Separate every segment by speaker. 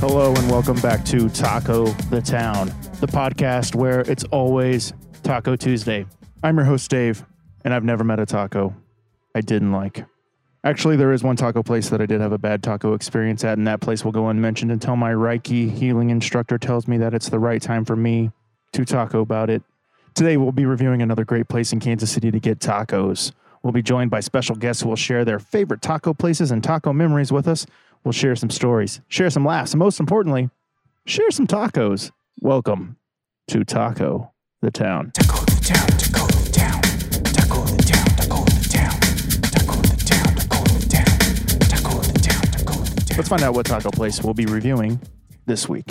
Speaker 1: Hello and welcome back to Taco the Town, the podcast where it's always Taco Tuesday. I'm your host, Dave, and I've never met a taco I didn't like. Actually, there is one taco place that I did have a bad taco experience at, and that place will go unmentioned until my Reiki healing instructor tells me that it's the right time for me to taco about it. Today, we'll be reviewing another great place in Kansas City to get tacos. We'll be joined by special guests who will share their favorite taco places and taco memories with us. We'll share some stories, share some laughs, and most importantly, share some tacos. Welcome to Taco the Town.
Speaker 2: Taco the town, taco the town, taco the town, taco the town, taco the town, taco the town, taco the town, taco the town.
Speaker 1: Let's find out what taco place we'll be reviewing this week.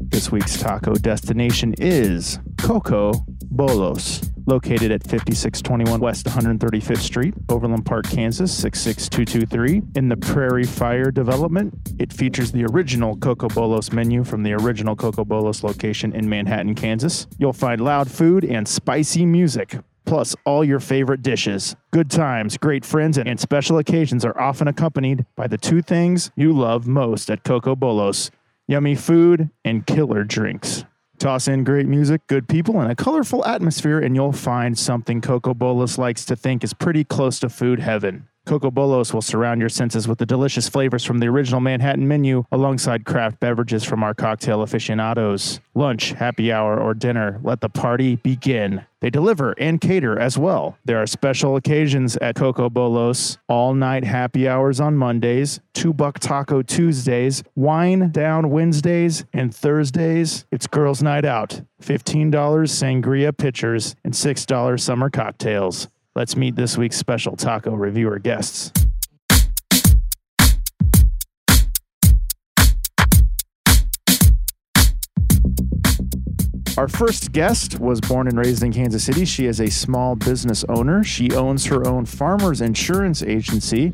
Speaker 1: This week's taco destination is Coco Bolos, located at 5621 West 135th Street, Overland Park, Kansas 66223, in the Prairie Fire development. It features the original Coco Bolos menu from the original Coco Bolos location in Manhattan, Kansas. You'll find loud food and spicy music. Plus, all your favorite dishes. Good times, great friends, and and special occasions are often accompanied by the two things you love most at Coco Bolos yummy food, and killer drinks. Toss in great music, good people, and a colorful atmosphere, and you'll find something Coco Bolos likes to think is pretty close to food heaven. Coco Bolos will surround your senses with the delicious flavors from the original Manhattan menu alongside craft beverages from our cocktail aficionados. Lunch, happy hour, or dinner, let the party begin. They deliver and cater as well. There are special occasions at Coco Bolos, all night happy hours on Mondays, two buck taco Tuesdays, wine down Wednesdays, and Thursdays, it's girls' night out. $15 sangria pitchers and $6 summer cocktails. Let's meet this week's special taco reviewer guests. Our first guest was born and raised in Kansas City. She is a small business owner. She owns her own farmers insurance agency.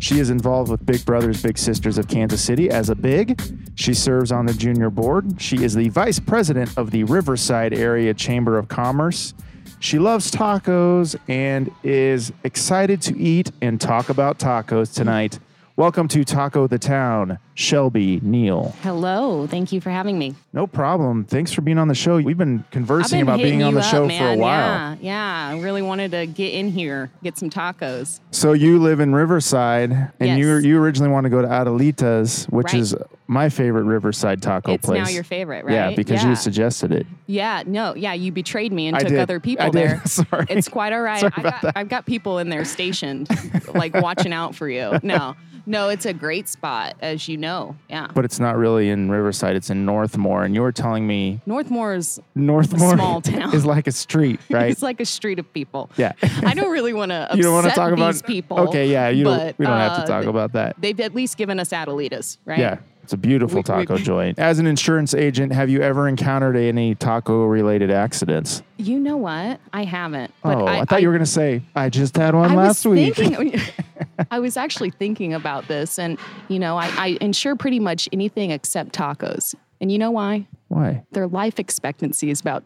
Speaker 1: She is involved with Big Brothers Big Sisters of Kansas City as a big. She serves on the junior board. She is the vice president of the Riverside Area Chamber of Commerce. She loves tacos and is excited to eat and talk about tacos tonight. Welcome to Taco the Town, Shelby Neal.
Speaker 3: Hello, thank you for having me.
Speaker 1: No problem. Thanks for being on the show. We've been conversing about being
Speaker 3: hitting
Speaker 1: on the
Speaker 3: you up,
Speaker 1: show for a
Speaker 3: man.
Speaker 1: while.
Speaker 3: Yeah, yeah. I really wanted to get in here, get some tacos.
Speaker 1: So you live in Riverside, and
Speaker 3: Yes.
Speaker 1: you you originally want to go to Adelita's, which
Speaker 3: Right.
Speaker 1: is my favorite Riverside taco
Speaker 3: it's
Speaker 1: place.
Speaker 3: now your favorite, right?
Speaker 1: Yeah, because
Speaker 3: yeah.
Speaker 1: you suggested it.
Speaker 3: Yeah, no, yeah, you betrayed me and
Speaker 1: I
Speaker 3: took
Speaker 1: did.
Speaker 3: other people
Speaker 1: I did.
Speaker 3: there.
Speaker 1: Sorry.
Speaker 3: It's quite all right.
Speaker 1: Sorry
Speaker 3: I
Speaker 1: about
Speaker 3: got, I've got people in there stationed, like watching out for you. No, no, it's a great spot, as you know. Yeah.
Speaker 1: But it's not really in Riverside. It's in Northmore, and you were telling me
Speaker 3: Northmore's
Speaker 1: Northmore
Speaker 3: small town.
Speaker 1: is like a street, right?
Speaker 3: It's like a street of people.
Speaker 1: Yeah.
Speaker 3: I don't really want to upset
Speaker 1: you don't want to talk
Speaker 3: these
Speaker 1: about
Speaker 3: people.
Speaker 1: Okay, yeah, you
Speaker 3: but,
Speaker 1: don't, we don't have
Speaker 3: uh,
Speaker 1: to talk about that.
Speaker 3: They've at least given us Adelitas, right?
Speaker 1: Yeah. It's a beautiful
Speaker 3: We- we-
Speaker 1: taco joint. As an insurance agent, have you ever encountered any taco related accidents?
Speaker 3: You know what? I haven't.
Speaker 1: oh, I, thought you were going to say, I just had one
Speaker 3: I
Speaker 1: last
Speaker 3: was
Speaker 1: week.
Speaker 3: Thinking, I was actually thinking about this, and you know, I, I insure pretty much anything except tacos. And you know why?
Speaker 1: Why?
Speaker 3: Their life expectancy is about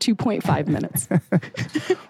Speaker 3: 2.5 minutes.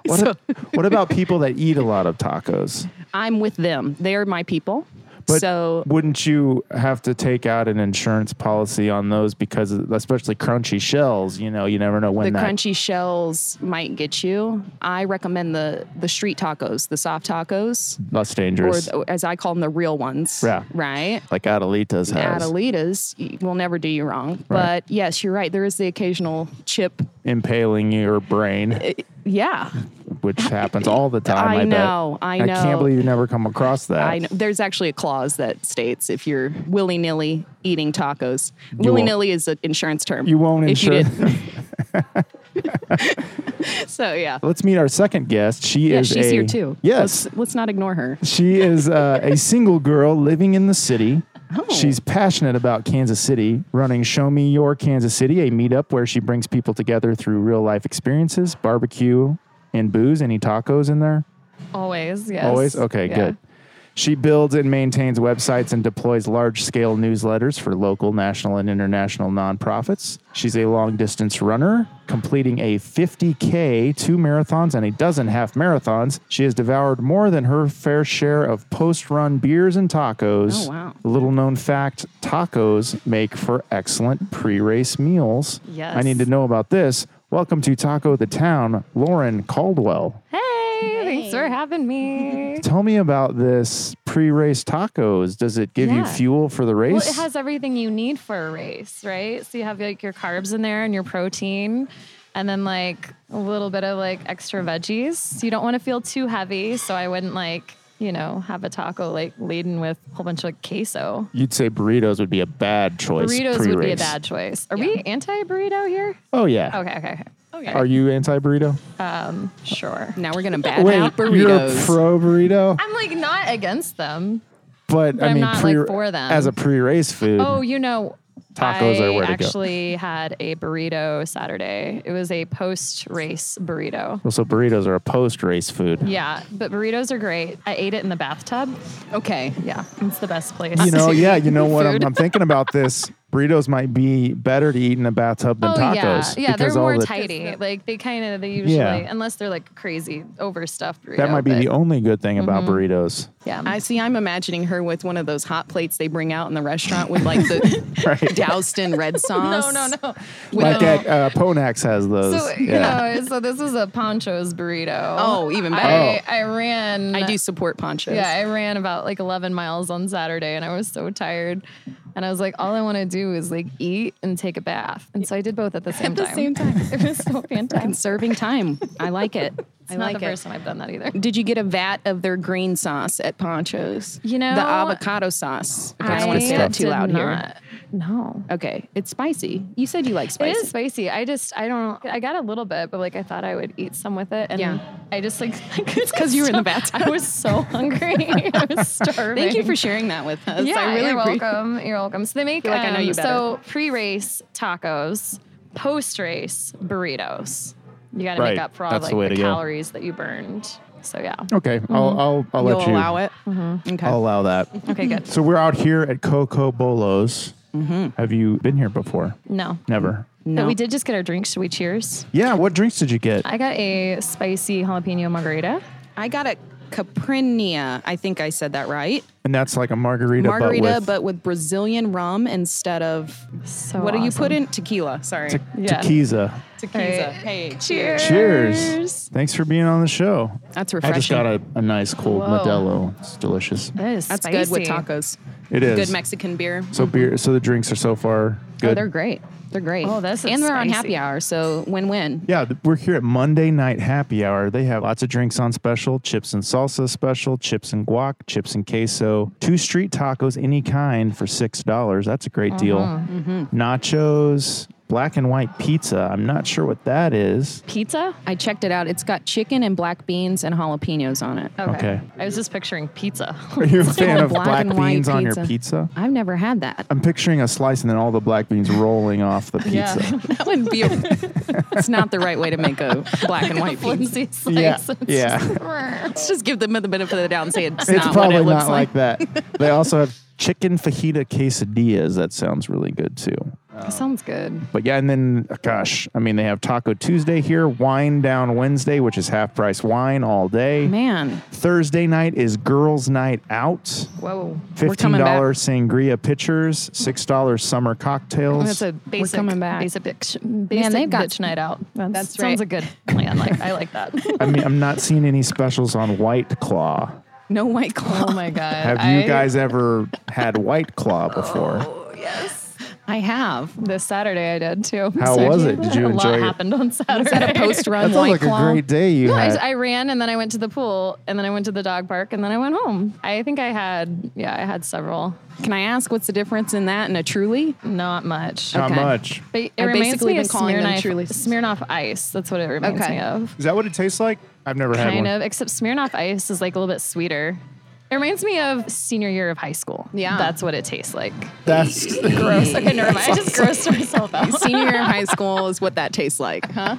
Speaker 1: What,
Speaker 3: so
Speaker 1: a- what about people that eat a lot of tacos?
Speaker 3: I'm with them. They're my people.
Speaker 1: But
Speaker 3: so
Speaker 1: wouldn't you have to take out an insurance policy on those because, of- especially crunchy shells, you know, you never know
Speaker 3: the
Speaker 1: when that.
Speaker 3: crunchy shells might get you. I recommend the the street tacos, the soft tacos,
Speaker 1: That's
Speaker 3: or
Speaker 1: dangerous.
Speaker 3: the, as I call them, the real ones.
Speaker 1: Yeah.
Speaker 3: Right.
Speaker 1: like Adelita's has.
Speaker 3: Adelitas y- will never do you wrong.
Speaker 1: Right.
Speaker 3: But yes, you're right. There is the occasional chip.
Speaker 1: impaling your brain,
Speaker 3: Yeah,
Speaker 1: which happens all the time. I,
Speaker 3: I
Speaker 1: bet.
Speaker 3: know, I
Speaker 1: And I can't
Speaker 3: know.
Speaker 1: believe you never come across that.
Speaker 3: I know. There's actually a clause that states if you're willy nilly eating tacos,
Speaker 1: won't-
Speaker 3: willy nilly is an insurance term.
Speaker 1: You won't
Speaker 3: if you
Speaker 1: insure.
Speaker 3: didn't. so yeah.
Speaker 1: Let's meet our second guest. She
Speaker 3: Yeah,
Speaker 1: is
Speaker 3: she's
Speaker 1: a,
Speaker 3: here too.
Speaker 1: Yes,
Speaker 3: Let's, let's not ignore her.
Speaker 1: She is uh, a single girl living in the city.
Speaker 3: Oh.
Speaker 1: She's passionate about Kansas City, running Show Me Your Kansas City, a meetup where she brings people together through real life experiences, barbecue, and booze. Any tacos in there?
Speaker 3: Always, yes.
Speaker 1: Always? Okay, good. She builds and maintains websites and deploys large scale newsletters for local, national, and international nonprofits. She's a long distance runner, completing a 50K, two marathons, and a dozen half marathons. She has devoured more than her fair share of post run beers and tacos.
Speaker 3: Oh, wow.
Speaker 1: Little known fact tacos make for excellent pre race meals.
Speaker 3: Yes.
Speaker 1: I need to know about this. Welcome to Taco the Town, Lauren Caldwell.
Speaker 4: Hey, thanks for having me.
Speaker 1: Tell me about this pre-race tacos. Does it give you
Speaker 4: Yeah.
Speaker 1: fuel for the race?
Speaker 4: Well, it has everything you need for a race, right? So you have like your carbs in there and your protein, and then like a little bit of like extra veggies. So you don't want to feel too heavy. So I wouldn't like, you know, have a taco like laden with a whole bunch of queso.
Speaker 1: You'd say burritos would be a bad choice.
Speaker 4: Burritos
Speaker 1: pre-race.
Speaker 4: would be a bad choice. Are we anti burrito here?
Speaker 1: Oh yeah.
Speaker 4: Okay, okay, okay. Okay.
Speaker 1: Are you anti-burrito?
Speaker 4: sure.
Speaker 3: Now we're gonna bad
Speaker 1: Wait,
Speaker 3: out
Speaker 1: you're a
Speaker 3: burritos.
Speaker 1: pro burrito,
Speaker 4: I'm like not against them.
Speaker 1: but, I
Speaker 4: I'm
Speaker 1: mean,
Speaker 4: not, like,
Speaker 1: pre-
Speaker 4: for them.
Speaker 1: as a pre-race food.
Speaker 4: Oh, you know,
Speaker 1: Tacos
Speaker 4: I
Speaker 1: are where to go.
Speaker 4: actually had a burrito Saturday. It was a post race burrito.
Speaker 1: Well, so burritos are a post-race food.
Speaker 4: Yeah, but burritos are great. I ate it in the bathtub.
Speaker 3: okay.
Speaker 4: Yeah, it's the best place.
Speaker 1: You know, yeah. You know what? I'm,
Speaker 4: Food.
Speaker 1: I'm thinking about this. Burritos might be better to eat in a bathtub than
Speaker 4: oh
Speaker 1: tacos.
Speaker 4: yeah, yeah, they're
Speaker 1: because all
Speaker 4: more
Speaker 1: the-
Speaker 4: tidy. Like they kind of they usually unless they're like crazy overstuffed burrito.
Speaker 1: That might be
Speaker 4: but, Mm-hmm.
Speaker 1: the only good thing about burritos.
Speaker 4: yeah.
Speaker 3: I see. I'm imagining her with one of those hot plates they bring out in the restaurant with like the
Speaker 1: Right.
Speaker 3: doused in red
Speaker 4: no,
Speaker 3: sauce.
Speaker 4: no, no.
Speaker 1: Like at uh, Ponax has those.
Speaker 4: So
Speaker 1: yeah.
Speaker 4: you know, so this is a ponchos burrito.
Speaker 3: Oh, even
Speaker 4: I,
Speaker 3: better.
Speaker 4: I ran.
Speaker 3: I do support ponchos.
Speaker 4: Yeah, I ran about like 11 miles on Saturday and I was so tired. And I was like, all I want to do is like eat and take a bath. And so I did both at the same time.
Speaker 3: time.
Speaker 4: It was so fantastic. it's
Speaker 3: Conserving time. I like it. I
Speaker 4: not
Speaker 3: like
Speaker 4: the
Speaker 3: it.
Speaker 4: first time I've done that either.
Speaker 3: Did you get a vat of their green sauce at Ponchos?
Speaker 4: You know,
Speaker 3: the avocado sauce. I don't want to say
Speaker 4: I
Speaker 3: that too
Speaker 4: did
Speaker 3: loud here.
Speaker 4: not- No.
Speaker 3: Okay, it's spicy. You said you like
Speaker 4: It
Speaker 3: spicy.
Speaker 4: is spicy. I just, I don't, I got a little bit, but like I thought I would eat some with it. And
Speaker 3: Yeah.
Speaker 4: I just like, it's because you were in the bathtub. I was so hungry. I was starving.
Speaker 3: Thank you for sharing that with us.
Speaker 4: Yeah,
Speaker 3: I really
Speaker 4: you're
Speaker 3: appre-
Speaker 4: welcome. You're welcome. So they make
Speaker 3: Feel like I know
Speaker 4: um,
Speaker 3: you better.
Speaker 4: so pre-race tacos, post-race burritos. You got to
Speaker 1: Right.
Speaker 4: make up for all
Speaker 1: That's the
Speaker 4: like
Speaker 1: way
Speaker 4: the,
Speaker 1: to go.
Speaker 4: calories that you burned. So yeah.
Speaker 1: Okay, I'll I'll, I'll let
Speaker 3: Mm-hmm. You'll
Speaker 1: you
Speaker 3: allow it.
Speaker 4: Mm-hmm.
Speaker 3: Okay.
Speaker 1: I'll allow that.
Speaker 3: Oh.
Speaker 4: Okay, good.
Speaker 1: So we're out here at Coco Bolos.
Speaker 3: Mm-hmm.
Speaker 1: Have you been here before?
Speaker 4: No.
Speaker 1: Never.
Speaker 4: But we did just get our drinks. Should we cheers?
Speaker 1: Yeah. What drinks did you get?
Speaker 4: I got a spicy jalapeno margarita.
Speaker 3: I got a Caprinia. I think I said that right.
Speaker 1: And that's like a margarita,
Speaker 3: Margarita,
Speaker 1: but with
Speaker 3: but with Brazilian rum instead of
Speaker 4: So
Speaker 3: what do you put
Speaker 4: awesome.
Speaker 3: in tequila? Sorry,
Speaker 1: te-
Speaker 4: Yeah.
Speaker 1: tequila.
Speaker 3: tequila.
Speaker 4: Right.
Speaker 3: Hey,
Speaker 4: Cheers.
Speaker 1: Cheers. Thanks for being on the show.
Speaker 3: That's
Speaker 1: I just
Speaker 3: refreshing.
Speaker 1: got a, a nice cold
Speaker 4: Whoa.
Speaker 1: Modelo. It's delicious.
Speaker 4: That is
Speaker 3: That's
Speaker 4: spicy.
Speaker 3: good with tacos.
Speaker 1: It is
Speaker 3: Good Mexican beer.
Speaker 1: So beer. So the drinks are so far good.
Speaker 3: Oh, they're great. They're great.
Speaker 4: Oh, this is
Speaker 3: and they're on
Speaker 4: spicy.
Speaker 3: happy hour, so win-win.
Speaker 1: Yeah, th- we're here at Monday Night Happy Hour. They have lots of drinks on special chips and salsa special, chips and guac, chips and queso, two street tacos, any kind for $6. That's a great deal. Mm-hmm, Nachos, black and white pizza. I'm not sure what that is.
Speaker 4: Pizza?
Speaker 3: I checked it out. It's got chicken and black beans and jalapenos on it.
Speaker 1: Okay.
Speaker 4: I was just picturing pizza.
Speaker 1: Are you a fan
Speaker 3: Oh,
Speaker 1: of
Speaker 3: black
Speaker 1: black,
Speaker 3: and white
Speaker 1: beans on your
Speaker 3: pizza.
Speaker 1: pizza?
Speaker 3: I've never had that.
Speaker 1: I'm picturing a slice and then all the black beans rolling off the
Speaker 4: Yeah.
Speaker 1: pizza.
Speaker 3: That would be. it's not the right way to make a black and white pizza.
Speaker 4: Flimsy slice.
Speaker 1: Yeah.
Speaker 4: It's
Speaker 1: Yeah.
Speaker 4: just-
Speaker 3: Let's just give them the benefit of the doubt and say it's,
Speaker 1: It's
Speaker 3: not what
Speaker 1: probably
Speaker 3: it looks
Speaker 1: not like that. They also have chicken fajita quesadillas. That sounds really good too.
Speaker 4: That sounds good.
Speaker 1: But yeah, and then gosh, I mean, they have Taco Tuesday here, Wine Down Wednesday, which is half price wine all day.
Speaker 3: Man,
Speaker 1: Thursday night is Girls Night Out.
Speaker 4: Whoa.
Speaker 1: Fifteen
Speaker 3: coming back.
Speaker 1: dollars sangria pitchers, six dollars summer cocktails.
Speaker 4: That's a basic,
Speaker 3: coming back.
Speaker 4: basic bitch, basic
Speaker 3: they've got-
Speaker 4: bitch night out.
Speaker 3: That's
Speaker 4: sounds
Speaker 3: right.
Speaker 4: a good plan. Like I like that.
Speaker 1: I mean, I'm not seeing any specials on White Claw.
Speaker 3: no white claw.
Speaker 4: oh my god.
Speaker 1: Have you guys ever had White Claw before?
Speaker 3: I have.
Speaker 4: This Saturday I did too.
Speaker 1: How was it? Did you
Speaker 4: a
Speaker 1: enjoy
Speaker 4: lot
Speaker 1: it?
Speaker 4: happened on Saturday.
Speaker 3: Post
Speaker 1: That
Speaker 3: run
Speaker 1: sounds
Speaker 3: white
Speaker 1: like
Speaker 3: claw.
Speaker 1: a great day you
Speaker 4: I,
Speaker 1: had.
Speaker 4: I ran and then I went to the pool and then I went to the dog park and then I went home. I think I had yeah I had several.
Speaker 3: Can I ask what's the difference in that and a truly?
Speaker 4: Not much.
Speaker 1: Not
Speaker 3: okay.
Speaker 1: much.
Speaker 4: But it
Speaker 3: I've
Speaker 4: reminds
Speaker 3: basically
Speaker 4: me of
Speaker 3: been calling them
Speaker 4: Smirnoff,
Speaker 3: truly-
Speaker 4: Smirnoff Ice. That's what it reminds
Speaker 3: Okay.
Speaker 4: me of.
Speaker 1: Is that what it tastes like? I've never had
Speaker 4: Kind
Speaker 1: one.
Speaker 4: of, except Smirnoff Ice is like a little bit sweeter. It reminds me of senior year of high school.
Speaker 3: Yeah.
Speaker 4: That's what it tastes like.
Speaker 1: That's
Speaker 4: Gross. Okay, never mind. I just grossed myself out.
Speaker 3: Senior year in high school is what that tastes like, huh?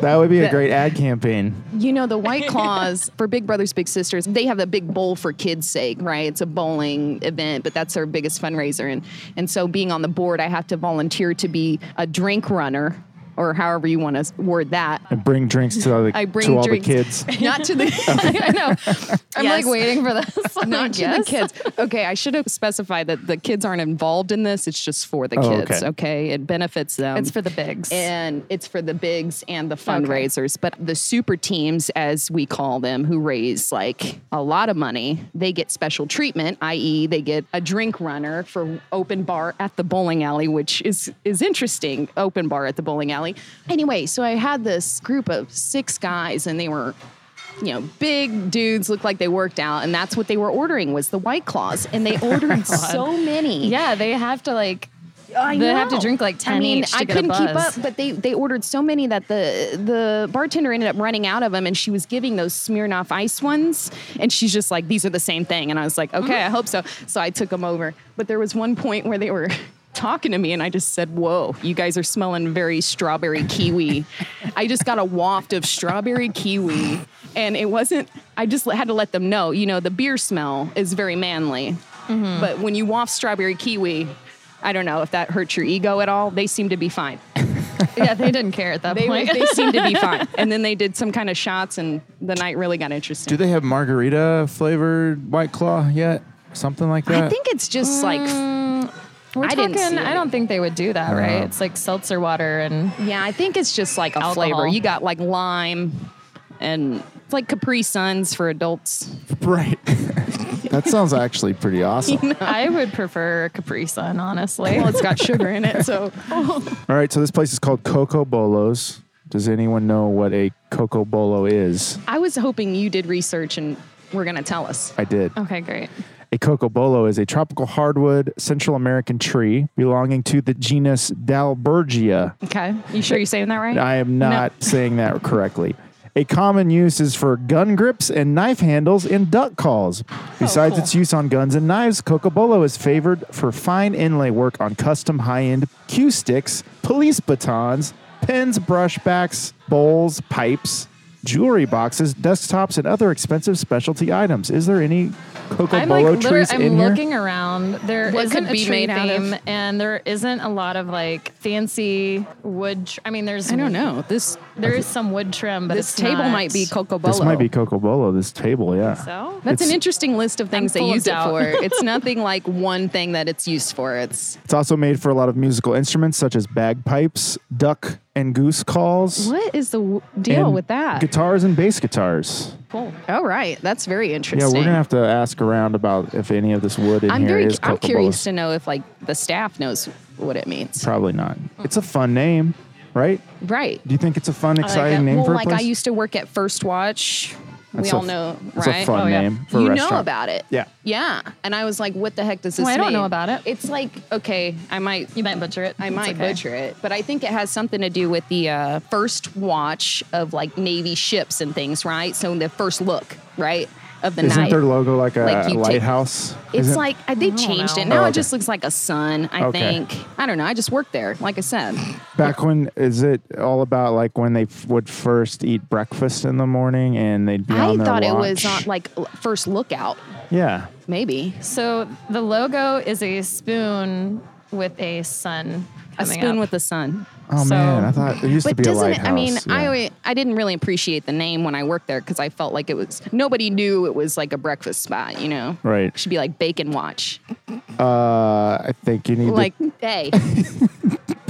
Speaker 1: that would be a great ad campaign.
Speaker 3: You know, the White Claws for Big Brothers Big Sisters, they have a big bowl for kids' sake, right? It's a bowling event, but that's their biggest fundraiser. And, and so being on the board, I have to volunteer to be a drink runner or however you want to word that.
Speaker 1: And bring drinks to all the,
Speaker 3: I bring
Speaker 1: to all
Speaker 3: drinks.
Speaker 1: the kids.
Speaker 3: Not to the
Speaker 4: I know. I'm
Speaker 3: Yes.
Speaker 4: like waiting for this. Like,
Speaker 3: not to the
Speaker 4: yes.
Speaker 3: kids. Okay, I should have specified that the kids aren't involved in this. It's just for the
Speaker 1: Oh,
Speaker 3: kids.
Speaker 1: okay.
Speaker 3: Okay. It benefits them.
Speaker 4: It's for the bigs.
Speaker 3: and it's for the bigs and the fundraisers. But the super teams, as we call them, who raise like a lot of money, they get special treatment, i.e., they get a drink runner for open bar at the bowling alley, which is is interesting. Open bar at the bowling alley. Anyway, so I had this group of six guys, and they were you know, big dudes looked like they worked out, and that's what they were ordering was the White Claws, and they ordered so many.
Speaker 4: yeah, they have to like
Speaker 3: I
Speaker 4: They have
Speaker 3: know.
Speaker 4: to drink, like, 10
Speaker 3: I mean,
Speaker 4: each to
Speaker 3: I
Speaker 4: get a
Speaker 3: couldn't keep up,
Speaker 4: buzz.
Speaker 3: but they they ordered so many that the the bartender ended up running out of them, and she was giving those Smirnoff Ice ones, and she's just like, "These are the same thing," and I was like,
Speaker 4: Mm-hmm.
Speaker 3: "Okay, I hope so." So I took them over, but there was one point where they were. Talking to me, and I just said, Whoa, you guys are smelling very strawberry kiwi. I just got a waft of strawberry kiwi, and it wasn't, I just had to let them know, you know, the beer smell is very manly, but when you waft strawberry kiwi, I don't know if that hurts your ego at all. They seem to be fine.
Speaker 4: yeah, they didn't care at that
Speaker 3: They,
Speaker 4: point.
Speaker 3: they seem to be fine. And then they did some kind of shots, and the night really got interesting.
Speaker 1: Do they have margarita flavored White Claw yet? Something like that?
Speaker 3: I think it's just like,
Speaker 4: We're
Speaker 3: I
Speaker 4: talking,
Speaker 3: didn't see
Speaker 4: I
Speaker 3: it.
Speaker 4: don't think they would do that, right? It's like seltzer water and
Speaker 3: yeah, I think it's just like a flavor.
Speaker 4: Alcohol.
Speaker 3: You got like lime and it's like Capri Suns for adults.
Speaker 1: Right. that sounds actually pretty awesome.
Speaker 4: I would prefer Capri Sun, honestly.
Speaker 3: Well, it's got sugar in it, so
Speaker 1: All right, so this place is called Coco Bolos. Does anyone know what a Coco Bolo is?
Speaker 3: I was hoping you did research and were gonna tell us.
Speaker 1: I did.
Speaker 3: Oh.
Speaker 4: okay, great.
Speaker 1: A cocobolo is a tropical hardwood Central American tree belonging to the genus Dalbergia.
Speaker 3: Okay, you sure you're saying that right?
Speaker 1: I am not saying that correctly. A common use is for gun grips and knife handles in duck calls.
Speaker 4: Oh,
Speaker 1: Besides
Speaker 3: cool.
Speaker 1: its use on guns and knives, cocobolo is favored for fine inlay work on custom high-end cue sticks, police batons, pens, brushbacks, bowls, pipes, jewelry boxes, desktops, and other expensive specialty items. Is there any
Speaker 4: I'm
Speaker 1: cocobolo
Speaker 4: like
Speaker 1: trees
Speaker 4: literally,
Speaker 1: in
Speaker 4: I'm
Speaker 1: here?
Speaker 4: looking around. There
Speaker 3: What
Speaker 4: not
Speaker 3: could
Speaker 4: a
Speaker 3: be
Speaker 4: tree
Speaker 3: made out of-
Speaker 4: theme, and there isn't a lot of like fancy wood. Tr- I mean, there's
Speaker 3: I don't know. This
Speaker 4: There is some wood trim, but
Speaker 3: this
Speaker 4: it's
Speaker 3: table
Speaker 4: not-
Speaker 3: might be Coco Bolo.
Speaker 1: This might be cocobolo. This table, yeah.
Speaker 4: So
Speaker 3: That's an
Speaker 1: It's-
Speaker 3: interesting list of things they
Speaker 4: Oh, full of
Speaker 3: use it
Speaker 4: doubt.
Speaker 3: for. It's nothing like one thing that it's used for. It's
Speaker 1: It's also made for a lot of musical instruments such as bagpipes, duck and goose calls.
Speaker 3: what is the w- deal
Speaker 1: and
Speaker 3: with that?
Speaker 1: Guitars and bass guitars.
Speaker 4: cool.
Speaker 3: All Oh, right, that's very
Speaker 1: Yeah,
Speaker 3: interesting.
Speaker 1: we're gonna have to ask around about if any of this wood in
Speaker 3: I'm
Speaker 1: here
Speaker 3: very.
Speaker 1: is
Speaker 3: I'm
Speaker 1: cocoa
Speaker 3: curious
Speaker 1: balls.
Speaker 3: to know if like the staff knows what it means.
Speaker 1: Probably not. It's a fun name, right?
Speaker 3: Right.
Speaker 1: Do you think it's a fun, exciting
Speaker 4: it.
Speaker 1: name
Speaker 3: Well,
Speaker 1: for a
Speaker 3: like
Speaker 1: place?
Speaker 3: Hmm. I used to work at First Watch.
Speaker 1: That's
Speaker 3: we
Speaker 1: a
Speaker 3: all
Speaker 1: f-
Speaker 3: know,
Speaker 1: it's
Speaker 3: right?
Speaker 1: a fun
Speaker 4: Oh, yeah.
Speaker 1: name for a
Speaker 3: you
Speaker 1: restaurant.
Speaker 3: know about it.
Speaker 1: Yeah.
Speaker 3: Yeah. And I was like, what the heck does this
Speaker 4: Well, I
Speaker 3: mean?
Speaker 4: don't know about it.
Speaker 3: It's like, okay, I might
Speaker 4: You might butcher it.
Speaker 3: I
Speaker 4: It's
Speaker 3: might
Speaker 4: okay.
Speaker 3: butcher it, but I think it has something to do with the uh, first watch of like Navy ships and things, right? So the first look, right, of the
Speaker 1: Isn't
Speaker 3: night.
Speaker 1: their logo like a
Speaker 3: Like you take-
Speaker 1: lighthouse?
Speaker 3: it's
Speaker 1: Isn't-
Speaker 3: like I- they changed it.
Speaker 4: know.
Speaker 3: Now
Speaker 1: Oh,
Speaker 3: it
Speaker 1: okay.
Speaker 3: just looks like a sun. I
Speaker 1: Okay.
Speaker 3: think. I don't know. I just worked there, like I said.
Speaker 1: back when is it all about like when they f- would first eat breakfast in the morning and they'd be
Speaker 3: I
Speaker 1: on their
Speaker 3: thought it
Speaker 1: watch?
Speaker 3: was on like l- first lookout,
Speaker 1: yeah.
Speaker 3: maybe
Speaker 4: So the logo is a spoon with a sun.
Speaker 3: a
Speaker 4: coming
Speaker 3: spoon
Speaker 4: up.
Speaker 3: with the sun.
Speaker 1: Oh
Speaker 4: So-
Speaker 1: man, I thought it used to
Speaker 3: But
Speaker 1: be a
Speaker 3: doesn't it?
Speaker 1: lighthouse.
Speaker 3: I mean, I
Speaker 1: yeah.
Speaker 3: always- I didn't really appreciate the name when I worked there because I felt like it was nobody knew it was like a breakfast spot. You know,
Speaker 1: Right.
Speaker 3: It should be like Bacon Watch.
Speaker 1: Uh, I think you need
Speaker 3: like
Speaker 1: to.
Speaker 3: hey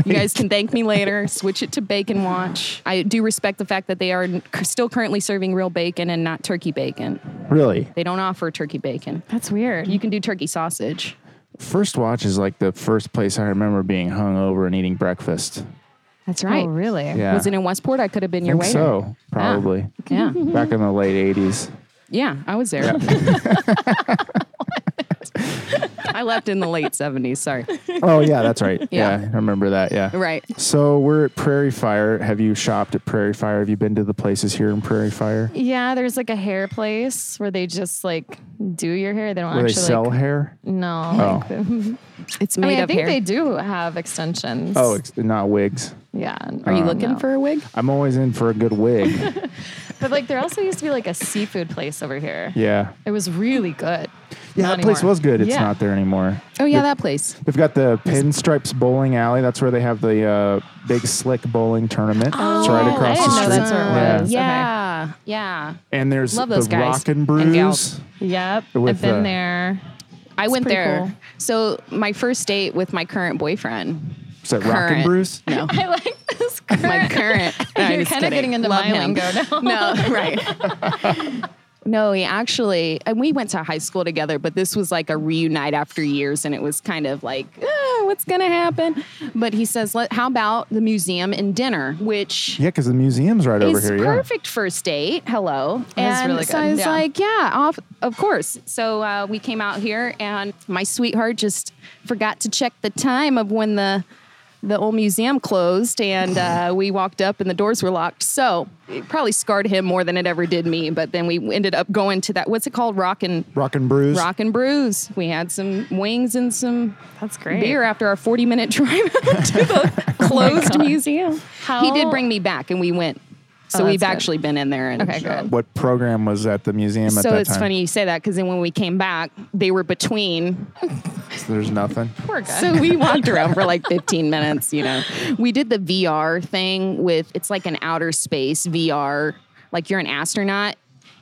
Speaker 3: you guys can thank me later switch it to bacon watch i do respect the fact that they are n- cur- still currently serving real bacon and not turkey bacon
Speaker 1: Really,
Speaker 3: they don't offer turkey bacon
Speaker 4: That's weird.
Speaker 3: you can do turkey sausage
Speaker 1: first watch is like the first place I remember being hung over and eating breakfast.
Speaker 3: that's
Speaker 4: Oh, really?
Speaker 1: Yeah.
Speaker 3: was it in westport i could have been
Speaker 1: I
Speaker 3: your Ah,
Speaker 1: think
Speaker 3: waiter
Speaker 1: so, probably
Speaker 3: yeah
Speaker 1: back in the late '80s.
Speaker 3: yeah i was there I left in the late 70s. Sorry.
Speaker 1: Oh yeah, that's right.
Speaker 3: Yeah.
Speaker 1: yeah. I remember that. Yeah.
Speaker 3: Right.
Speaker 1: So we're at Prairie Fire. Have you shopped at Prairie Fire? Have you been to the places here in Prairie Fire
Speaker 4: Yeah, there's like a hair place where they just like do your hair. They don't
Speaker 1: where they
Speaker 4: actually
Speaker 1: sell
Speaker 4: like,
Speaker 1: hair?
Speaker 4: No.
Speaker 1: Oh.
Speaker 4: like, the-
Speaker 3: It's
Speaker 4: I
Speaker 3: made
Speaker 4: mean, I
Speaker 3: up
Speaker 4: think
Speaker 3: hair.
Speaker 4: they do have extensions.
Speaker 1: Oh, Um, it's not wigs.
Speaker 4: yeah. Are
Speaker 1: Oh,
Speaker 3: Are you looking
Speaker 4: no.
Speaker 3: for a wig?
Speaker 1: I'm always in for a good wig.
Speaker 4: But like, there also used to be like a seafood place over here.
Speaker 1: yeah.
Speaker 4: It was really good.
Speaker 1: Yeah,
Speaker 4: Not
Speaker 1: that place
Speaker 4: anymore.
Speaker 1: was good. It's
Speaker 4: Yeah.
Speaker 1: not there anymore.
Speaker 3: Oh, yeah, that place.
Speaker 1: They've got the Pinstripes Bowling Alley. That's where they have the uh, big slick bowling tournament. it's right
Speaker 3: Oh,
Speaker 4: I
Speaker 1: across
Speaker 4: didn't
Speaker 1: the
Speaker 4: know
Speaker 1: street.
Speaker 4: that's where it
Speaker 1: yeah.
Speaker 4: was.
Speaker 3: Yeah. Yeah.
Speaker 1: And there's
Speaker 3: Love those
Speaker 1: the
Speaker 3: guys
Speaker 1: Rockin'
Speaker 3: and
Speaker 1: Brews.
Speaker 3: gals.
Speaker 4: Yep.
Speaker 1: With,
Speaker 4: I've been
Speaker 1: uh,
Speaker 4: there.
Speaker 3: I went
Speaker 4: pretty
Speaker 3: there.
Speaker 4: cool.
Speaker 3: So my first date with my current boyfriend.
Speaker 1: Is that Rockin'
Speaker 3: Current.
Speaker 1: Brews?
Speaker 3: No.
Speaker 4: I like this.
Speaker 3: my current. No,
Speaker 4: You're
Speaker 3: just kidding.
Speaker 4: kinda getting into
Speaker 3: Love
Speaker 4: my
Speaker 3: him.
Speaker 4: lingo
Speaker 3: No, right. No, he actually, and we went to high school together, but this was like a reunite after years, and it was kind of like, ah, what's gonna happen? But he says, Let, how about the museum and dinner, which
Speaker 1: Yeah, because the museum's right over
Speaker 3: is
Speaker 1: here.
Speaker 3: perfect first date. Hello.
Speaker 4: That's
Speaker 3: and
Speaker 4: really
Speaker 3: so I
Speaker 4: good,
Speaker 3: was
Speaker 4: yeah.
Speaker 3: like, yeah, off, of course. So uh, we came out here, and my sweetheart just forgot to check the time of when the the old museum closed, and uh, we walked up, and the doors were locked. So it probably scarred him more than it ever did me. But then we ended up going to that. What's it called? Rock and
Speaker 1: Yeah. Rockin' Brews.
Speaker 3: Rock and Brews. We had some wings and some
Speaker 4: That's great. Oh
Speaker 3: beer after our 40 minute drive out to the closed museum. He did
Speaker 4: How-
Speaker 3: bring me back and we went. So
Speaker 4: Oh,
Speaker 3: we've
Speaker 4: that's good.
Speaker 3: actually been in there. And
Speaker 4: Okay, good.
Speaker 1: What program was at the museum at
Speaker 3: So
Speaker 1: that
Speaker 3: it's
Speaker 1: time?
Speaker 3: funny you say that because then when we came back, they were between.
Speaker 1: So There's nothing.
Speaker 4: Poor guy.
Speaker 3: So we walked around for like 15 minutes, you know. We did the VR thing with it's like an outer space VR, like you're an astronaut.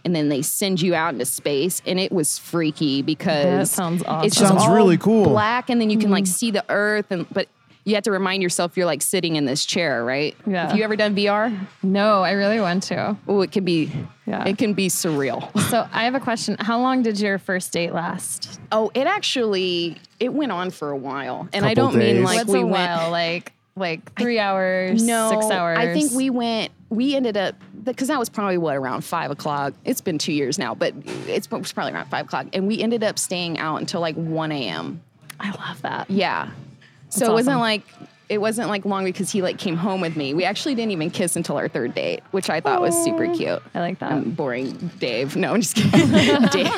Speaker 3: And then they send you out into space, and it was freaky because
Speaker 4: sounds
Speaker 3: It's just
Speaker 4: awesome. Mm-hmm.
Speaker 1: Sounds
Speaker 3: all
Speaker 1: really cool.
Speaker 3: Black, and then you can like see the Earth, and but you have to remind yourself you're like sitting in this chair, right?
Speaker 4: Yeah.
Speaker 3: Have you ever done VR?
Speaker 4: no, I really want to.
Speaker 3: Oh, it can be.
Speaker 4: Yeah.
Speaker 3: It can be surreal.
Speaker 4: So I have a question. How long did your first date last?
Speaker 3: Oh, it actually it went on for a while, and I
Speaker 1: Couple
Speaker 3: don't mean
Speaker 1: days.
Speaker 3: like
Speaker 4: What's
Speaker 3: we
Speaker 4: a
Speaker 3: went.
Speaker 4: while? Like like three hours,
Speaker 3: No,
Speaker 4: six hours.
Speaker 3: I think we went. We ended up because that was probably what around five o'clock. It's been two years now, but it's it was probably around five o'clock, and we ended up staying out until like one a.m.
Speaker 4: I love that.
Speaker 3: Yeah. So it
Speaker 4: awesome.
Speaker 3: wasn't like it wasn't like long because he like came home with me. We actually didn't even kiss until our third date, which I thought was super cute.
Speaker 4: I like that.
Speaker 3: Um, boring Dave. No, I'm just kidding. Dave.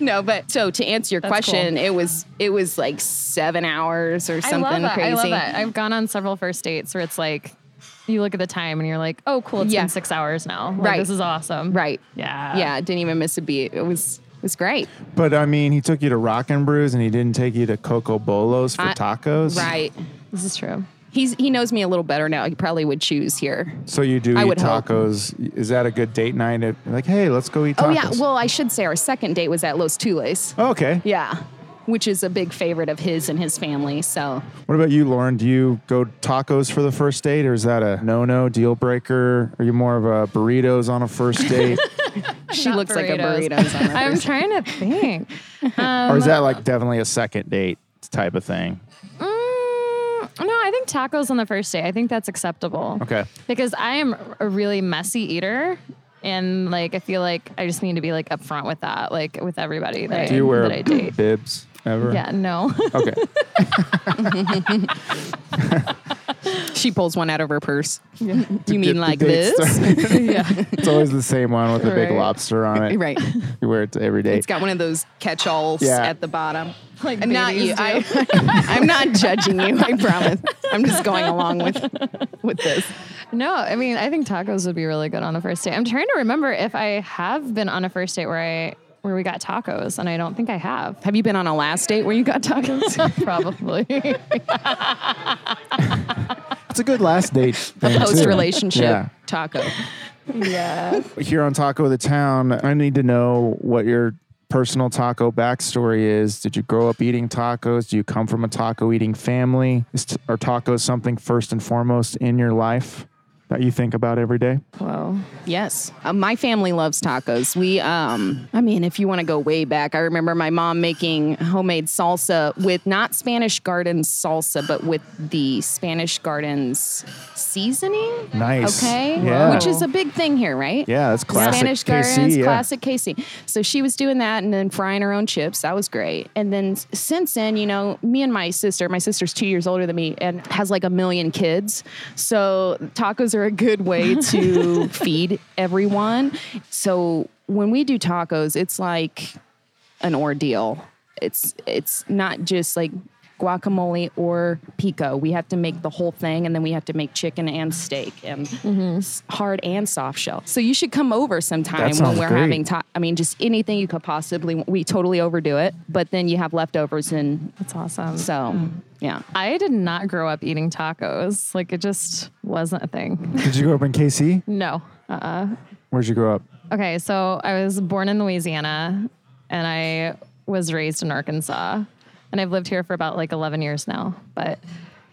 Speaker 3: no, but so to answer your
Speaker 4: That's
Speaker 3: question, it was it was like seven hours or something
Speaker 4: I love that.
Speaker 3: crazy.
Speaker 4: I love that. I've gone on several first dates where it's like you look at the time and you're like, oh cool, it's
Speaker 3: Yeah.
Speaker 4: been six hours now. Like,
Speaker 3: Right.
Speaker 4: This is awesome.
Speaker 3: Right.
Speaker 4: Yeah.
Speaker 3: Yeah, didn't even miss a beat. It was it was great.
Speaker 1: But I mean, he took you to Rockin' Brews and he didn't take you to Coco Bolos for
Speaker 3: I-
Speaker 1: tacos.
Speaker 3: Right.
Speaker 4: This is true.
Speaker 3: He's he knows me a little better now. He probably would choose here.
Speaker 1: So you do
Speaker 3: I
Speaker 1: eat
Speaker 3: would hope.
Speaker 1: tacos. Is that a good date night? If- Like, hey, let's go eat tacos. Oh,
Speaker 3: Oh yeah. Well, I should say our second date was at Los Tules.
Speaker 1: Okay.
Speaker 3: Yeah. Which is a big favorite of his and his family. So
Speaker 1: What about you, Lauren? Do you go tacos for the first date, or is that a no-no deal breaker? Are you more of a burritos on a first date,
Speaker 3: she
Speaker 4: Not
Speaker 3: looks like a
Speaker 4: burritos.
Speaker 3: burrito. on her
Speaker 4: I'm
Speaker 3: first-
Speaker 4: trying to think.
Speaker 1: or is that like definitely a second date type of thing?
Speaker 4: Mm, no, I think tacos on the first day. I think that's acceptable.
Speaker 1: Okay.
Speaker 4: Because I am a really messy eater. And like, I feel like I just need to be like upfront with that, like with everybody that,
Speaker 1: Do you wear
Speaker 4: that I date.
Speaker 1: bibs ever?
Speaker 4: Yeah, no.
Speaker 1: Okay.
Speaker 3: she pulls one out of her purse. You
Speaker 1: Get
Speaker 3: mean
Speaker 1: the
Speaker 3: like
Speaker 1: date
Speaker 3: this?
Speaker 1: started.
Speaker 4: yeah.
Speaker 1: it's always the same one with the big
Speaker 4: Right.
Speaker 1: lobster on it.
Speaker 3: Right.
Speaker 1: You wear it to every date.
Speaker 3: It's got one of those catch-alls
Speaker 1: Yeah.
Speaker 3: at the bottom.
Speaker 4: Like
Speaker 3: And not
Speaker 4: babies
Speaker 3: you.
Speaker 4: do.
Speaker 3: I, I'm not judging you. I promise. I'm just going along with with this.
Speaker 4: No, I mean, I think tacos would be really good on a first date. I'm trying to remember if I have been on a first date where I where we got tacos, and I don't think I have.
Speaker 3: Have you been on a last date where you got tacos?
Speaker 4: Probably.
Speaker 1: It's a good last date. thing, too.
Speaker 3: Post relationship
Speaker 1: Yeah.
Speaker 3: taco.
Speaker 4: yeah.
Speaker 1: Here on Taco of the Town, I need to know what your personal taco backstory is. Did you grow up eating tacos? Do you come from a taco eating family? Is t- are tacos something first and foremost in your life?
Speaker 5: that you think about every day?
Speaker 4: Whoa.
Speaker 3: Yes. Uh, my family loves tacos. We, um, I mean, if you want to go way back, I remember my mom making homemade salsa with not Spanish Garden salsa, but with the Spanish Gardens seasoning.
Speaker 1: Nice.
Speaker 3: Okay.
Speaker 1: Yeah.
Speaker 3: Which is a big thing here, right?
Speaker 1: Yeah, that's classic.
Speaker 3: Spanish
Speaker 1: KC,
Speaker 3: Gardens,
Speaker 1: yeah.
Speaker 3: classic KC. So she was doing that and then frying her own chips. That was great. And then s- since then, you know, me and my sister, my sister's two years older than me and has like a million kids. So tacos are a good way to feed everyone. So when we do tacos, it's like an ordeal. It's it's not just like guacamole or pico. We have to make the whole thing, and then we have to make chicken and steak and s- hard and soft shell. So you should come over sometime
Speaker 1: That
Speaker 3: when
Speaker 1: sounds
Speaker 3: we're
Speaker 1: great.
Speaker 3: having. Ta- I mean, just anything you could possibly. We totally overdo it, but then you have leftovers, and
Speaker 4: That's awesome.
Speaker 3: so yeah.
Speaker 4: I did not grow up eating tacos. Like it just wasn't a thing.
Speaker 1: Did you grow up in KC?
Speaker 4: No. Uh-uh.
Speaker 1: Where'd you grow up?
Speaker 4: Okay, so I was born in Louisiana and I was raised in Arkansas. And I've lived here for about like 11 years now. But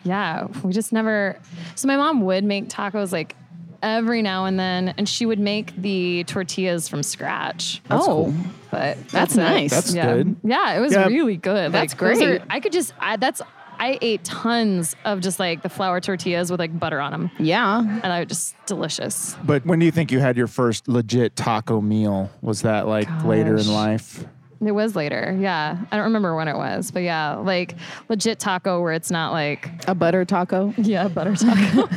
Speaker 4: yeah, we just never. So my mom would make tacos like every now and then, and she would make the tortillas from scratch.
Speaker 3: oh,
Speaker 4: But
Speaker 3: that's,
Speaker 4: it.
Speaker 3: nice.
Speaker 1: That's
Speaker 4: yeah.
Speaker 1: good.
Speaker 4: Yeah, it was
Speaker 1: Yeah.
Speaker 4: really good.
Speaker 3: That's
Speaker 4: those
Speaker 3: great.
Speaker 4: are- I could just, I, that's, I ate tons of just like the flour tortillas with like butter on them.
Speaker 3: yeah.
Speaker 4: And I was just delicious.
Speaker 1: But when do you think you had your first legit taco meal? Was that like later in
Speaker 4: Gosh.
Speaker 1: life?
Speaker 4: It was later. Yeah. I don't remember when it was, but yeah, like legit taco where it's not like,
Speaker 3: A butter taco.
Speaker 4: yeah, butter taco.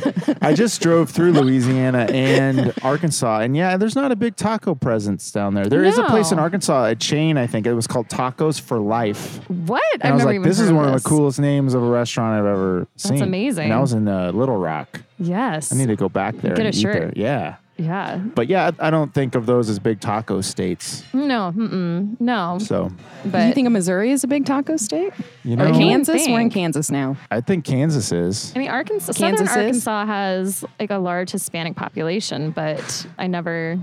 Speaker 1: I just drove through Louisiana and Arkansas, and yeah, there's not a big taco presence down there. There is a place in
Speaker 4: No.
Speaker 1: Arkansas, a chain, I think it was called Tacos for Life.
Speaker 4: what?
Speaker 1: And I was like, this is
Speaker 4: heard
Speaker 1: one of
Speaker 4: this.
Speaker 1: the coolest names of a restaurant I've ever seen.
Speaker 4: amazing.
Speaker 1: And I was in uh, Little Rock.
Speaker 4: Yes.
Speaker 1: I need to go back there.
Speaker 4: Get a
Speaker 1: and eat
Speaker 4: shirt.
Speaker 1: there. Yeah.
Speaker 4: yeah.
Speaker 1: But yeah, I I don't think of those as big taco states.
Speaker 4: No, mm-mm, no.
Speaker 1: So
Speaker 4: But
Speaker 3: you think of Missouri is a big taco state?
Speaker 1: you
Speaker 3: Or
Speaker 1: know,
Speaker 3: Kansas? We're in
Speaker 4: think.
Speaker 3: Kansas now.
Speaker 1: I think Kansas is.
Speaker 4: I mean, Arkansas,
Speaker 3: Kansas is.
Speaker 4: Southern Arkansas has like a large Hispanic population, but I never,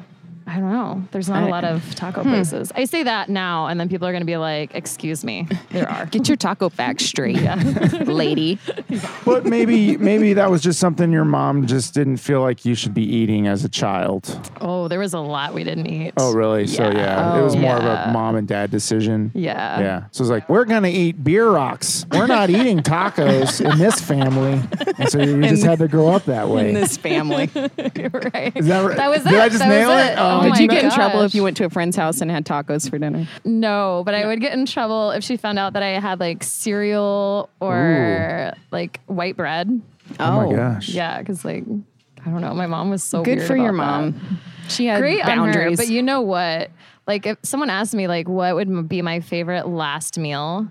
Speaker 4: I don't know. There's not a
Speaker 3: I- Hmm.
Speaker 4: lot of taco places. I say that now, and then people are going to be like, excuse me, there are.
Speaker 3: Get your taco facts straight, lady.
Speaker 1: But maybe maybe that was just something your mom just didn't feel like you should be eating as a child.
Speaker 4: oh, there was a lot we didn't eat.
Speaker 1: Oh really? So yeah, it was more of
Speaker 4: Yeah.
Speaker 1: a mom and dad decision.
Speaker 4: Yeah.
Speaker 1: Yeah. So it's like we're gonna eat beer rocks. We're not eating tacos in this family. And so you just had to grow up that way.
Speaker 3: In this family.
Speaker 4: right.
Speaker 1: Is that right?
Speaker 4: That was
Speaker 1: Did
Speaker 4: it.
Speaker 1: I just
Speaker 4: That was
Speaker 1: nail it?
Speaker 4: it.
Speaker 1: Oh,
Speaker 4: Oh
Speaker 1: did
Speaker 4: my
Speaker 3: Did you get in
Speaker 4: gosh.
Speaker 3: trouble if you went to a friend's house and had tacos for dinner?
Speaker 4: No, but I would get in trouble if she found out that I had like cereal or like white bread.
Speaker 1: Oh my gosh.
Speaker 4: Yeah, because like I don't know, my mom was so
Speaker 3: Good
Speaker 4: weird
Speaker 3: for your
Speaker 4: about that.
Speaker 3: mom. She had
Speaker 4: Great
Speaker 3: boundaries.
Speaker 4: on her, but you know what? Like if someone asked me like what would m- be my favorite last meal,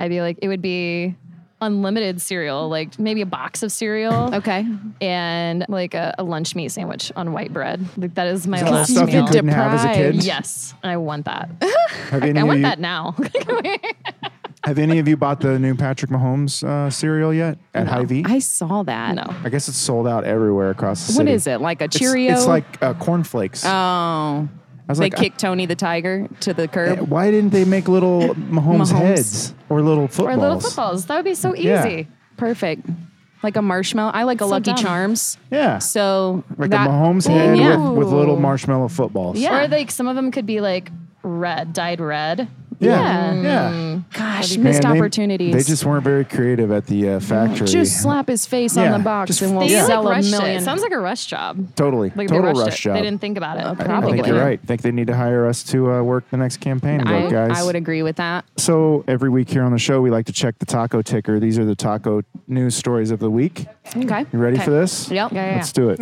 Speaker 4: I'd be like it would be unlimited cereal, like maybe a box of cereal,
Speaker 3: okay.
Speaker 4: and like a, a lunch meat sandwich on white bread. Like that is my
Speaker 1: All the
Speaker 4: last
Speaker 1: stuff you
Speaker 4: meal.
Speaker 1: couldn't have as a
Speaker 3: Deprived.
Speaker 1: kid.
Speaker 4: Yes, and I want that.
Speaker 1: Have any,
Speaker 4: I
Speaker 1: of
Speaker 4: want
Speaker 1: you,
Speaker 4: that now.
Speaker 1: have any of you bought the new Patrick Mahomes uh, cereal yet at Hy-Vee? I,
Speaker 3: I saw that.
Speaker 4: no.
Speaker 1: guess it's sold out everywhere across the
Speaker 3: What
Speaker 1: city.
Speaker 3: is it? Like a
Speaker 1: It's-
Speaker 3: Cheerio?
Speaker 1: It's, like uh, cornflakes. I
Speaker 3: Oh.
Speaker 1: was
Speaker 3: They
Speaker 1: like, I-
Speaker 3: kicked Tony the Tiger to the curb.
Speaker 1: why didn't they make little Mahomes,
Speaker 3: Mahomes.
Speaker 1: heads or little
Speaker 4: Or
Speaker 1: footballs?
Speaker 4: little footballs. That would be so easy.
Speaker 1: Yeah.
Speaker 3: Perfect. Like a marshmallow. I like a
Speaker 4: So
Speaker 3: Lucky
Speaker 4: dumb.
Speaker 3: Charms.
Speaker 1: Yeah.
Speaker 3: So
Speaker 1: like
Speaker 3: that,
Speaker 1: a Mahomes head
Speaker 3: yeah.
Speaker 1: with, with little marshmallow footballs.
Speaker 3: Yeah.
Speaker 4: Or like some of them could be like red, dyed red.
Speaker 1: Yeah. Yeah.
Speaker 3: Gosh,
Speaker 1: Man,
Speaker 3: Mm. missed
Speaker 1: they-
Speaker 3: opportunities.
Speaker 1: They, just weren't very creative at the uh, factory.
Speaker 3: Just slap his face
Speaker 1: Yeah.
Speaker 3: on the box
Speaker 1: Just-
Speaker 3: and we'll
Speaker 4: They
Speaker 1: Yeah.
Speaker 4: like
Speaker 3: sell a
Speaker 4: rushed
Speaker 3: million.
Speaker 4: it. Sounds like a rush job.
Speaker 1: Totally.
Speaker 4: Like
Speaker 1: total
Speaker 4: they rushed
Speaker 1: rush
Speaker 4: it.
Speaker 1: job.
Speaker 4: They didn't think about it.
Speaker 1: I
Speaker 3: probably.
Speaker 1: think you're right. think they need to hire us to uh, work the next campaign, vote,
Speaker 3: I,
Speaker 1: guys.
Speaker 3: I would agree with that.
Speaker 1: So every week here on the show, we like to check the taco ticker. These are the taco news stories of the week.
Speaker 3: Okay.
Speaker 1: You ready for this?
Speaker 3: Yep.
Speaker 4: Yeah, yeah,
Speaker 1: Let's do it.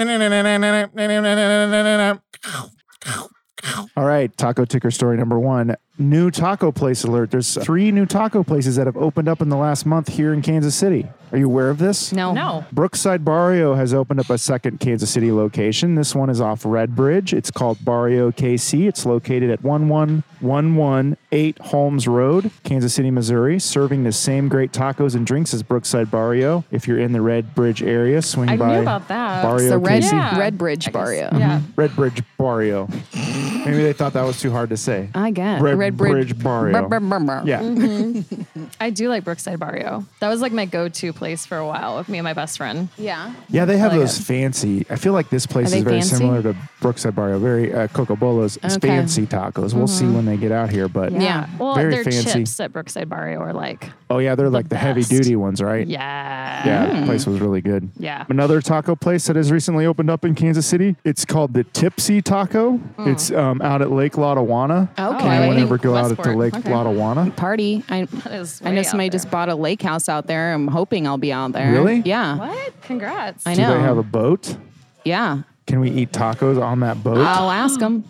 Speaker 1: All right, taco ticker story number one. New taco place alert. There's three new taco places that have opened up in the last month here in Kansas City. Are you aware of this?
Speaker 3: No.
Speaker 4: No.
Speaker 1: Brookside Barrio has opened up a second Kansas City location. This one is off Red Bridge. It's called Barrio KC. It's located at 11118 Holmes Road, Kansas City, Missouri, serving the same great tacos and drinks as Brookside Barrio. If you're in the Red Bridge area, swing
Speaker 4: I knew
Speaker 1: by
Speaker 4: about that.
Speaker 1: Barrio
Speaker 3: It's the Red,
Speaker 1: KC.
Speaker 4: Yeah.
Speaker 3: Red Bridge
Speaker 4: I guess-
Speaker 3: Barrio.
Speaker 4: Yeah.
Speaker 1: Red Bridge Barrio. Maybe they thought that was too hard to say.
Speaker 3: I guess.
Speaker 1: Red,
Speaker 4: Red Bridge.
Speaker 1: Bridge Barrio.
Speaker 4: Brr, brr, brr, brr.
Speaker 1: Yeah.
Speaker 4: I do like Brookside Barrio. That was like my go-to place for a while with me and my best friend.
Speaker 3: Yeah.
Speaker 1: Yeah, they have
Speaker 4: Like
Speaker 1: those
Speaker 4: it.
Speaker 1: fancy. I feel like this place
Speaker 4: Oh, Are
Speaker 1: is
Speaker 4: they
Speaker 1: very
Speaker 4: fancy?
Speaker 1: similar to Brookside Barrio. Very uh, Coco Bolo's is
Speaker 4: Okay. Mm-hmm.
Speaker 1: fancy tacos. We'll see when they get out here, but
Speaker 3: Yeah.
Speaker 4: Well,
Speaker 1: Very
Speaker 4: their
Speaker 1: fancy.
Speaker 4: chips at Brookside Barrio are like,
Speaker 1: oh yeah, they're like the heavy
Speaker 4: best.
Speaker 1: duty ones, right?
Speaker 4: yeah. Mm.
Speaker 1: Yeah, the place was really good.
Speaker 4: Yeah.
Speaker 1: Another taco place that has recently opened up in Kansas City. It's called the Tipsy Taco.
Speaker 4: Mm.
Speaker 1: It's um, out at Lake Lotawana.
Speaker 3: Okay.
Speaker 1: Can
Speaker 4: I
Speaker 1: anyone
Speaker 4: think
Speaker 1: ever go out at
Speaker 4: Westport.
Speaker 1: the Lake
Speaker 4: Okay.
Speaker 1: Lotawana?
Speaker 3: Party. I,
Speaker 4: That is
Speaker 3: I know
Speaker 4: way
Speaker 3: somebody
Speaker 4: out
Speaker 3: just
Speaker 4: there.
Speaker 3: bought a lake house out there. I'm hoping I'll be out there.
Speaker 1: Really?
Speaker 3: Yeah.
Speaker 4: What? Congrats.
Speaker 3: I
Speaker 1: Do
Speaker 3: know.
Speaker 1: they have a boat?
Speaker 3: Yeah.
Speaker 1: Can we eat tacos on that boat?
Speaker 3: I'll ask them.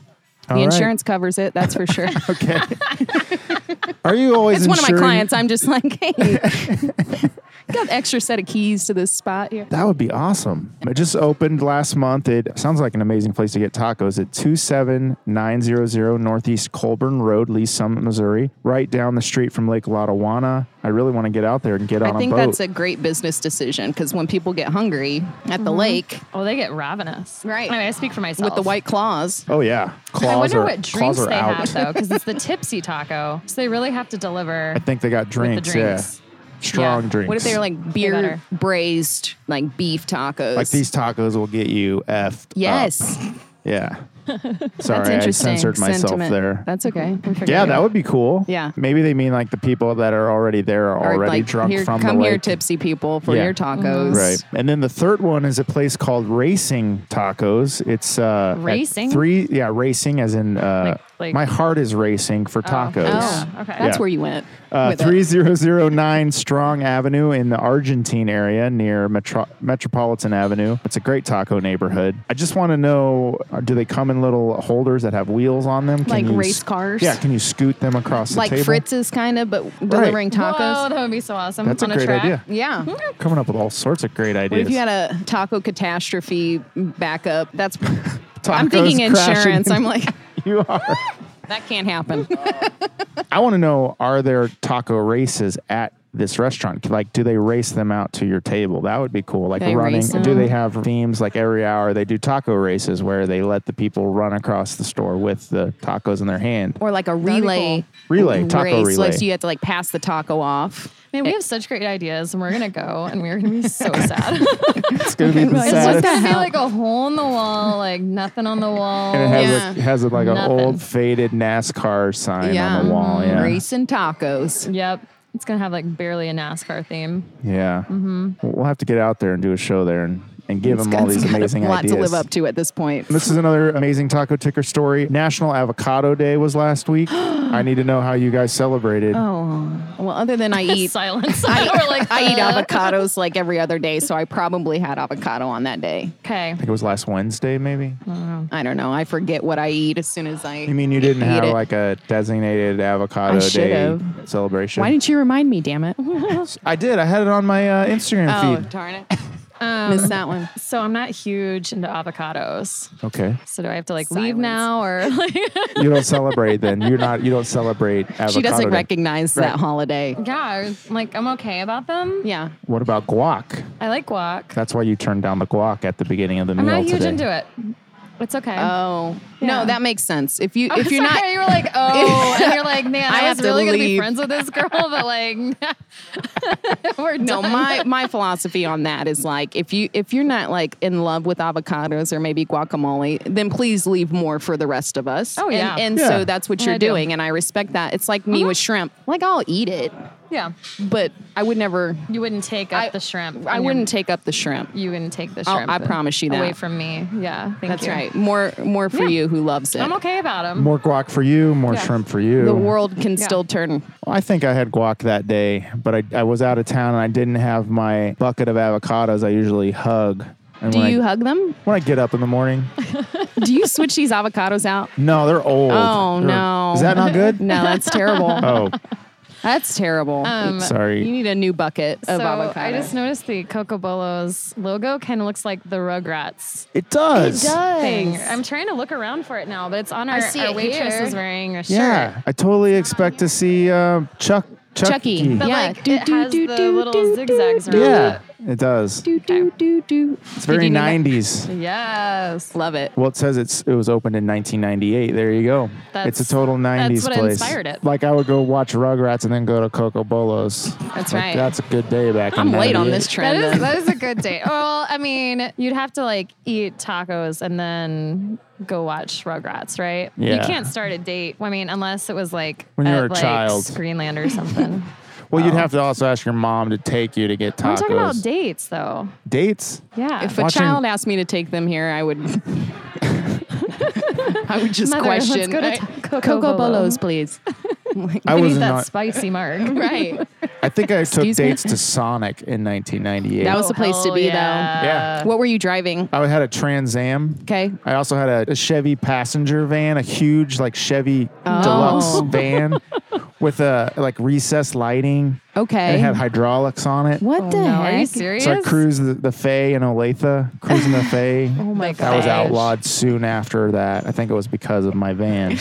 Speaker 3: The
Speaker 1: All right.
Speaker 3: insurance covers it. That's for sure.
Speaker 1: Okay. Are you always
Speaker 3: it's one of my
Speaker 1: insuring-
Speaker 3: clients. I'm just like, hey, got an extra set of keys to this spot here.
Speaker 1: That would be awesome. It just opened last month. It sounds like an amazing place to get tacos at 27900 Northeast Colburn Road, Lee Summit, Missouri, right down the street from Lake Lotawana. I really want to get out there and get on
Speaker 3: I think
Speaker 1: a boat.
Speaker 3: that's a great business decision because when people get hungry at the lake
Speaker 4: Oh, they get ravenous.
Speaker 3: Right.
Speaker 4: I mean, I speak for myself.
Speaker 3: with the white claws,
Speaker 1: oh, yeah. Claws
Speaker 4: I wonder
Speaker 1: are,
Speaker 4: what
Speaker 1: claws
Speaker 4: drinks
Speaker 1: are
Speaker 4: they
Speaker 1: out.
Speaker 4: have though, because it's the tipsy taco. So they really have to deliver.
Speaker 1: I think they got
Speaker 4: the
Speaker 1: drinks.
Speaker 4: drinks.
Speaker 1: Yeah. Strong
Speaker 4: Yeah.
Speaker 1: drinks.
Speaker 3: what if they're like
Speaker 4: better.
Speaker 3: beer braised, like beef tacos?
Speaker 1: Like these tacos will get you effed. up.
Speaker 3: Yes.
Speaker 1: Yeah. Sorry,
Speaker 3: That's
Speaker 1: I
Speaker 3: interesting.
Speaker 1: censored myself
Speaker 3: Sentiment.
Speaker 1: there.
Speaker 3: That's okay.
Speaker 4: Mm-hmm.
Speaker 1: yeah, that would be cool.
Speaker 3: Yeah.
Speaker 1: Maybe they mean like the people that are already there are
Speaker 3: Or,
Speaker 1: already
Speaker 3: like,
Speaker 1: drunk
Speaker 3: here,
Speaker 1: from
Speaker 3: come
Speaker 1: the
Speaker 3: here,
Speaker 1: lake.
Speaker 3: tipsy people, for
Speaker 1: Yeah.
Speaker 3: your tacos.
Speaker 1: Right. And then the third one is a place called Racing Tacos. It's uh at
Speaker 4: Racing?
Speaker 1: three yeah, racing as in uh
Speaker 4: Like- like-
Speaker 1: my heart is racing for tacos.
Speaker 3: Oh,
Speaker 4: Yeah. Okay.
Speaker 3: That's
Speaker 1: Yeah.
Speaker 3: where you went.
Speaker 1: Uh,
Speaker 3: with it.
Speaker 1: 3009 Strong Avenue in the Argentine area near Metro- Metropolitan Avenue. It's a great taco neighborhood. I just want to know uh, do they come in little holders that have wheels on them? Can
Speaker 3: Like
Speaker 1: you
Speaker 3: race
Speaker 1: sc-
Speaker 3: cars?
Speaker 1: Yeah, can you scoot them across the
Speaker 3: like
Speaker 1: table?
Speaker 3: Fritz's kind of, but delivering
Speaker 4: Whoa,
Speaker 3: tacos.
Speaker 4: that would be so awesome.
Speaker 1: That's a
Speaker 4: on
Speaker 1: great
Speaker 4: track.
Speaker 1: idea.
Speaker 3: Yeah.
Speaker 1: Coming up with all sorts of great ideas.
Speaker 3: What if you had a taco catastrophe backup? That's I'm
Speaker 1: Tacos
Speaker 3: thinking
Speaker 1: crashing
Speaker 3: insurance. I'm like,
Speaker 1: you are.
Speaker 3: that can't happen.
Speaker 1: I want to know: Are there taco races at this restaurant? Like, do they race them out to your table? That would be cool. Like
Speaker 3: They
Speaker 1: running.
Speaker 3: race
Speaker 1: Do
Speaker 3: them.
Speaker 1: they have themes? Like every hour, they do taco races where they let the people run across the store with the tacos in their hand.
Speaker 3: Or like a relay.
Speaker 1: Relay, taco
Speaker 3: race.
Speaker 1: relay.
Speaker 3: Like, so you have to like pass the taco off.
Speaker 4: I mean, we have such great ideas, and we're gonna go, and we're gonna be so sad. it's
Speaker 1: It's gonna be the
Speaker 4: just
Speaker 1: saddest.
Speaker 4: gonna be
Speaker 3: hell?
Speaker 4: like a hole in the wall, like nothing on the wall.
Speaker 1: And it has,
Speaker 3: Yeah.
Speaker 1: a, has a, like an
Speaker 4: Nothing.
Speaker 1: old faded NASCAR sign on the wall.
Speaker 3: Mm-hmm.
Speaker 1: Yeah.
Speaker 3: Racing tacos.
Speaker 4: Yep. It's gonna have like barely a NASCAR theme.
Speaker 1: Yeah. We'll have to get out there and do a show there and, and give them all
Speaker 3: Mm-hmm. It's
Speaker 1: these
Speaker 3: got
Speaker 1: amazing
Speaker 3: a lot
Speaker 1: ideas.
Speaker 3: to live up to at this point.
Speaker 1: This is another amazing taco ticker story. National Avocado Day was last week. I need to know how you guys celebrated.
Speaker 3: Oh well, other than I eat,
Speaker 4: Silence.
Speaker 3: I,
Speaker 4: We're like,
Speaker 3: I eat avocados like every other day, so I probably had avocado on that day.
Speaker 4: okay.
Speaker 1: I think it was last Wednesday, maybe.
Speaker 3: I don't know. I forget what I eat as soon as I.
Speaker 1: You mean you didn't
Speaker 3: eat
Speaker 1: have
Speaker 3: it.
Speaker 1: like a designated avocado
Speaker 3: I
Speaker 1: day
Speaker 3: should've.
Speaker 1: celebration?
Speaker 3: Why didn't you remind me? Damn it!
Speaker 4: Mm-hmm.
Speaker 3: oh
Speaker 1: I did. I had it on my uh, Instagram feed.
Speaker 3: darn it! Missed that one.
Speaker 4: So I'm not huge into avocados.
Speaker 1: Okay.
Speaker 4: So do I have to like leave
Speaker 3: Silence.
Speaker 4: now or like
Speaker 1: You don't celebrate then. You're not. You don't celebrate avocado.
Speaker 3: She doesn't
Speaker 1: Day.
Speaker 3: recognize
Speaker 1: Right.
Speaker 3: that holiday.
Speaker 4: yeah, like I'm okay about them.
Speaker 3: Yeah.
Speaker 1: What about guac?
Speaker 4: I like guac.
Speaker 1: That's why you turned down the guac at the beginning of the
Speaker 4: I'm
Speaker 1: meal
Speaker 4: not huge
Speaker 1: today.
Speaker 4: into it. It's okay.
Speaker 3: Oh
Speaker 4: Mm-hmm. Yeah.
Speaker 3: no, that makes sense. If you if
Speaker 4: I'm
Speaker 3: you're
Speaker 4: sorry,
Speaker 3: not
Speaker 4: you were like, oh, and you're like, man,
Speaker 3: I
Speaker 4: I,
Speaker 3: have
Speaker 4: was
Speaker 3: to
Speaker 4: really gonna be
Speaker 3: leave.
Speaker 4: friends with this girl, but like, we're
Speaker 3: no
Speaker 4: done.
Speaker 3: my my philosophy on that is like if you if you're not like in love with avocados or maybe guacamole then please leave more for the rest of us
Speaker 4: Oh,
Speaker 3: And-
Speaker 4: yeah.
Speaker 3: and,
Speaker 1: Yeah.
Speaker 3: so that's what
Speaker 4: Yeah,
Speaker 3: you're
Speaker 4: I do. Mm-hmm.
Speaker 3: doing and i respect that it's like me with shrimp like i'll eat it
Speaker 4: yeah,
Speaker 3: but i would never
Speaker 4: you wouldn't take up
Speaker 3: I-
Speaker 4: the shrimp.
Speaker 3: i
Speaker 4: and
Speaker 3: wouldn't take up the shrimp
Speaker 4: You wouldn't take the
Speaker 3: I'll-
Speaker 4: shrimp.
Speaker 3: I promise you
Speaker 4: away
Speaker 3: that.
Speaker 4: from me. Yeah, thank
Speaker 3: that's
Speaker 4: you.
Speaker 3: right more more for
Speaker 4: Yeah.
Speaker 3: you who loves it
Speaker 4: I'm okay about them.
Speaker 1: More guac for you. More
Speaker 4: Yeah.
Speaker 1: shrimp for you.
Speaker 3: the world can
Speaker 4: Yeah.
Speaker 3: still turn
Speaker 1: I think I had guac that day, but I, I was out of town and I didn't have my bucket of avocados I usually hug. And
Speaker 3: do
Speaker 1: when
Speaker 3: you
Speaker 1: I,
Speaker 3: hug them
Speaker 1: When I get up in the morning.
Speaker 3: do you switch these avocados out
Speaker 1: No, they're old.
Speaker 3: Oh,
Speaker 1: They're-
Speaker 3: no.
Speaker 1: Is that not good?
Speaker 3: no that's terrible
Speaker 1: Oh,
Speaker 3: that's terrible
Speaker 1: Um,
Speaker 3: you
Speaker 1: sorry.
Speaker 3: need a new bucket of
Speaker 4: so
Speaker 3: avocados
Speaker 4: I just noticed the Coco Bolo's logo kind of looks like the Rugrats
Speaker 1: It does.
Speaker 4: thing. I'm trying to look around for it now, but it's on our,
Speaker 3: see
Speaker 4: our
Speaker 3: it
Speaker 4: waitress
Speaker 3: here.
Speaker 4: is wearing a shirt.
Speaker 1: Yeah, I totally expect to see um, Chuck. Chucky.
Speaker 3: Chucky.
Speaker 4: But
Speaker 3: Yeah.
Speaker 4: like
Speaker 3: Do,
Speaker 4: it
Speaker 3: do,
Speaker 4: has
Speaker 3: do,
Speaker 4: the
Speaker 3: do,
Speaker 4: little
Speaker 3: do,
Speaker 4: zigzags
Speaker 1: do.
Speaker 4: around
Speaker 1: Yeah.
Speaker 4: it.
Speaker 1: It does.
Speaker 3: Do, do, do, do.
Speaker 1: It's very 90s.
Speaker 4: Yes.
Speaker 3: Love it.
Speaker 1: Well, it says it's it was opened in 1998. There you go. it's a
Speaker 4: That's-
Speaker 1: total 90s
Speaker 4: that's what
Speaker 1: place.
Speaker 4: inspired it.
Speaker 1: Like I would go watch Rugrats and then go to Coco Bolos.
Speaker 3: That's
Speaker 1: Like,
Speaker 3: right.
Speaker 1: That's a good day back.
Speaker 3: I'm
Speaker 1: in
Speaker 3: late on
Speaker 1: 98.
Speaker 3: this
Speaker 4: That
Speaker 3: trend.
Speaker 4: is,
Speaker 3: then.
Speaker 4: that is a good date. Well, I mean, you'd have to like eat tacos and then go watch Rugrats, right? You
Speaker 1: Yeah.
Speaker 4: can't start a date. I mean, unless it was like
Speaker 1: When you
Speaker 4: at,
Speaker 1: were a
Speaker 4: like,
Speaker 1: child.
Speaker 4: Greenland or something.
Speaker 1: Well,
Speaker 3: Oh.
Speaker 1: you'd have to also ask your mom to take you to get tacos.
Speaker 4: I'm talking about dates, though.
Speaker 1: dates.
Speaker 4: Yeah.
Speaker 3: if a
Speaker 1: Watching-
Speaker 3: child asked me to take them here, I would. I would just
Speaker 4: Mother, let's
Speaker 3: question.
Speaker 4: go to
Speaker 3: I-
Speaker 4: Ta- Coco
Speaker 3: Coco
Speaker 4: Bolo.
Speaker 3: Bolos, please.
Speaker 1: I
Speaker 4: we
Speaker 1: was
Speaker 4: need that
Speaker 1: not.
Speaker 4: spicy mark.
Speaker 3: right.
Speaker 1: I think I took
Speaker 3: Excuse me?
Speaker 1: dates to Sonic in 1998.
Speaker 3: That was the place to
Speaker 4: hell
Speaker 3: be,
Speaker 4: yeah.
Speaker 1: yeah.
Speaker 3: What were you driving?
Speaker 1: I had a Trans Am.
Speaker 3: Okay.
Speaker 1: I also had a, a Chevy passenger van, a huge like Chevy
Speaker 3: Oh.
Speaker 1: deluxe van with a like recessed lighting. And
Speaker 3: Okay.
Speaker 1: it had hydraulics on it.
Speaker 3: what
Speaker 4: Oh,
Speaker 3: the
Speaker 4: no.
Speaker 3: heck?
Speaker 4: Are you serious?
Speaker 1: So I cruised the, the Fay in Olathe, cruising the Fay.
Speaker 4: Oh my god.
Speaker 1: that was outlawed soon after that. I think it was because of my van.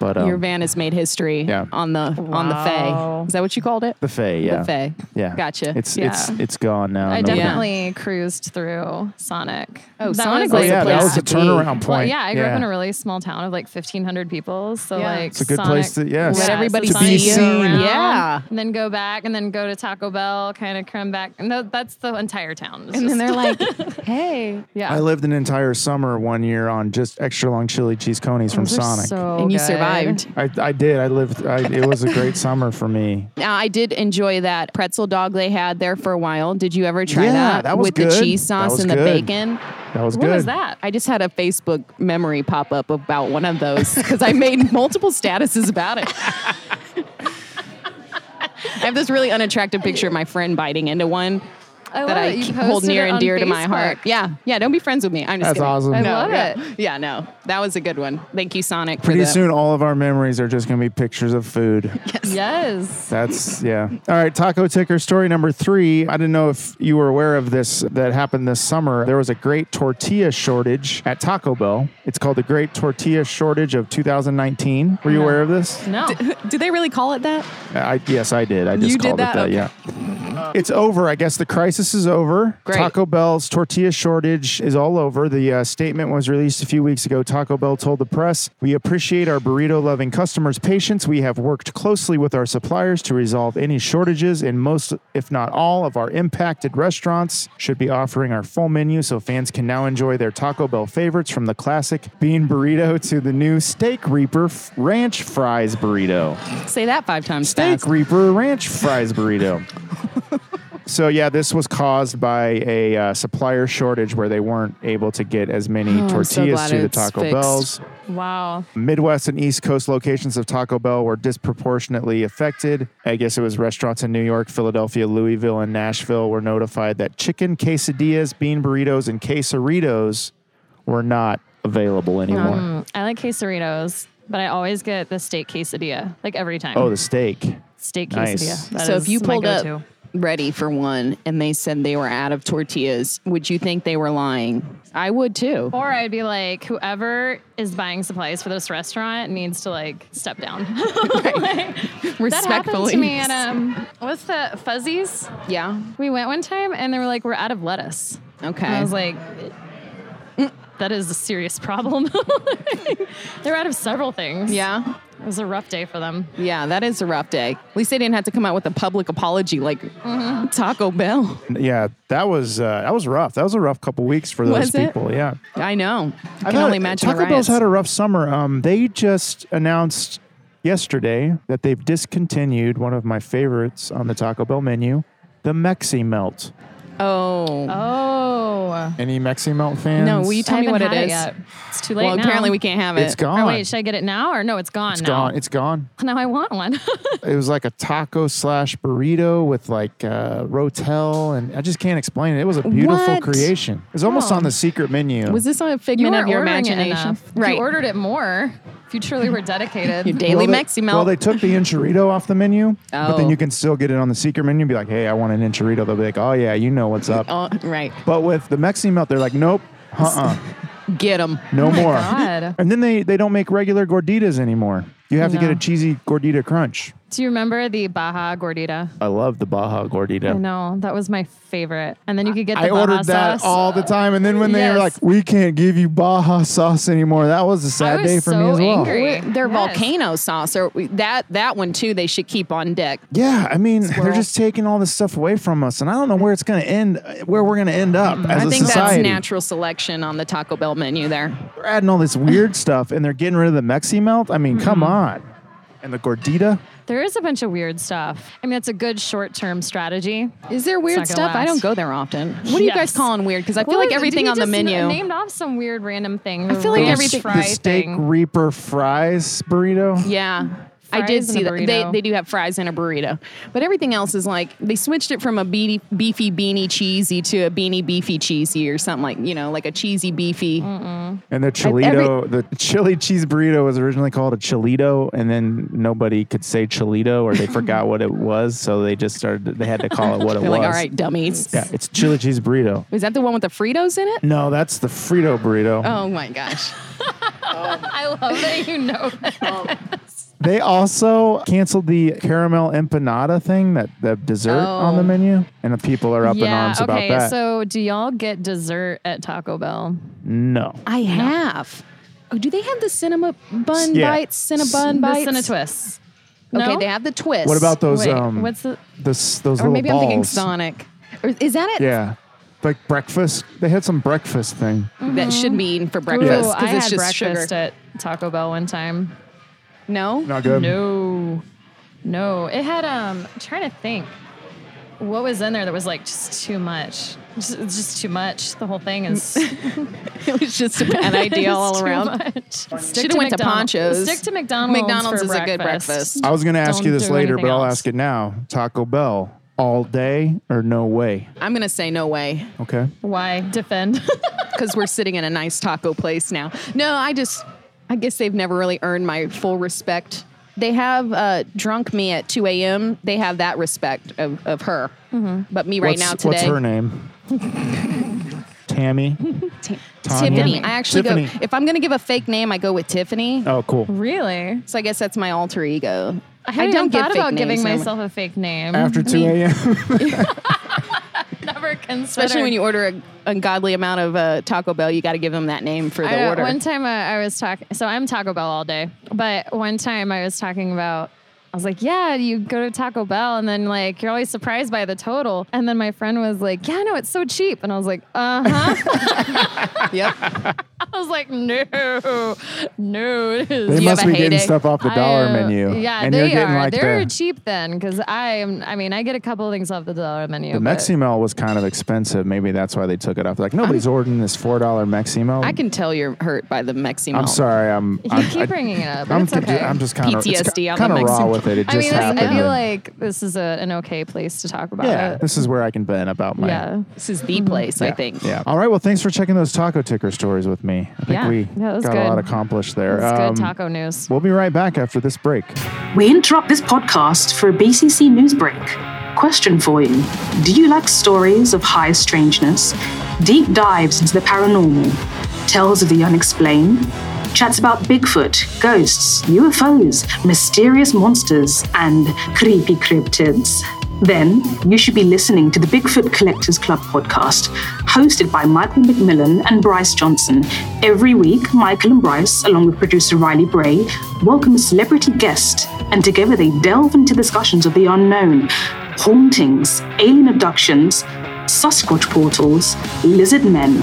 Speaker 1: But um,
Speaker 3: Your van has made history
Speaker 1: Yeah.
Speaker 3: on the on the
Speaker 4: Wow.
Speaker 3: Fay. Is that what you called it?
Speaker 1: the Fay, yeah,
Speaker 3: The Fay.
Speaker 1: yeah,
Speaker 3: Gotcha.
Speaker 1: It's
Speaker 4: Yeah.
Speaker 1: it's it's gone now.
Speaker 4: I
Speaker 1: No-
Speaker 4: definitely cruised through Sonic.
Speaker 3: Oh,
Speaker 4: That
Speaker 3: Sonic
Speaker 1: Oh
Speaker 3: was a
Speaker 1: yeah, that
Speaker 3: place
Speaker 1: was
Speaker 3: to
Speaker 1: a turnaround point.
Speaker 4: Well, yeah, I grew up in a really small town of like 1,500 people. So,
Speaker 3: Yeah.
Speaker 4: like,
Speaker 3: It's
Speaker 1: a good
Speaker 4: Sonic,
Speaker 1: place to- yeah,
Speaker 3: Let
Speaker 4: so
Speaker 3: everybody
Speaker 4: Sonic
Speaker 1: see
Speaker 4: go
Speaker 1: you. Seen.
Speaker 4: around,
Speaker 3: Yeah.
Speaker 4: And then go back and then go to Taco Bell, kind of come back. And tha- that's the entire town. It's
Speaker 3: And then
Speaker 4: just-
Speaker 3: they're like, "Hey,"
Speaker 4: yeah.
Speaker 1: I lived an entire summer one year on just extra long chili cheese conies from
Speaker 4: Those are
Speaker 1: Sonic.
Speaker 4: so
Speaker 3: and you
Speaker 4: good.
Speaker 3: survived.
Speaker 1: I, I did. I lived. I, it was a great summer for me.
Speaker 3: Now I did enjoy that pretzel dog they had there for a while. Did you ever try
Speaker 1: Yeah,
Speaker 3: that,
Speaker 1: that was
Speaker 3: with
Speaker 1: good.
Speaker 3: the cheese
Speaker 1: That
Speaker 3: sauce
Speaker 1: was
Speaker 3: and the
Speaker 1: good.
Speaker 3: bacon?
Speaker 1: That was
Speaker 4: What
Speaker 1: good.
Speaker 4: was that?
Speaker 3: I just had a Facebook memory pop up about one of those because I made multiple statuses about it. I have this really unattractive picture of my friend biting into one
Speaker 4: I
Speaker 3: that
Speaker 4: love
Speaker 3: I
Speaker 4: it. Oh, You
Speaker 3: keep- hold
Speaker 4: posted
Speaker 3: near
Speaker 4: it
Speaker 3: and
Speaker 4: on
Speaker 3: dear to my heart.
Speaker 4: Facebook.
Speaker 3: Yeah, yeah. Don't be friends with me. I'm just
Speaker 1: That's
Speaker 3: kidding.
Speaker 1: awesome. I
Speaker 3: No,
Speaker 4: love
Speaker 3: yeah.
Speaker 4: it.
Speaker 3: Yeah, no, that was a good one. Thank you, Sonic. for
Speaker 1: Pretty
Speaker 3: that.
Speaker 1: soon, all of our memories are just going to be pictures of food.
Speaker 4: Yes.
Speaker 1: That's yeah. All right, taco ticker story number three. I didn't know if you were aware of this that happened this summer. There was a great tortilla shortage at Taco Bell. It's called the Great Tortilla Shortage of 2019. Were you aware of this?
Speaker 4: No.
Speaker 3: Do they really call it that?
Speaker 1: I, yes, I did. I just
Speaker 3: You did
Speaker 1: called
Speaker 3: that?
Speaker 1: it that.
Speaker 3: Okay.
Speaker 1: Yeah. It's over. I guess the crisis is over.
Speaker 3: Great.
Speaker 1: Taco Bell's tortilla shortage is all over. The uh, statement was released a few weeks ago. Taco Bell told the press, We appreciate our burrito loving customers' patience. We have worked closely with our suppliers to resolve any shortages, and most, if not all, of our impacted restaurants should be offering our full menu so fans can now enjoy their Taco Bell favorites from the classic bean burrito to the new Steak Reaper f- Ranch Fries burrito.
Speaker 3: Say that five times
Speaker 1: Steak
Speaker 3: fast.
Speaker 1: Reaper Ranch Fries Burrito. so yeah, this was caused by a uh, supplier shortage where they weren't able to get as many
Speaker 3: Oh, so
Speaker 1: tortillas
Speaker 3: glad
Speaker 1: to the
Speaker 3: it's
Speaker 1: Taco
Speaker 3: fixed.
Speaker 1: Bells.
Speaker 4: Wow.
Speaker 1: Midwest and East Coast locations of Taco Bell were disproportionately affected. I guess it was restaurants in New York, Philadelphia, Louisville, and Nashville were notified that chicken quesadillas, bean burritos, and quesaritos were not available
Speaker 3: Hmm.
Speaker 1: anymore.
Speaker 4: Mm, I like quesaritos, but I always get the steak quesadilla, like every time.
Speaker 1: Oh, the steak.
Speaker 4: steak
Speaker 1: nice.
Speaker 4: quesadilla. That
Speaker 3: so
Speaker 4: is
Speaker 3: if you
Speaker 4: my
Speaker 3: pulled
Speaker 4: go-to.
Speaker 3: up ready for one and they said they were out of tortillas, would you think they were lying? I would too.
Speaker 4: Or I'd be like, whoever is buying supplies for this restaurant needs to like step down. that happened
Speaker 3: Respectfully.
Speaker 4: to me at um, what's the fuzzies?
Speaker 3: yeah.
Speaker 4: We went one time and they were like, we're out of lettuce.
Speaker 3: Okay.
Speaker 4: And I was like, that is a serious problem. They're out of several things.
Speaker 3: yeah.
Speaker 4: it was a rough day for them.
Speaker 3: Yeah, that is a rough day. At least they didn't have to come out with a public apology like
Speaker 4: Mm-hmm.
Speaker 3: Taco Bell.
Speaker 1: Yeah, that was uh, that was rough. That was a rough couple weeks for those
Speaker 3: Was it?
Speaker 1: people. Yeah,
Speaker 3: I know. I can only imagine
Speaker 1: Taco
Speaker 3: the
Speaker 1: Bell's
Speaker 3: riots.
Speaker 1: had a rough summer. Um, they just announced yesterday that they've discontinued one of my favorites on the Taco Bell menu, the Mexi Melt.
Speaker 3: oh.
Speaker 4: Oh,
Speaker 1: Any Mexi Melt fans?
Speaker 3: No, will you tell
Speaker 4: I
Speaker 3: me
Speaker 4: haven't
Speaker 3: what it
Speaker 4: had
Speaker 3: is?
Speaker 4: yet. It's too late.
Speaker 3: Well,
Speaker 4: now.
Speaker 3: apparently we can't have it.
Speaker 1: It's gone.
Speaker 4: Or wait, should I get it now or no? It's gone.
Speaker 1: it's
Speaker 4: now.
Speaker 1: gone. It's gone.
Speaker 4: Now I want one.
Speaker 1: It was like a taco slash burrito with like uh, rotel, and I just can't explain it. It was a beautiful
Speaker 3: What?
Speaker 1: creation. It was almost
Speaker 4: Oh.
Speaker 1: on the secret menu.
Speaker 3: Was this a
Speaker 4: you
Speaker 3: figment
Speaker 4: weren't
Speaker 3: of your
Speaker 4: ordering it
Speaker 3: imagination?
Speaker 4: enough. If You ordered it more. If you truly were dedicated.
Speaker 3: Your daily
Speaker 1: they-
Speaker 3: Mexi Melt.
Speaker 1: Well, they took the enchilito off the menu, but then
Speaker 3: Oh.
Speaker 1: you can still get it on the secret menu and be like, hey, I want an enchilito. They'll be like, oh, yeah, you know what's up.
Speaker 3: oh, right.
Speaker 1: But with the Mexi melt, they're like, nope, uh uh
Speaker 3: Get them.
Speaker 1: no more.
Speaker 4: God.
Speaker 1: And then they, they don't make regular gorditas anymore. You have to get
Speaker 4: No.
Speaker 1: a cheesy gordita crunch.
Speaker 4: Do you remember the Baja Gordita?
Speaker 1: I love the Baja gordita.
Speaker 4: I know that was my favorite. And then you could get the
Speaker 1: I
Speaker 4: Baja
Speaker 1: ordered that
Speaker 4: sauce.
Speaker 1: all the time, and then when they were like,
Speaker 4: Yes.
Speaker 1: "We can't give you Baja sauce anymore," that was a sad
Speaker 4: was
Speaker 1: day for me
Speaker 4: so
Speaker 1: as well.
Speaker 4: angry.
Speaker 3: Wait, Their
Speaker 4: Yes.
Speaker 3: volcano sauce, or that that one too. They should keep on deck.
Speaker 1: Yeah, I mean, they're
Speaker 3: Squirrel.
Speaker 1: just taking all this stuff away from us, and I don't know where it's going to end, where we're going to end up
Speaker 4: Mm-hmm.
Speaker 1: as
Speaker 3: I
Speaker 1: a
Speaker 3: think
Speaker 1: society.
Speaker 3: that's natural selection on the Taco Bell menu. There,
Speaker 1: They're adding all this weird stuff, and they're getting rid of the Mexi melt. I mean,
Speaker 4: Mm-hmm.
Speaker 1: come on. And the gordita.
Speaker 4: There is a bunch of weird stuff. I mean, it's a good short-term strategy.
Speaker 3: is there weird
Speaker 4: not gonna
Speaker 3: stuff? I
Speaker 4: last.
Speaker 3: don't go there often. What do you guys
Speaker 4: Yes.
Speaker 3: calling weird? Because I feel
Speaker 4: What
Speaker 3: like
Speaker 4: is-
Speaker 3: everything
Speaker 4: he
Speaker 3: on the
Speaker 4: just
Speaker 3: menu.
Speaker 4: named off some weird random thing. I
Speaker 3: feel like everything-
Speaker 1: the steak reaper fries burrito.
Speaker 3: Yeah. I
Speaker 4: Fries
Speaker 3: did
Speaker 4: and a
Speaker 3: see that. They,
Speaker 4: burrito.
Speaker 3: they do have fries and a burrito. But everything else is like, they switched it from a beady, beefy beanie cheesy to a beanie beefy cheesy or something like, you know, like a cheesy beefy.
Speaker 1: And the chilito, the chili cheese burrito was originally called a chilito, and then nobody could say chilito or they forgot what it was, so they just started. They had to call it what it
Speaker 3: They're
Speaker 1: was.
Speaker 3: like, all right, dummies.
Speaker 1: Yeah, it's chili cheese burrito.
Speaker 3: Is that the one with the Fritos in it?
Speaker 1: No, that's the Frito burrito.
Speaker 3: Oh my gosh.
Speaker 4: I love that you know that.
Speaker 1: They also canceled the caramel empanada thing, that the dessert on the
Speaker 3: Oh.
Speaker 1: menu, and the people are up in
Speaker 4: yeah.
Speaker 1: arms
Speaker 4: Okay.
Speaker 1: about that.
Speaker 4: So, do y'all get dessert at Taco Bell?
Speaker 1: no,
Speaker 3: I have. Oh, do they have the cinnamon bun
Speaker 1: Yeah.
Speaker 3: bites? Cinnabun bites?
Speaker 4: The Cinnatwist. Twist.
Speaker 3: Okay,
Speaker 4: No?
Speaker 3: they have the twist.
Speaker 1: what about those?
Speaker 4: Wait,
Speaker 1: um,
Speaker 4: what's the?
Speaker 1: this, those
Speaker 3: Or
Speaker 1: little
Speaker 3: maybe
Speaker 1: balls?
Speaker 3: I'm thinking Sonic. Or is that it?
Speaker 1: Yeah, like breakfast. They had some breakfast thing.
Speaker 3: That should be eaten for
Speaker 4: Ooh,
Speaker 3: breakfast
Speaker 4: I
Speaker 3: because it's
Speaker 4: had
Speaker 3: just
Speaker 4: breakfast
Speaker 3: sugar.
Speaker 4: at Taco Bell one time.
Speaker 3: No?
Speaker 1: Not good.
Speaker 4: No, no. It had um. I'm trying to think, what was in there that was like just too much? Just, it's just too much. The whole thing is
Speaker 3: It was just a bad idea all
Speaker 4: it's too
Speaker 3: around.
Speaker 4: much. Stick
Speaker 3: Should've went to
Speaker 4: McDonald's.
Speaker 3: Ponchos.
Speaker 4: Stick to McDonald's.
Speaker 3: McDonald's
Speaker 4: for
Speaker 3: is a good breakfast.
Speaker 1: I was going to ask you
Speaker 4: Don't
Speaker 1: this
Speaker 4: do
Speaker 1: later, but
Speaker 4: anything
Speaker 1: I'll
Speaker 4: else.
Speaker 1: ask it now. Taco Bell, all day or no way?
Speaker 3: I'm going to say no way
Speaker 1: Okay.
Speaker 4: Why defend?
Speaker 3: because we're sitting in a nice taco place now. No, I just, I guess they've never really earned my full respect. They have uh, drunk me at 2 a.m. They have that respect of, of her.
Speaker 4: Mm-hmm.
Speaker 3: But me right
Speaker 1: what's,
Speaker 3: now today.
Speaker 1: What's her name? Tammy.
Speaker 3: Ti-
Speaker 1: Tanya?
Speaker 3: Tiffany. I actually go,
Speaker 1: Tiffany.
Speaker 3: if I'm going to give a fake name, I go with Tiffany.
Speaker 1: Oh, cool.
Speaker 4: really?
Speaker 3: So I guess that's my alter ego.
Speaker 4: I, haven't
Speaker 3: don't
Speaker 4: even
Speaker 3: give
Speaker 4: thought
Speaker 3: fake
Speaker 4: about giving
Speaker 3: names anymore.
Speaker 4: myself a fake name.
Speaker 1: After 2 a.m.
Speaker 4: Never considered.
Speaker 3: Especially when you order an ungodly amount of uh, Taco Bell, you got to give them that name for the
Speaker 4: I know,
Speaker 3: order.
Speaker 4: One time uh, I was talking, so I'm Taco Bell all day, but one time I was talking about, I was like, yeah, you go to Taco Bell and then like you're always surprised by the total. And then my friend was like, yeah, no, it's so cheap. And I was like, uh huh.
Speaker 3: yep.
Speaker 4: I was like, no, no, it is.
Speaker 1: They
Speaker 3: You have
Speaker 1: must
Speaker 3: a
Speaker 1: be getting
Speaker 3: heyday.
Speaker 1: stuff off the
Speaker 4: I,
Speaker 1: dollar
Speaker 4: uh,
Speaker 1: menu.
Speaker 4: Yeah,
Speaker 1: and you're
Speaker 4: they
Speaker 1: getting
Speaker 4: are.
Speaker 1: like
Speaker 4: They're
Speaker 1: the,
Speaker 4: cheap then, because I am. I mean, I get a couple of things off the dollar menu.
Speaker 1: the
Speaker 4: but
Speaker 1: Mexi Mel was kind of expensive. Maybe that's why they took it off. Like, nobody's ordering this $4 Mexi Mel.
Speaker 3: I can tell you're hurt by the Mexi
Speaker 1: I'm
Speaker 3: melt.
Speaker 1: sorry. I'm.
Speaker 4: You
Speaker 1: I'm
Speaker 4: keep
Speaker 1: I-
Speaker 4: bringing it up. but
Speaker 1: I'm,
Speaker 4: it's okay.
Speaker 1: I'm just kind of
Speaker 3: PTSD on the
Speaker 1: kind of raw
Speaker 3: Mexi-
Speaker 1: with it. It
Speaker 4: I
Speaker 1: just
Speaker 4: mean, this,
Speaker 1: happened.
Speaker 4: I
Speaker 1: and-
Speaker 4: feel like this is a, an okay place to talk about
Speaker 1: yeah,
Speaker 4: it.
Speaker 1: this is where I can vent about my
Speaker 4: yeah.
Speaker 3: This is
Speaker 4: Mm-hmm.
Speaker 3: the place, I
Speaker 1: Yeah,
Speaker 3: think.
Speaker 1: Yeah. All right. Well, thanks for checking those taco ticker stories with me. I think
Speaker 4: Yeah.
Speaker 1: we
Speaker 4: Yeah, that
Speaker 1: got
Speaker 4: was
Speaker 1: a lot
Speaker 4: good.
Speaker 1: accomplished there.
Speaker 4: It's
Speaker 1: Um,
Speaker 4: good taco news.
Speaker 1: We'll be right back after this break.
Speaker 6: We interrupt this podcast for a BCC Newsbreak. Question for you Do you like stories of high strangeness, deep dives into the paranormal, tales of the unexplained, chats about Bigfoot, ghosts, UFOs, mysterious monsters, and creepy cryptids? Then you should be listening to the Bigfoot Collectors Club podcast, hosted by Michael McMillan and Bryce Johnson. Every week, Michael and Bryce, along with producer Riley Bray, welcome a celebrity guest, and together they delve into discussions of the unknown, hauntings, alien abductions, Sasquatch portals, lizard men,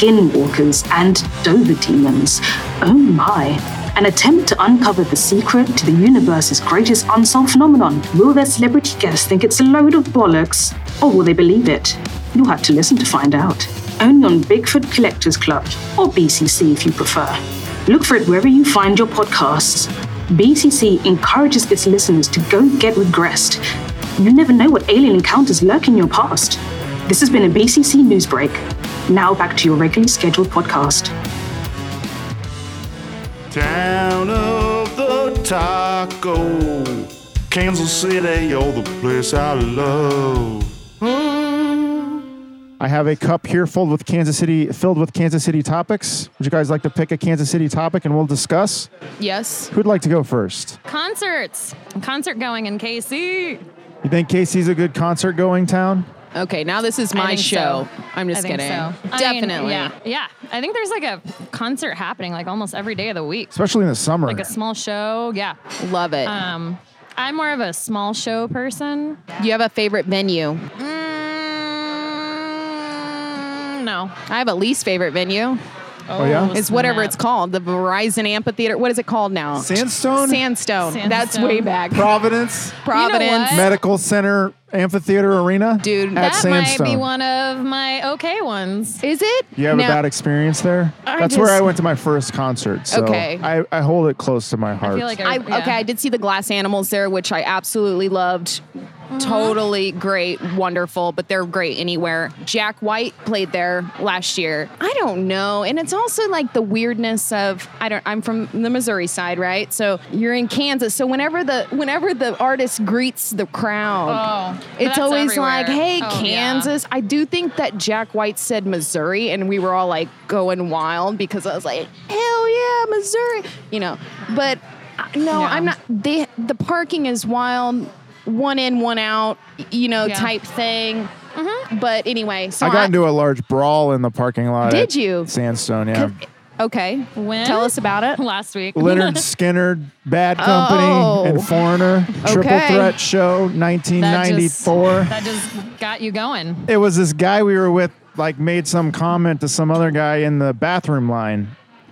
Speaker 6: skinwalkers, and Dover demons. Oh my! an attempt to uncover the secret to the universe's greatest unsolved phenomenon. Will their celebrity guests think it's a load of bollocks, or will they believe it? You'll have to listen to find out. Only on Bigfoot Collectors Club, or BCC if you prefer. Look for it wherever you find your podcasts. BCC encourages its listeners to go get regressed. You never know what alien encounters lurk in your past. This has been a BCC Newsbreak. Now back to your regularly scheduled podcast.
Speaker 7: Town of the Taco. oh, Kansas City, you're the place I love. Mm.
Speaker 1: I have a cup here filled with Kansas City filled with Kansas City topics. Would you guys like to pick a Kansas City topic and we'll discuss?
Speaker 3: Yes.
Speaker 1: Who'd like to go first?
Speaker 4: Concerts. Concert going in KC.
Speaker 1: You think KC's a good concert going town?
Speaker 3: Okay, now this is
Speaker 4: I
Speaker 3: my
Speaker 4: think
Speaker 3: show.
Speaker 4: so.
Speaker 3: I'm just
Speaker 4: I think
Speaker 3: kidding.
Speaker 4: so. I mean,
Speaker 3: Definitely.
Speaker 4: yeah. Yeah. I think there's like a concert happening like almost every day of the week.
Speaker 1: Especially in the summer.
Speaker 4: Like a small show. Yeah.
Speaker 3: Love it.
Speaker 4: Um, I'm more of a small show person.
Speaker 3: you have a favorite venue?
Speaker 4: Mm, no.
Speaker 3: I have a least favorite venue.
Speaker 1: oh yeah?
Speaker 3: It's whatever
Speaker 4: snap.
Speaker 3: it's called, the Verizon Amphitheater. What is it called now?
Speaker 1: Sandstone?
Speaker 3: Sandstone. That's
Speaker 4: Sandstone.
Speaker 3: way back.
Speaker 1: Providence
Speaker 3: Providence.
Speaker 4: what?
Speaker 1: Medical Center Amphitheater Arena?
Speaker 3: Dude,
Speaker 1: at
Speaker 4: That
Speaker 1: Sandstone.
Speaker 4: might be one of my okay ones.
Speaker 3: Is it?
Speaker 1: You have a
Speaker 3: No.
Speaker 1: bad experience there?
Speaker 3: I
Speaker 1: That's where
Speaker 3: just-
Speaker 1: I went to my first concert. So
Speaker 3: Okay.
Speaker 1: I, I hold it close to my heart.
Speaker 4: I feel like I,
Speaker 3: I,
Speaker 4: yeah.
Speaker 3: Okay, I did see the glass animals there, which I absolutely loved.
Speaker 4: Mm-hmm.
Speaker 3: Totally great, wonderful, but they're great anywhere. Jack White played there last year. I don't know. And it's also like the weirdness of I don't I'm from the Missouri side, right? So you're in Kansas. So whenever the whenever the artist greets the crowd,
Speaker 4: Oh, but
Speaker 3: it's
Speaker 4: that's
Speaker 3: always like,
Speaker 4: everywhere.
Speaker 3: "Hey,
Speaker 4: Oh, yeah.
Speaker 3: Kansas." I do think that Jack White said Missouri and we were all like going wild because I was like, "Hell yeah, Missouri." You know. But I- no,
Speaker 4: Yeah.
Speaker 3: I'm not. They the parking is wild, one in, one out, y- you know,
Speaker 4: Yeah. Mm-hmm.
Speaker 3: type thing. But anyway, so
Speaker 1: I got into a large brawl in the parking lot.
Speaker 3: Did
Speaker 1: at
Speaker 3: you?
Speaker 1: Sandstone, yeah.
Speaker 3: okay.
Speaker 4: When?
Speaker 3: Tell us about it.
Speaker 4: Last week.
Speaker 1: Leonard Skinner, Bad Company,
Speaker 3: Oh.
Speaker 1: and Foreigner, Triple
Speaker 3: Okay.
Speaker 1: Threat Show,
Speaker 4: That
Speaker 1: 1994.
Speaker 4: Just, that just got you going.
Speaker 1: it was this guy we were with, like, made some comment to some other guy in the bathroom line.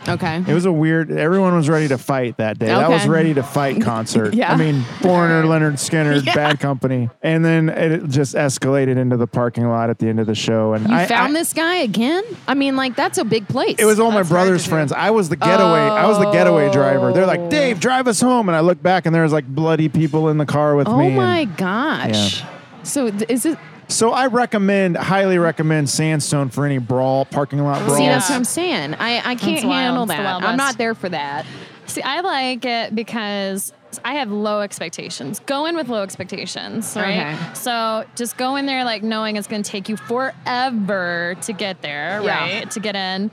Speaker 3: Okay.
Speaker 1: It was a weird. Everyone was ready to fight that day. That
Speaker 3: Okay.
Speaker 1: was ready to fight concert.
Speaker 3: Yeah.
Speaker 1: I mean, Foreigner, Leonard Skinner, Bad Company, and then it just escalated into the parking lot at the end of the show. And
Speaker 3: You
Speaker 1: I
Speaker 3: found
Speaker 1: I-
Speaker 3: this guy again? I mean, like that's a big place.
Speaker 1: It was all my
Speaker 4: That's hard
Speaker 1: brother's
Speaker 4: to do.
Speaker 1: friends. I was the getaway. I was the getaway driver. They're like,
Speaker 3: Oh.
Speaker 1: Dave, drive us home. And I look back, and there's like bloody people in the car with
Speaker 3: Oh
Speaker 1: me. and-
Speaker 3: my gosh. So th- is it?
Speaker 1: so I recommend, highly recommend Sandstone for any brawl, parking lot brawl.
Speaker 3: See,
Speaker 4: Yeah.
Speaker 3: that's what I'm saying. I, I can't
Speaker 4: It's wild.
Speaker 3: handle
Speaker 4: It's the
Speaker 3: that.
Speaker 4: Wild
Speaker 3: I'm
Speaker 4: West.
Speaker 3: not there for that.
Speaker 4: See, I like it because I have low expectations. Go in with low expectations, right?
Speaker 3: Okay.
Speaker 4: So just go in there like knowing it's going to take you forever to get there,
Speaker 3: Yeah.
Speaker 4: right? To get in.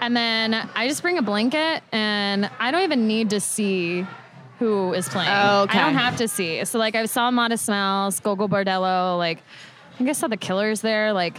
Speaker 4: And then I just bring a blanket and I don't even need to see who is playing.
Speaker 3: Oh, Okay.
Speaker 4: I don't have to see. So like I saw Modest Mouse, Gogo Bordello, like I think I saw the Killers there, like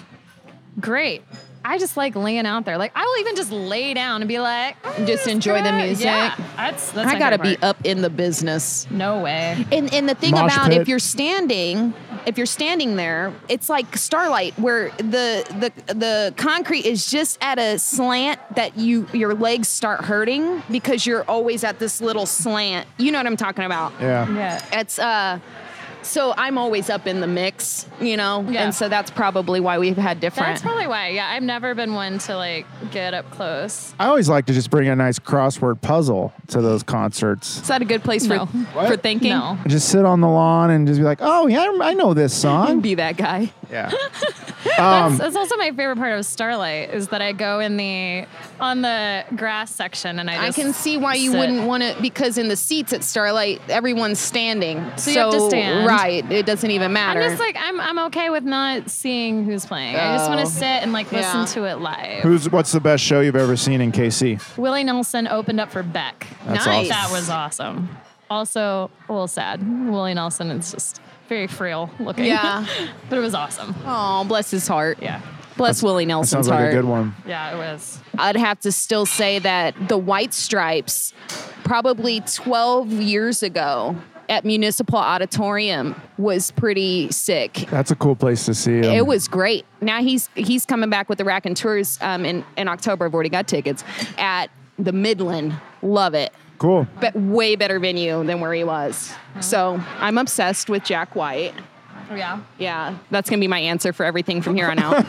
Speaker 4: great. I just like laying out there. Like I will even just lay down and be like, "Mm,
Speaker 3: Just
Speaker 4: it's
Speaker 3: enjoy the
Speaker 4: great."
Speaker 3: music.
Speaker 4: Yeah, that's that's.
Speaker 3: I
Speaker 4: my
Speaker 3: gotta be
Speaker 4: favorite part.
Speaker 3: up in the business.
Speaker 4: No way.
Speaker 3: And, and the thing
Speaker 1: Mosh
Speaker 3: about
Speaker 1: pit.
Speaker 3: if you're standing, if you're standing there, it's like starlight where the the the concrete is just at a slant that you your legs start hurting because you're always at this little slant. You know what I'm talking about?
Speaker 1: Yeah.
Speaker 4: Yeah.
Speaker 3: It's uh so I'm always up in the mix, you know?
Speaker 4: Yeah.
Speaker 3: And so that's probably why we've had different
Speaker 4: That's probably why. Yeah, I've never been one to like get up close.
Speaker 1: I always like to just bring a nice crossword puzzle to those concerts.
Speaker 3: Is that a good place
Speaker 4: No.
Speaker 3: for for thinking?
Speaker 4: No.
Speaker 1: And just sit on the lawn and just be like, oh, yeah, I know this song.
Speaker 3: Be that guy.
Speaker 1: yeah.
Speaker 4: that's, that's also my favorite part of Starlight is that I go in the on the grass section and I
Speaker 3: I
Speaker 4: just
Speaker 3: can see why you
Speaker 4: sit.
Speaker 3: wouldn't want to because in the seats at Starlight, everyone's standing.
Speaker 4: So you have to stand.
Speaker 3: Right. It doesn't even
Speaker 4: I'm
Speaker 3: matter.
Speaker 4: just like I'm I'm okay with not seeing who's playing. I just want
Speaker 3: Oh.
Speaker 4: to sit and like listen
Speaker 3: Yeah.
Speaker 4: to it live.
Speaker 1: Who's what's the best show you've ever seen in KC?
Speaker 4: Willie Nelson opened up for Beck.
Speaker 1: That's awesome.
Speaker 3: nice.
Speaker 4: That was awesome. Also a little sad. Willie Nelson is just very frail looking.
Speaker 3: Yeah.
Speaker 4: but it was awesome.
Speaker 3: Oh, bless his heart.
Speaker 4: Yeah.
Speaker 3: Bless Willie
Speaker 1: That
Speaker 3: Nelson's
Speaker 1: sounds like
Speaker 3: heart.
Speaker 1: a good one.
Speaker 4: Yeah, it was.
Speaker 3: I'd have to still say that the White Stripes, probably 12 years ago at Municipal Auditorium, was pretty sick.
Speaker 1: That's a cool place to see. 'em.
Speaker 3: It was great. Now he's he's coming back with the Rack and Tours um, in in October. I've already got tickets at the Midland. Love it.
Speaker 1: cool.
Speaker 3: But way better venue than where he was. So I'm obsessed with Jack White.
Speaker 4: Yeah.
Speaker 3: Oh, Yeah, that's gonna be my answer for everything from here on out.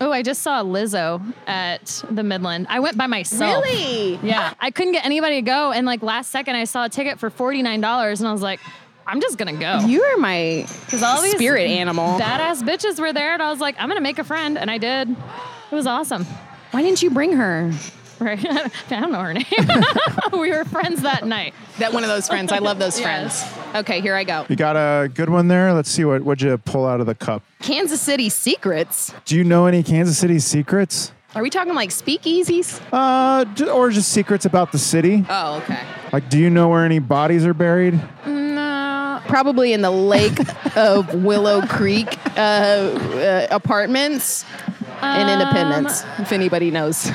Speaker 4: Oh, I just saw Lizzo at the Midland. I went by myself. Yeah. I couldn't get anybody to go. And like last second, I saw a ticket for $49 and I was like, I'm just going to go.
Speaker 3: You are my
Speaker 4: Because all these
Speaker 3: spirit animal.
Speaker 4: badass bitches were there and I was like, I'm going to make a friend. And I did. It was awesome.
Speaker 3: Why didn't you bring her?
Speaker 4: right? I don't know her name. we were friends that night.
Speaker 3: That one of those friends. I love those
Speaker 4: Yes.
Speaker 3: friends. Okay, here I go.
Speaker 1: You got a good one there. Let's see what what'd you pull out of the cup.
Speaker 3: Kansas City secrets.
Speaker 1: Do you know any Kansas City secrets?
Speaker 3: Are we talking like speakeasies?
Speaker 1: Uh, j- or just secrets about the city?
Speaker 3: Oh, okay.
Speaker 1: Like, do you know where any bodies are buried?
Speaker 4: No.
Speaker 3: Probably in the lake of Willow Creek uh, uh, apartments in
Speaker 4: Um,
Speaker 3: Independence. If anybody knows,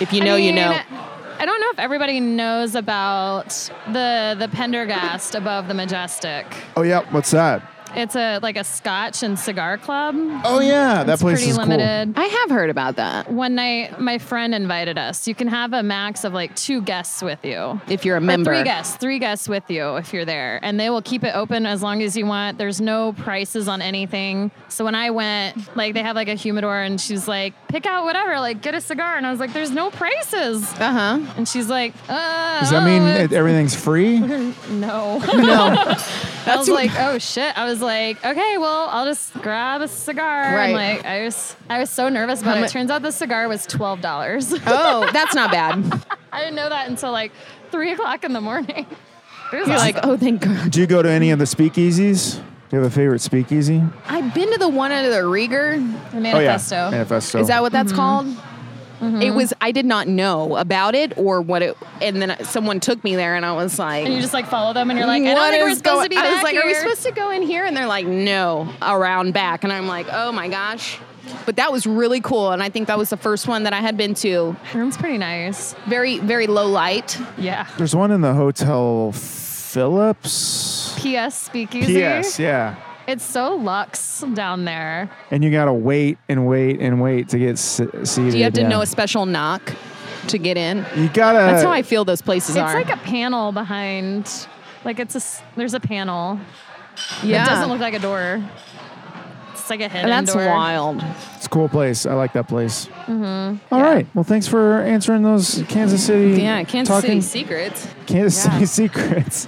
Speaker 3: if you know, you know.
Speaker 4: I don't know if everybody knows about the the Pendergast above the Majestic.
Speaker 1: Oh, yeah. What's that?
Speaker 4: It's a like a Scotch and cigar club.
Speaker 1: Oh, yeah. That
Speaker 4: it's
Speaker 1: place
Speaker 4: pretty
Speaker 1: is
Speaker 4: limited.
Speaker 3: I have heard about that.
Speaker 4: One night, my friend invited us. You can have a max of like two guests with you.
Speaker 3: If you're a
Speaker 4: Or
Speaker 3: member,
Speaker 4: Three guests, three guests with you if you're there, and they will keep it open as long as you want. There's no prices on anything. So when I went, like they have like a humidor, and she's like, pick out whatever, like get a cigar, and I was like, there's no prices,
Speaker 3: Uh huh.
Speaker 4: and she's like, uh,
Speaker 1: cool. Does that mean
Speaker 3: Oh.
Speaker 1: it, everything's free?
Speaker 4: no?
Speaker 3: No.
Speaker 4: I was
Speaker 3: what-
Speaker 4: like, oh shit. I was like, okay, well, I'll just grab a cigar.
Speaker 3: Right.
Speaker 4: And like, I was, I was so nervous, but
Speaker 3: How
Speaker 4: it
Speaker 3: mu-
Speaker 4: turns out the cigar was twelve dollars.
Speaker 3: Oh, that's not bad.
Speaker 4: I didn't know that until like three o'clock in the morning. It was
Speaker 3: You're like, oh, thank God.
Speaker 1: Do you go to any of the speakeasies? Do you have a favorite speakeasy?
Speaker 3: I've been to the one under the Rieger.
Speaker 4: the manifesto.
Speaker 1: Oh, yeah. Manifesto.
Speaker 3: Is that what
Speaker 4: Mm-hmm.
Speaker 3: that's called? It was. I did not know about it or what it. And then someone took me there, and I was like,
Speaker 4: And you just like follow them, and you're like, I don't
Speaker 3: "What
Speaker 4: think we're
Speaker 3: is
Speaker 4: supposed
Speaker 3: going-"
Speaker 4: to be
Speaker 3: I was
Speaker 4: back
Speaker 3: like, "Are we
Speaker 4: here."
Speaker 3: supposed to go in here?" And they're like, "No, around back." And I'm like, "Oh my gosh." But that was really cool, and I think that was the first one that I had been to.
Speaker 4: Room's pretty nice.
Speaker 3: Very, very low light.
Speaker 4: Yeah.
Speaker 1: There's one in the Hotel Phillips.
Speaker 4: P.S. Speakeasy.
Speaker 1: P.S. Yeah.
Speaker 4: It's so luxe down there.
Speaker 1: And you got to wait and wait and wait to get s- seated.
Speaker 3: Do you have to
Speaker 1: yeah. Uh,
Speaker 3: know a special knock to get in?
Speaker 1: You got to.
Speaker 3: That's how I feel those places
Speaker 4: It's
Speaker 3: are.
Speaker 4: like a panel behind. Like it's a s- there's a panel.
Speaker 3: yeah,
Speaker 4: It doesn't look like a door. It's like a hidden
Speaker 3: and that's
Speaker 4: door.
Speaker 3: wild.
Speaker 1: It's a cool place. I like that place. Mm-hmm. right. Well, thanks for answering those Kansas City.
Speaker 3: Yeah, Kansas
Speaker 1: talking
Speaker 3: City secrets.
Speaker 1: Kansas
Speaker 3: Yeah.
Speaker 1: City secrets.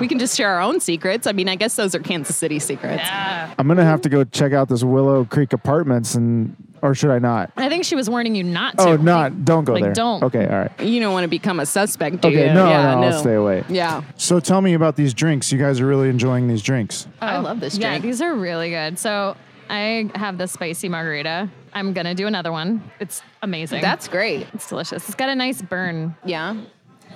Speaker 3: We can just share our own secrets. I mean, I guess those are Kansas City secrets.
Speaker 4: Yeah.
Speaker 1: I'm gonna have to go check out this Willow Creek Apartments, and or should I not?
Speaker 4: I think she was warning you not to.
Speaker 1: Oh, not. Don't go
Speaker 4: Like,
Speaker 1: there.
Speaker 4: don't.
Speaker 1: Okay. All right.
Speaker 3: You don't want to become a suspect, do
Speaker 1: Okay.
Speaker 3: you?
Speaker 1: No,
Speaker 3: yeah,
Speaker 1: no, I'll stay away.
Speaker 3: Yeah.
Speaker 1: So tell me about these drinks. You guys are really enjoying these drinks.
Speaker 3: I
Speaker 4: Oh,
Speaker 3: love this
Speaker 4: Yeah,
Speaker 3: drink.
Speaker 4: these are really good. So I have the spicy margarita. I'm gonna do another one. It's amazing.
Speaker 3: That's great.
Speaker 4: it's delicious. It's got a nice burn.
Speaker 3: Yeah.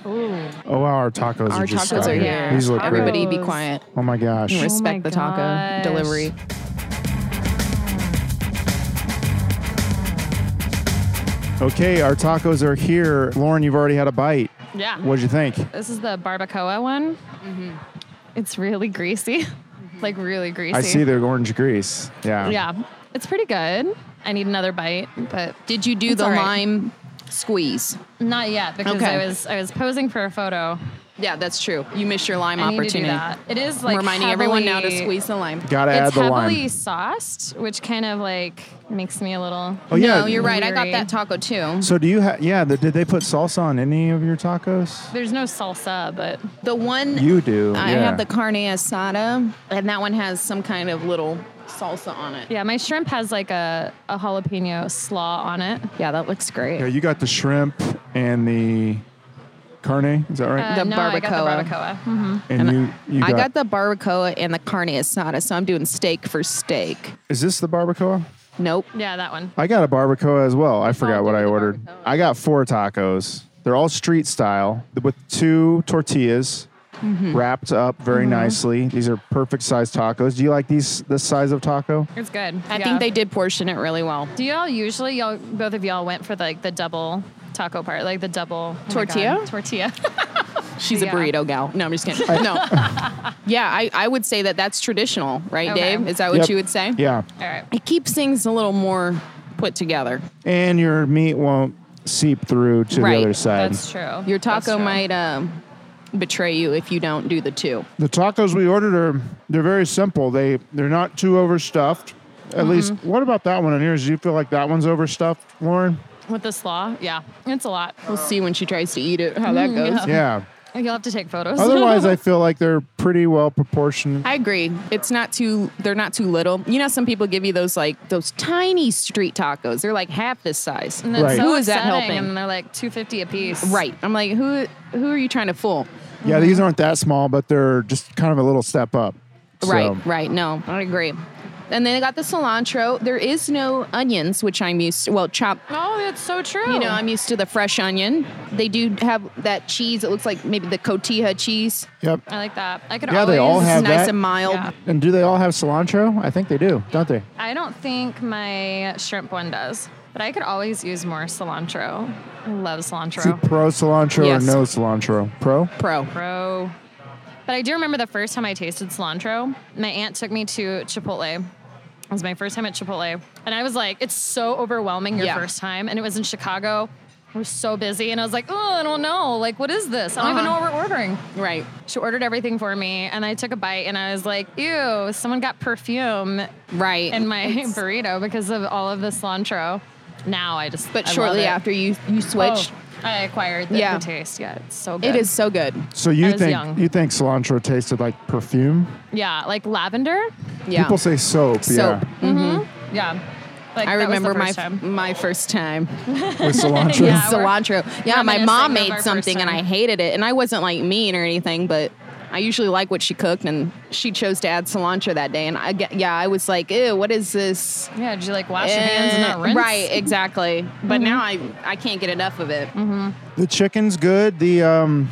Speaker 1: Oh wow, our tacos
Speaker 3: Our
Speaker 1: are just
Speaker 3: tacos
Speaker 1: out
Speaker 3: are
Speaker 1: here.
Speaker 3: here.
Speaker 1: These look
Speaker 3: Everybody
Speaker 1: great.
Speaker 3: be
Speaker 4: Tacos.
Speaker 3: quiet.
Speaker 1: Oh my gosh.
Speaker 3: Respect
Speaker 4: my
Speaker 3: the taco
Speaker 4: gosh.
Speaker 3: delivery.
Speaker 1: Okay, our tacos are here. Lauren, you've already had a bite.
Speaker 4: Yeah. Mm-hmm.
Speaker 1: What'd you think?
Speaker 4: This is the barbacoa one. It's really greasy, like really greasy.
Speaker 1: I see the orange grease. Yeah.
Speaker 4: Yeah, it's pretty good. I need another bite, but
Speaker 3: Did you do
Speaker 4: It's
Speaker 3: the
Speaker 4: all right.
Speaker 3: lime squeeze?
Speaker 4: not yet because
Speaker 3: Okay.
Speaker 4: I was I was posing for a photo.
Speaker 3: Yeah, that's true. You missed your lime
Speaker 4: I need to
Speaker 3: opportunity.
Speaker 4: do that. It is like
Speaker 3: Reminding everyone now to
Speaker 4: heavily-
Speaker 3: squeeze the lime.
Speaker 1: Gotta add
Speaker 4: It's
Speaker 1: the
Speaker 4: heavily
Speaker 1: lime.
Speaker 4: sauced, which kind of like makes me a little.
Speaker 1: Oh yeah.
Speaker 3: No, you're right. I got
Speaker 4: Weary.
Speaker 3: that taco too.
Speaker 1: So do you have? Yeah. The, did they put salsa on any of your tacos?
Speaker 4: There's no salsa, but
Speaker 3: The one
Speaker 1: You do.
Speaker 3: I
Speaker 1: yeah.
Speaker 3: have the carne asada, and that one has some kind of little salsa on it.
Speaker 4: yeah, my shrimp has like a, a jalapeno slaw on it.
Speaker 3: Yeah, that looks great.
Speaker 1: Yeah, you got the shrimp and the carne. Is that right?
Speaker 3: The
Speaker 4: Uh, no, I got
Speaker 3: barbacoa.
Speaker 4: the barbacoa. Mhm.
Speaker 1: and you, you got,
Speaker 3: Uh, I got the barbacoa and the carne asada, so I'm doing steak for steak.
Speaker 1: Is this the barbacoa?
Speaker 3: Nope.
Speaker 4: Yeah, that one.
Speaker 1: I got a barbacoa as well. I forgot what
Speaker 3: do
Speaker 1: I
Speaker 3: Oh, the
Speaker 1: ordered.
Speaker 3: barbacoa.
Speaker 1: I got four tacos. They're all street style with two tortillas
Speaker 3: Mm-hmm.
Speaker 1: wrapped up very nicely. These are perfect sized tacos. Do you like these this size of taco?
Speaker 4: It's good.
Speaker 3: I think they did portion it really well.
Speaker 4: Do y'all usually y'all both of y'all went for like the double taco part, like the double oh my
Speaker 3: Tortilla?
Speaker 4: God, tortilla.
Speaker 3: She's
Speaker 4: Yeah.
Speaker 3: a burrito gal. No, I'm just kidding. no. Yeah, I, I would say that that's traditional, right,
Speaker 4: Okay.
Speaker 3: Dave? Is that what
Speaker 1: Yep.
Speaker 3: you would say?
Speaker 1: Yeah.
Speaker 4: All right.
Speaker 3: It keeps things a little more put together.
Speaker 1: And your meat won't seep through to
Speaker 3: Right.
Speaker 1: the other side.
Speaker 4: That's true.
Speaker 3: Your
Speaker 4: That's
Speaker 3: taco
Speaker 4: true.
Speaker 3: might um, betray you if you don't do the two.
Speaker 1: The tacos we ordered are they're very simple. They they're not too overstuffed. At
Speaker 3: Mm-hmm.
Speaker 1: least what about that one in yours? Do you feel like that one's overstuffed, Lauren?
Speaker 4: with the slaw. Yeah, it's a lot. Mm,
Speaker 3: We'll see when she tries to eat it how that goes.
Speaker 1: Yeah.
Speaker 4: You'll have to take photos.
Speaker 1: Otherwise, I feel like they're pretty well proportioned.
Speaker 3: I agree. It's not too. They're not too little. You know, some people give you those like those tiny street tacos. They're like half this size.
Speaker 4: And it's
Speaker 1: Right.
Speaker 4: so
Speaker 3: Who is that
Speaker 4: upsetting,
Speaker 3: helping?
Speaker 4: And they're like two fifty a piece.
Speaker 3: Right. I'm like, who? Who are you trying to fool?
Speaker 1: Yeah, these aren't that small, but they're just kind of a little step up. So-
Speaker 3: Right, right. No, I agree. And then I got the cilantro. There is no onions, which I'm used to. Well, chopped.
Speaker 4: Oh, that's so true.
Speaker 3: You know, I'm used to the fresh onion. They do have that cheese. It looks like maybe the cotija cheese.
Speaker 1: Yep.
Speaker 4: I like that. I could
Speaker 1: Yeah,
Speaker 4: always.
Speaker 1: they all
Speaker 3: It's
Speaker 1: have
Speaker 3: nice
Speaker 1: that.
Speaker 3: and mild.
Speaker 4: Yeah.
Speaker 1: And do they all have cilantro? I think they do, don't they?
Speaker 4: I don't think my shrimp one does, but I could always use more cilantro. I love
Speaker 1: Is it
Speaker 4: cilantro.
Speaker 1: pro cilantro
Speaker 3: Yes.
Speaker 1: or no cilantro? Pro?
Speaker 3: Pro.
Speaker 4: Bro. But I do remember the first time I tasted cilantro. My aunt took me to Chipotle. It was my first time at Chipotle. And I was like, it's so overwhelming your
Speaker 3: Yeah.
Speaker 4: first time. And it was in Chicago. I was so busy. And I was like, oh, I don't know. Like, what is this? I don't
Speaker 3: Uh-huh.
Speaker 4: even know what we're ordering.
Speaker 3: Right.
Speaker 4: She ordered everything for me. And I took a bite and I was like, ew, someone got perfume
Speaker 3: Right.
Speaker 4: in my burrito because of all of the cilantro. Now I just.
Speaker 3: but
Speaker 4: I love
Speaker 3: shortly
Speaker 4: it.
Speaker 3: after you you switch,
Speaker 4: Oh, I acquired the,
Speaker 3: Yeah.
Speaker 4: the taste. Yeah, it's so
Speaker 3: it
Speaker 4: good.
Speaker 3: is so good.
Speaker 1: So you
Speaker 4: I was
Speaker 1: think
Speaker 4: young.
Speaker 1: you think cilantro tasted like perfume?
Speaker 4: Yeah, like lavender.
Speaker 3: Yeah.
Speaker 1: People say soap,
Speaker 3: Soap.
Speaker 1: yeah,
Speaker 4: Yeah. Like,
Speaker 3: I
Speaker 4: that was the
Speaker 3: remember my
Speaker 4: first time.
Speaker 3: my first time.
Speaker 1: with cilantro.
Speaker 4: Yeah. we're
Speaker 3: cilantro. Yeah, my
Speaker 4: reminiscing
Speaker 3: mom
Speaker 4: of
Speaker 3: made
Speaker 4: our first
Speaker 3: something and I
Speaker 4: time.
Speaker 3: hated it. And I wasn't like mean or anything, but I usually like what she cooked. And she chose to add cilantro that day. And I, get- yeah, I was like, ew, what is this?
Speaker 4: Yeah, did you like wash your hands and not
Speaker 3: Eh,
Speaker 4: rinse? Mm-hmm.
Speaker 3: Right, exactly. But now I I can't get enough of it.
Speaker 1: The chicken's good. The um,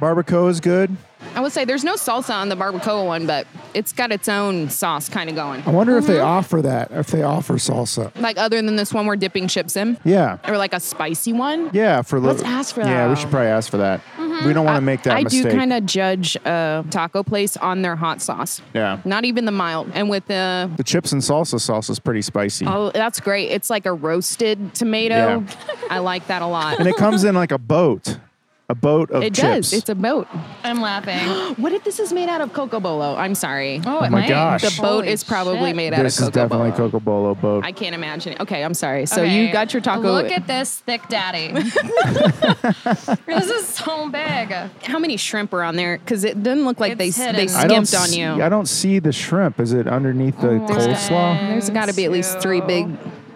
Speaker 1: barbacoa is good.
Speaker 3: I would say there's no salsa on the barbacoa one, but it's got its own sauce kind of going.
Speaker 1: I wonder if they
Speaker 3: Mm-hmm.
Speaker 1: offer that. If they offer salsa.
Speaker 3: Like other than this one we're dipping chips in,
Speaker 1: Yeah.
Speaker 3: or like a spicy one.
Speaker 1: Yeah, for
Speaker 3: Let's
Speaker 1: lo-
Speaker 3: ask for
Speaker 1: Yeah,
Speaker 3: that. Mm-hmm.
Speaker 1: we should probably ask for that. We don't want to make that
Speaker 3: I
Speaker 1: mistake.
Speaker 3: do kind of judge a taco place on their hot sauce.
Speaker 1: Yeah.
Speaker 3: Not even the mild. And with the
Speaker 1: the chips and salsa sauce is pretty spicy.
Speaker 3: Oh, that's great. It's like a roasted tomato. I like that a lot.
Speaker 1: And it comes in like a boat. A boat of
Speaker 3: It
Speaker 1: chips.
Speaker 3: does. It's a boat.
Speaker 4: I'm laughing.
Speaker 3: What if this is made out of coco bolo? I'm sorry.
Speaker 4: Oh, it
Speaker 1: my
Speaker 4: might.
Speaker 1: gosh.
Speaker 3: the boat
Speaker 4: Holy
Speaker 3: is probably
Speaker 4: shit.
Speaker 3: made out
Speaker 1: this
Speaker 3: of
Speaker 1: is
Speaker 3: coco
Speaker 1: definitely
Speaker 3: bolo.
Speaker 1: Coco Bolo boat.
Speaker 3: I can't imagine it. Okay, I'm sorry. So
Speaker 4: Okay,
Speaker 3: you got your taco.
Speaker 4: Look at this thick daddy. this is so big.
Speaker 3: How many shrimp are on there? Because it didn't look like they
Speaker 4: It's
Speaker 3: they
Speaker 4: hidden. I
Speaker 1: I don't
Speaker 3: skimped on
Speaker 1: see-
Speaker 3: you. Oh
Speaker 1: I don't see the shrimp. Is it underneath the coleslaw?
Speaker 3: There's got to be at least three
Speaker 4: Two.
Speaker 3: big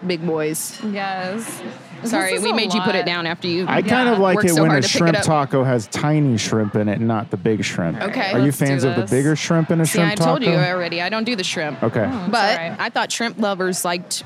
Speaker 3: big boys.
Speaker 4: Yes.
Speaker 3: Sorry,
Speaker 4: This is
Speaker 3: we
Speaker 4: a
Speaker 3: made you put it
Speaker 4: lot.
Speaker 3: down after you.
Speaker 1: I kind of
Speaker 3: yeah,
Speaker 1: like
Speaker 3: worked
Speaker 1: it
Speaker 3: so
Speaker 1: when a
Speaker 3: hard to pick it
Speaker 1: shrimp
Speaker 3: up.
Speaker 1: taco has tiny shrimp in it, not the big shrimp.
Speaker 3: Okay.
Speaker 1: Are you
Speaker 4: Let's do
Speaker 1: fans of the
Speaker 4: this.
Speaker 1: bigger shrimp in a
Speaker 3: See,
Speaker 1: shrimp
Speaker 3: I
Speaker 1: taco?
Speaker 3: told you already. I don't do the shrimp.
Speaker 1: Okay.
Speaker 3: But
Speaker 4: alright.
Speaker 3: I thought shrimp lovers liked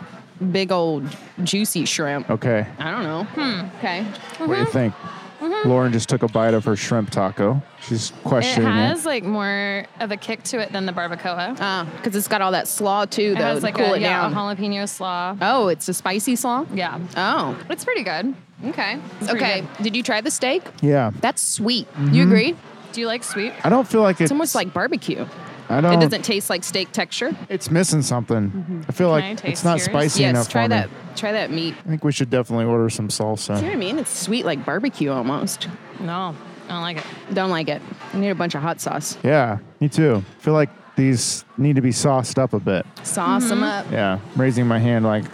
Speaker 3: big old juicy shrimp.
Speaker 1: Okay.
Speaker 3: I don't know. Hmm. Okay.
Speaker 1: What do you think?
Speaker 3: Mm-hmm.
Speaker 1: Lauren just took a bite of her shrimp taco. She's
Speaker 4: It
Speaker 1: questioning
Speaker 4: has like more of a kick to it than the barbacoa.
Speaker 3: Because Uh, it's got all Oh, that slaw too,
Speaker 4: it
Speaker 3: though.
Speaker 4: has
Speaker 3: to
Speaker 4: like
Speaker 3: cool
Speaker 4: a,
Speaker 3: it
Speaker 4: yeah, a
Speaker 3: down.
Speaker 4: jalapeno slaw.
Speaker 3: oh, it's a spicy slaw.
Speaker 4: Yeah.
Speaker 3: Oh.
Speaker 4: It's pretty good.
Speaker 3: Okay.
Speaker 4: pretty
Speaker 3: Okay. Did you try the steak?
Speaker 1: Yeah.
Speaker 3: That's sweet.
Speaker 1: Mm-hmm.
Speaker 3: You agree?
Speaker 4: Do you like sweet?
Speaker 1: I don't feel like it's,
Speaker 3: It's almost like barbecue.
Speaker 1: I don't.
Speaker 3: It doesn't Mm-hmm. taste like steak texture.
Speaker 1: It's missing something. I feel
Speaker 4: I
Speaker 1: like it's
Speaker 4: taste
Speaker 1: not
Speaker 4: yours?
Speaker 1: spicy
Speaker 3: Yes,
Speaker 1: enough
Speaker 3: try
Speaker 1: for
Speaker 3: that.
Speaker 1: me.
Speaker 3: Try that meat.
Speaker 1: I think we should definitely order some salsa.
Speaker 3: You know what I mean? It's sweet like barbecue almost.
Speaker 4: No, I don't like it.
Speaker 3: Don't like it. You need a bunch of hot sauce.
Speaker 1: Yeah, me too. I feel like these need to be sauced up a bit.
Speaker 3: Sauce
Speaker 4: Mm-hmm.
Speaker 3: them up.
Speaker 1: Yeah, I'm raising my hand like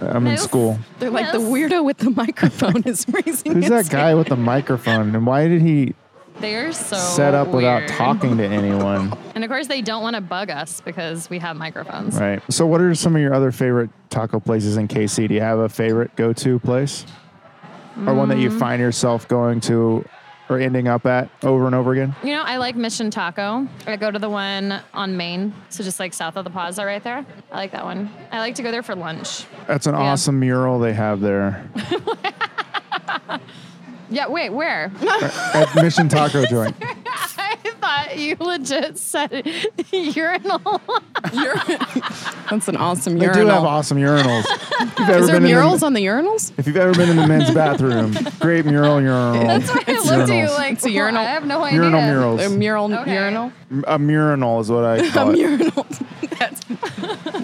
Speaker 1: I'm in
Speaker 4: Yes.
Speaker 1: school.
Speaker 3: They're like the
Speaker 4: Yes.
Speaker 3: weirdo with the microphone is raising
Speaker 1: Who's
Speaker 3: his
Speaker 1: that guy with the microphone? And why did he
Speaker 4: They are so
Speaker 1: set up without
Speaker 4: weird.
Speaker 1: talking to anyone?
Speaker 4: And of course, they don't want to bug us because we have microphones.
Speaker 1: Right. So, what are some of your other favorite taco places in KC? Do you have a favorite go to place? Or one that
Speaker 3: Mm-hmm.
Speaker 1: you find yourself going to or ending up at over and over again?
Speaker 4: You know, I like Mission Taco. I go to the one on Main, so just like south of the plaza right there. I like that one. I like to go there for lunch.
Speaker 1: That's an awesome mural they have there
Speaker 4: Yeah, wait, where?
Speaker 1: at Mission Taco Joint.
Speaker 4: I thought you legit said urinal.
Speaker 3: That's an awesome
Speaker 1: They
Speaker 3: urinal.
Speaker 1: do have awesome urinals. If you've ever
Speaker 3: is there
Speaker 1: been in the-
Speaker 3: murals on the urinals?
Speaker 1: If you've ever been in the men's bathroom, great mural urinal.
Speaker 4: That's why I looked at you
Speaker 1: urinals.
Speaker 4: like
Speaker 3: a
Speaker 4: "What?
Speaker 3: urinal.
Speaker 4: I have no idea.
Speaker 1: Urinal
Speaker 3: A
Speaker 1: murals.
Speaker 3: mural
Speaker 4: Okay.
Speaker 3: urinal?
Speaker 1: A murinal is what I call it.
Speaker 3: urinal. That's,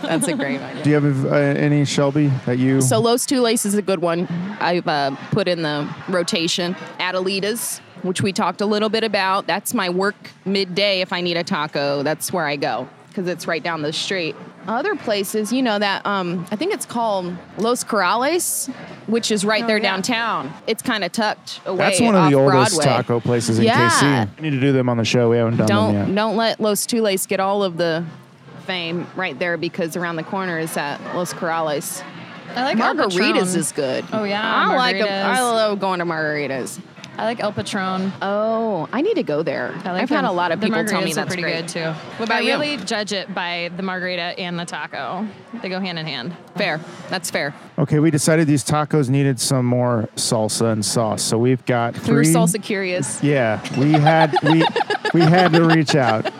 Speaker 3: that's a great idea.
Speaker 1: Do you have uh, any Shelby that you?
Speaker 3: So Los Tules is a good one. I've uh, put in the rotation. Adelita's, which we talked a little bit about. That's my work midday. If I need a taco, that's where I go because it's right down the street. other places, you know, that um, I think it's called Los Corrales, which is right there
Speaker 4: Oh, yeah.
Speaker 3: downtown. It's kind of tucked away.
Speaker 1: That's one of the
Speaker 3: off
Speaker 1: oldest
Speaker 3: Broadway.
Speaker 1: taco places in
Speaker 3: Yeah.
Speaker 1: KC. We need to do them on the show. We haven't done
Speaker 3: Don't
Speaker 1: them yet.
Speaker 3: don't let Los Tules get all of the fame right there because around the corner is that Los Corrales.
Speaker 4: I like El
Speaker 3: Margaritas
Speaker 4: Patron.
Speaker 3: is good.
Speaker 4: Oh, yeah,
Speaker 3: I like 'em.
Speaker 4: margaritas.
Speaker 3: I love going to margaritas.
Speaker 4: I like El Patron.
Speaker 3: Oh, I need to go there.
Speaker 4: I like
Speaker 3: I've had
Speaker 4: them.
Speaker 3: a lot of
Speaker 4: The
Speaker 3: people tell me
Speaker 4: margaritas are
Speaker 3: that's
Speaker 4: pretty
Speaker 3: great.
Speaker 4: good too. What
Speaker 3: about
Speaker 4: I
Speaker 3: you?
Speaker 4: really judge it by the margarita and the taco. They go hand in hand.
Speaker 3: Fair. That's fair.
Speaker 1: Okay, we decided these tacos needed some more salsa and sauce. So we've got
Speaker 3: We were
Speaker 1: three.
Speaker 3: salsa curious.
Speaker 1: Yeah, we had we we had to reach out.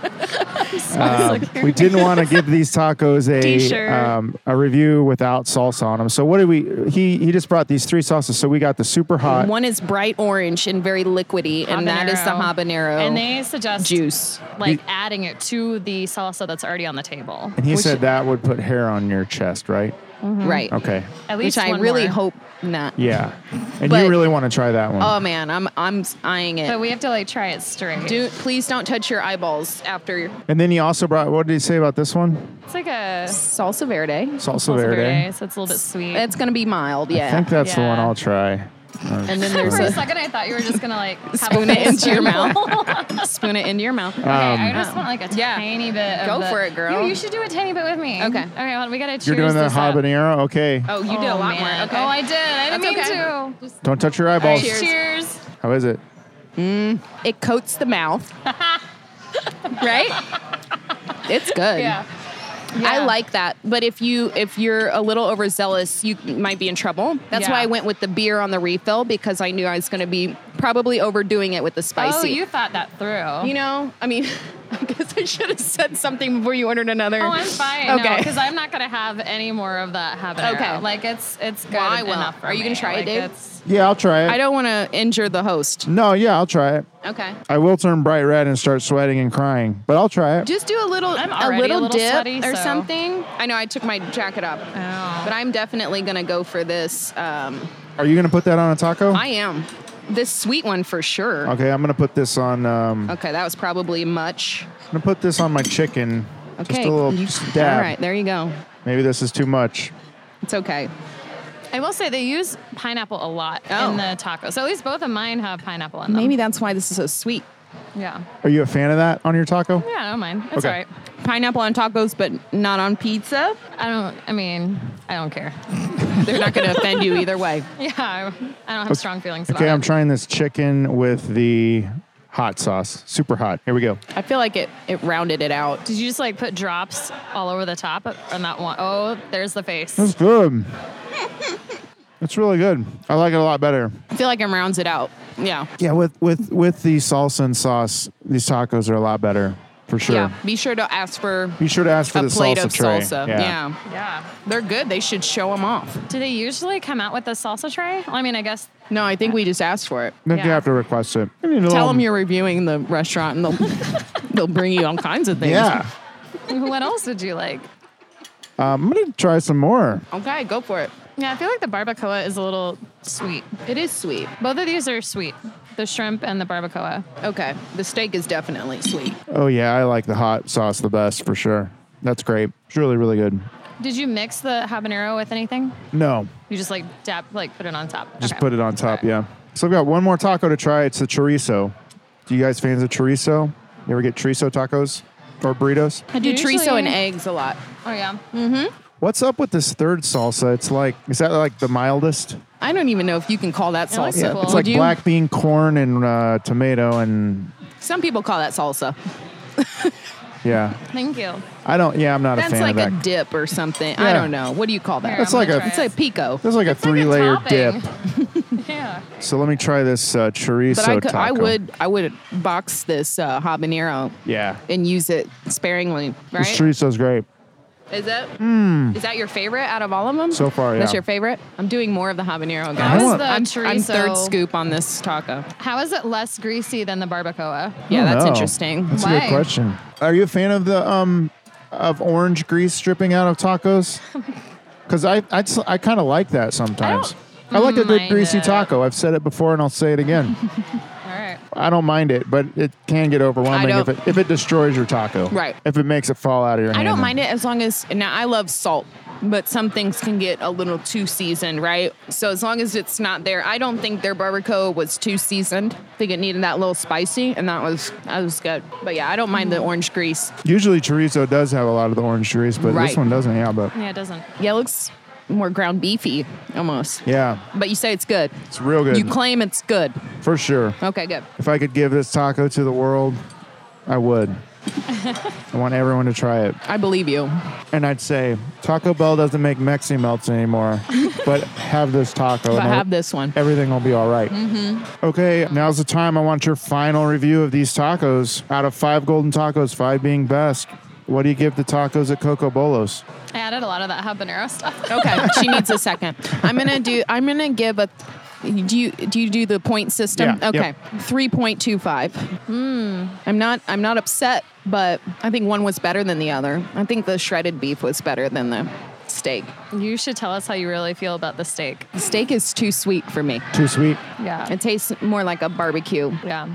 Speaker 1: Um, we didn't want to give these tacos a
Speaker 4: T-shirt.
Speaker 1: um, a review without salsa on them. So what did we? He he just brought these three sauces. So we got the super hot.
Speaker 3: One is bright orange and very liquidy, and that is the habanero
Speaker 4: And they suggest
Speaker 3: juice.
Speaker 4: like adding it to the salsa that's already on the table.
Speaker 1: and he
Speaker 3: which-
Speaker 1: said that would put hair on your chest, right?
Speaker 3: Right.
Speaker 1: Okay.
Speaker 4: Mm-hmm. At
Speaker 3: Which
Speaker 4: least
Speaker 3: I
Speaker 4: one
Speaker 3: really
Speaker 4: more.
Speaker 3: hope not.
Speaker 1: Yeah. And
Speaker 3: But-
Speaker 1: you really want to try that one.
Speaker 3: Oh man, I'm I'm eyeing it.
Speaker 4: But we have to like try it straight.
Speaker 3: Do please don't touch your eyeballs after
Speaker 1: and then he also brought. What did he say about this one?
Speaker 4: It's like a salsa
Speaker 3: salsa verde.
Speaker 1: Salsa, verde.
Speaker 4: verde, so it's a little bit sweet.
Speaker 3: It's gonna be mild,
Speaker 1: I
Speaker 3: yeah.
Speaker 1: think that's the one
Speaker 4: Yeah.
Speaker 1: I'll try.
Speaker 3: and then
Speaker 4: For
Speaker 3: there's
Speaker 4: a
Speaker 3: a
Speaker 4: second, I thought you were just gonna like have
Speaker 3: spoon
Speaker 4: a
Speaker 3: it
Speaker 4: full
Speaker 3: into your
Speaker 4: spoon. Um,
Speaker 3: mouth. spoon it into your mouth.
Speaker 4: Okay, I
Speaker 1: Um,
Speaker 4: just want like a
Speaker 3: Yeah.
Speaker 4: tiny bit. Of
Speaker 3: Go
Speaker 4: the-
Speaker 3: for it, girl.
Speaker 4: You, you should do a tiny bit with me.
Speaker 3: Okay.
Speaker 4: Okay. Well, we gotta cheers
Speaker 1: You're doing the
Speaker 4: this up.
Speaker 1: habanero. Okay.
Speaker 3: oh, you did a
Speaker 4: Oh,
Speaker 3: lot
Speaker 4: man.
Speaker 3: more. Okay.
Speaker 4: Oh, I did. I didn't
Speaker 3: That's okay.
Speaker 4: mean to.
Speaker 1: Don't touch your eyeballs.
Speaker 3: Cheers.
Speaker 4: cheers.
Speaker 1: How is it?
Speaker 3: it coats the mouth. right? It's good.
Speaker 4: Yeah.
Speaker 3: I like that. But if you if you're a little overzealous, you might be in trouble. That's
Speaker 4: Yeah.
Speaker 3: why I went with the beer on the refill because I knew I was going to be probably overdoing it with the spicy.
Speaker 4: Oh, you thought that through.
Speaker 3: You know, I mean, I guess I should have said something before you ordered another.
Speaker 4: Oh, I'm fine.
Speaker 3: Okay.
Speaker 4: because I'm not gonna have any more of that habanero.
Speaker 3: Okay.
Speaker 4: Like it's it's good
Speaker 3: Well, I will.
Speaker 4: enough. For
Speaker 3: Are you
Speaker 4: me.
Speaker 3: gonna try it,
Speaker 4: Like,
Speaker 3: Dave?
Speaker 4: It's,
Speaker 1: Yeah, I'll try it.
Speaker 3: I don't want to injure the host.
Speaker 1: no, yeah, I'll try it.
Speaker 3: Okay.
Speaker 1: I will turn bright red and start sweating and crying, but I'll try it.
Speaker 3: Just do a little,
Speaker 4: I'm
Speaker 3: a
Speaker 4: already a
Speaker 3: little,
Speaker 4: little
Speaker 3: dip
Speaker 4: sweaty,
Speaker 3: or
Speaker 4: so- Oh.
Speaker 3: something. I know I took my jacket up, but I'm definitely gonna go for this. Um,
Speaker 1: Are you gonna put that on a taco?
Speaker 3: I am this sweet one for sure.
Speaker 1: okay, I'm gonna put this on. Um,
Speaker 3: Okay, that was probably much.
Speaker 1: I'm gonna put this on my chicken.
Speaker 3: Okay.
Speaker 1: Just a little
Speaker 3: you-
Speaker 1: stab.
Speaker 3: All right, there you go.
Speaker 1: Maybe this is too much.
Speaker 3: It's okay.
Speaker 4: Um, I will say they use pineapple a lot
Speaker 3: Oh.
Speaker 4: in the tacos. So at least both of mine have pineapple in them.
Speaker 3: Maybe that's why this is so sweet.
Speaker 4: Yeah.
Speaker 1: Are you a fan of that on your taco?
Speaker 4: Yeah, I don't mind. It's
Speaker 1: Okay.
Speaker 4: all right.
Speaker 3: Pineapple on tacos, but not on pizza.
Speaker 4: I don't. I mean, I don't care.
Speaker 3: They're not going to offend you either way.
Speaker 4: Yeah, I, I don't have strong feelings about
Speaker 1: Okay, I'm
Speaker 4: it.
Speaker 1: trying this chicken with the hot sauce. Super hot. Here we go.
Speaker 3: I feel like it it rounded it out.
Speaker 4: Did you just like put drops all over the top on that one? Oh, there's the face.
Speaker 1: It's good. it's really good. I like it a lot better.
Speaker 3: I feel like it rounds it out. Yeah.
Speaker 1: Yeah, with with with the salsa and sauce, these tacos are a lot better for sure.
Speaker 3: Yeah. Be sure to ask for
Speaker 1: Be sure to ask for
Speaker 3: a
Speaker 1: the
Speaker 3: plate
Speaker 1: salsa
Speaker 3: of
Speaker 1: tray.
Speaker 3: salsa. Yeah.
Speaker 4: Yeah.
Speaker 3: They're good. They should show them off.
Speaker 4: Do they usually come out with a salsa tray? Well, I mean, I guess.
Speaker 3: No, I think we just asked for it.
Speaker 1: Then you
Speaker 4: Yeah.
Speaker 1: have to request it.
Speaker 3: Tell them you're reviewing the restaurant and they'll, they'll bring you all kinds of things.
Speaker 1: Yeah.
Speaker 4: what else would you like?
Speaker 1: Um, I'm going to try some more.
Speaker 3: Okay, go for it.
Speaker 4: Yeah, I feel like the barbacoa is a little sweet.
Speaker 3: It is sweet.
Speaker 4: Both of these are sweet. The shrimp and the barbacoa.
Speaker 3: Okay. The steak is definitely sweet.
Speaker 1: Oh, yeah. I like the hot sauce the best for sure. That's great. It's really, really good.
Speaker 4: Did you mix the habanero with anything?
Speaker 1: No,
Speaker 4: You just like dab, like put it on top.
Speaker 1: just
Speaker 4: Okay.
Speaker 1: put it on top.
Speaker 4: All
Speaker 1: Yeah.
Speaker 4: right.
Speaker 1: So I've got one more taco to try. It's the chorizo. Do you guys fans of chorizo? You ever get chorizo tacos or burritos?
Speaker 3: I do chorizo
Speaker 4: Usually-
Speaker 3: and eggs a lot.
Speaker 4: Oh yeah.
Speaker 1: What's up with this third salsa? It's like, is that like the mildest?
Speaker 3: I don't even know if you can call that
Speaker 4: looks
Speaker 3: salsa.
Speaker 4: Yeah, it's
Speaker 1: It's
Speaker 4: Well,
Speaker 1: like
Speaker 3: Would you?
Speaker 1: black bean, corn, and uh, tomato. And
Speaker 3: Some people call that salsa.
Speaker 1: yeah,
Speaker 4: Thank you.
Speaker 1: I don't, yeah, I'm not a
Speaker 3: That's
Speaker 1: fan
Speaker 3: like
Speaker 1: of that.
Speaker 3: a dip or something. I
Speaker 1: Yeah.
Speaker 3: don't know. What do you call that?
Speaker 4: Here,
Speaker 1: That's like
Speaker 4: gonna
Speaker 1: a-
Speaker 4: try
Speaker 3: It's
Speaker 4: it.
Speaker 3: like pico.
Speaker 1: There's like a
Speaker 4: like a
Speaker 1: three layer dip.
Speaker 4: topping. yeah.
Speaker 1: So let me try this uh, chorizo
Speaker 3: But I, could,
Speaker 1: taco.
Speaker 3: I would I would box this uh, habanero
Speaker 1: Yeah.
Speaker 3: and use it sparingly, right?
Speaker 1: This chorizo's great.
Speaker 3: Is it? Is that your favorite out of all of them?
Speaker 1: So far,
Speaker 3: That's
Speaker 1: yeah.
Speaker 3: your favorite? I'm doing more of the habanero,
Speaker 4: How
Speaker 3: guys.
Speaker 1: I
Speaker 4: is
Speaker 1: want-
Speaker 4: the
Speaker 3: I'm,
Speaker 4: chorizo?
Speaker 3: I'm third scoop on this taco.
Speaker 4: How is it less greasy than the barbacoa?
Speaker 3: Yeah,
Speaker 1: Oh,
Speaker 3: that's
Speaker 1: no.
Speaker 3: interesting.
Speaker 1: That's a
Speaker 4: Why?
Speaker 1: good question. Are you a fan of the um of orange grease dripping out of tacos? Because I I, just- I kind of like that sometimes. I, like a good
Speaker 4: mind
Speaker 1: greasy
Speaker 4: it.
Speaker 1: taco. I've said it before and I'll say it again.
Speaker 4: All right.
Speaker 1: I, I don't mind it, but it can get overwhelming
Speaker 3: I
Speaker 1: if
Speaker 3: don't-
Speaker 1: it, if it destroys your taco.
Speaker 3: Right.
Speaker 1: If it makes it fall out of your
Speaker 3: I
Speaker 1: hand.
Speaker 3: don't mind it as long as now I love salt, but some things can get a little too seasoned, right? So as long as it's not there, I don't think their barbacoa was too seasoned. I think it needed that little spicy, and that was that was good. But yeah, I don't mind the orange grease.
Speaker 1: Usually chorizo does have a lot of the orange juice, but this
Speaker 3: Right.
Speaker 1: one doesn't. Yeah, but
Speaker 4: Yeah, it doesn't.
Speaker 3: Yeah, it looks more ground beefy almost.
Speaker 1: yeah,
Speaker 3: But you say it's good.
Speaker 1: it's real good
Speaker 3: You claim it's good.
Speaker 1: for sure.
Speaker 3: Okay, good.
Speaker 1: If I could give this taco to the world, I would. I want everyone to try it.
Speaker 3: I believe you.
Speaker 1: And I'd say Taco Bell doesn't make Mexi melts anymore, but have this taco.
Speaker 3: But
Speaker 1: and
Speaker 3: have this one.
Speaker 1: Everything will be all right.
Speaker 3: Mm-hmm.
Speaker 1: Okay, now's the time. I want your final review of these tacos. Out of five golden tacos, five being best, what do you give the tacos at Coco Bolos?
Speaker 4: I added a lot of that habanero stuff.
Speaker 3: Okay, she needs a second. I'm gonna do. I'm gonna give a. Do you do you do the point system?
Speaker 1: Yeah,
Speaker 3: okay,
Speaker 1: yep.
Speaker 3: three point two five. Hmm. I'm not. I'm not upset, but I think one was better than the other. I think the shredded beef was better than the steak.
Speaker 4: You should tell us how you really feel about the steak.
Speaker 3: The steak is too sweet for me.
Speaker 1: Too sweet.
Speaker 4: Yeah.
Speaker 3: It tastes more like a barbecue.
Speaker 4: yeah.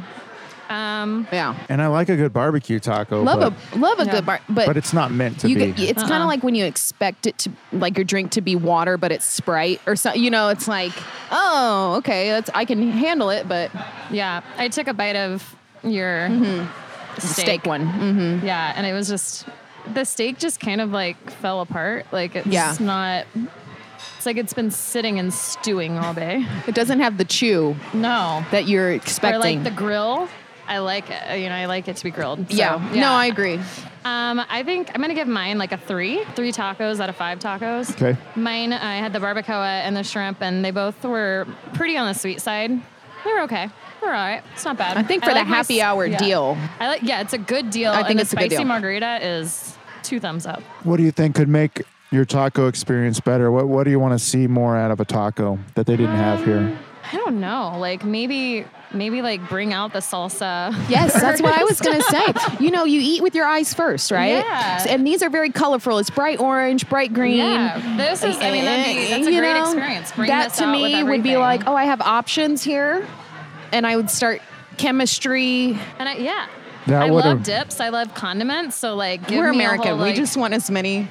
Speaker 4: Um,
Speaker 3: Yeah,
Speaker 1: And I like a good barbecue taco. but,
Speaker 3: love a love a
Speaker 4: Yeah.
Speaker 3: good bar, but
Speaker 1: but it's not meant to
Speaker 3: you
Speaker 1: be.
Speaker 3: get, it's kind of like when you expect it to like your drink to be water but it's sprite or something you know it's like oh okay that's i can handle it but
Speaker 4: yeah. I took a bite of your
Speaker 3: Mm-hmm. steak,
Speaker 4: steak. Mm-hmm.
Speaker 3: one Mm. Mm-hmm.
Speaker 4: Yeah, and it was just the steak just kind of like fell apart. Like it's
Speaker 3: Yeah.
Speaker 4: not. It's like it's been sitting and stewing all day.
Speaker 3: it doesn't have the chew
Speaker 4: No,
Speaker 3: that you're
Speaker 4: or
Speaker 3: expecting
Speaker 4: like the grill. I like it. You know, I like it to be grilled. so,
Speaker 3: yeah. no i agree
Speaker 4: Um, I think I'm gonna give mine like a three, three tacos out of five tacos.
Speaker 1: Okay.
Speaker 4: Mine, I had the barbacoa and the shrimp, and they both were pretty on the sweet side. They were okay. They're all right. It's not bad.
Speaker 3: I think for the
Speaker 4: my
Speaker 3: happy
Speaker 4: s-
Speaker 3: hour
Speaker 4: yeah.
Speaker 3: deal.
Speaker 4: I like. Yeah, it's a good deal.
Speaker 3: I think
Speaker 4: and
Speaker 3: it's a
Speaker 4: the
Speaker 3: good
Speaker 4: spicy
Speaker 3: deal.
Speaker 4: margarita is two thumbs up.
Speaker 1: what do you think could make your taco experience better? What, what do you want to see more out of a taco that they didn't have
Speaker 3: Um,
Speaker 1: here?
Speaker 4: I don't know. Like maybe, maybe like bring out the salsa.
Speaker 3: Yes, that's what I was going to say. You know, you eat with your eyes first, right?
Speaker 4: Yeah.
Speaker 3: And these are very colorful. It's bright orange, bright green.
Speaker 4: Yeah, this is. I mean, that'd be, that's a
Speaker 3: You
Speaker 4: great
Speaker 3: know,
Speaker 4: experience. Bring
Speaker 3: that
Speaker 4: this
Speaker 3: to
Speaker 4: out
Speaker 3: me
Speaker 4: with
Speaker 3: would be
Speaker 4: everything.
Speaker 3: like, oh, I have options here, and I would start chemistry.
Speaker 4: and I, yeah.
Speaker 1: That
Speaker 4: I
Speaker 1: would've-
Speaker 4: love dips. I love condiments. So like, give
Speaker 3: We're
Speaker 4: me a
Speaker 3: American.
Speaker 4: whole,
Speaker 3: we
Speaker 4: like,
Speaker 3: just want as many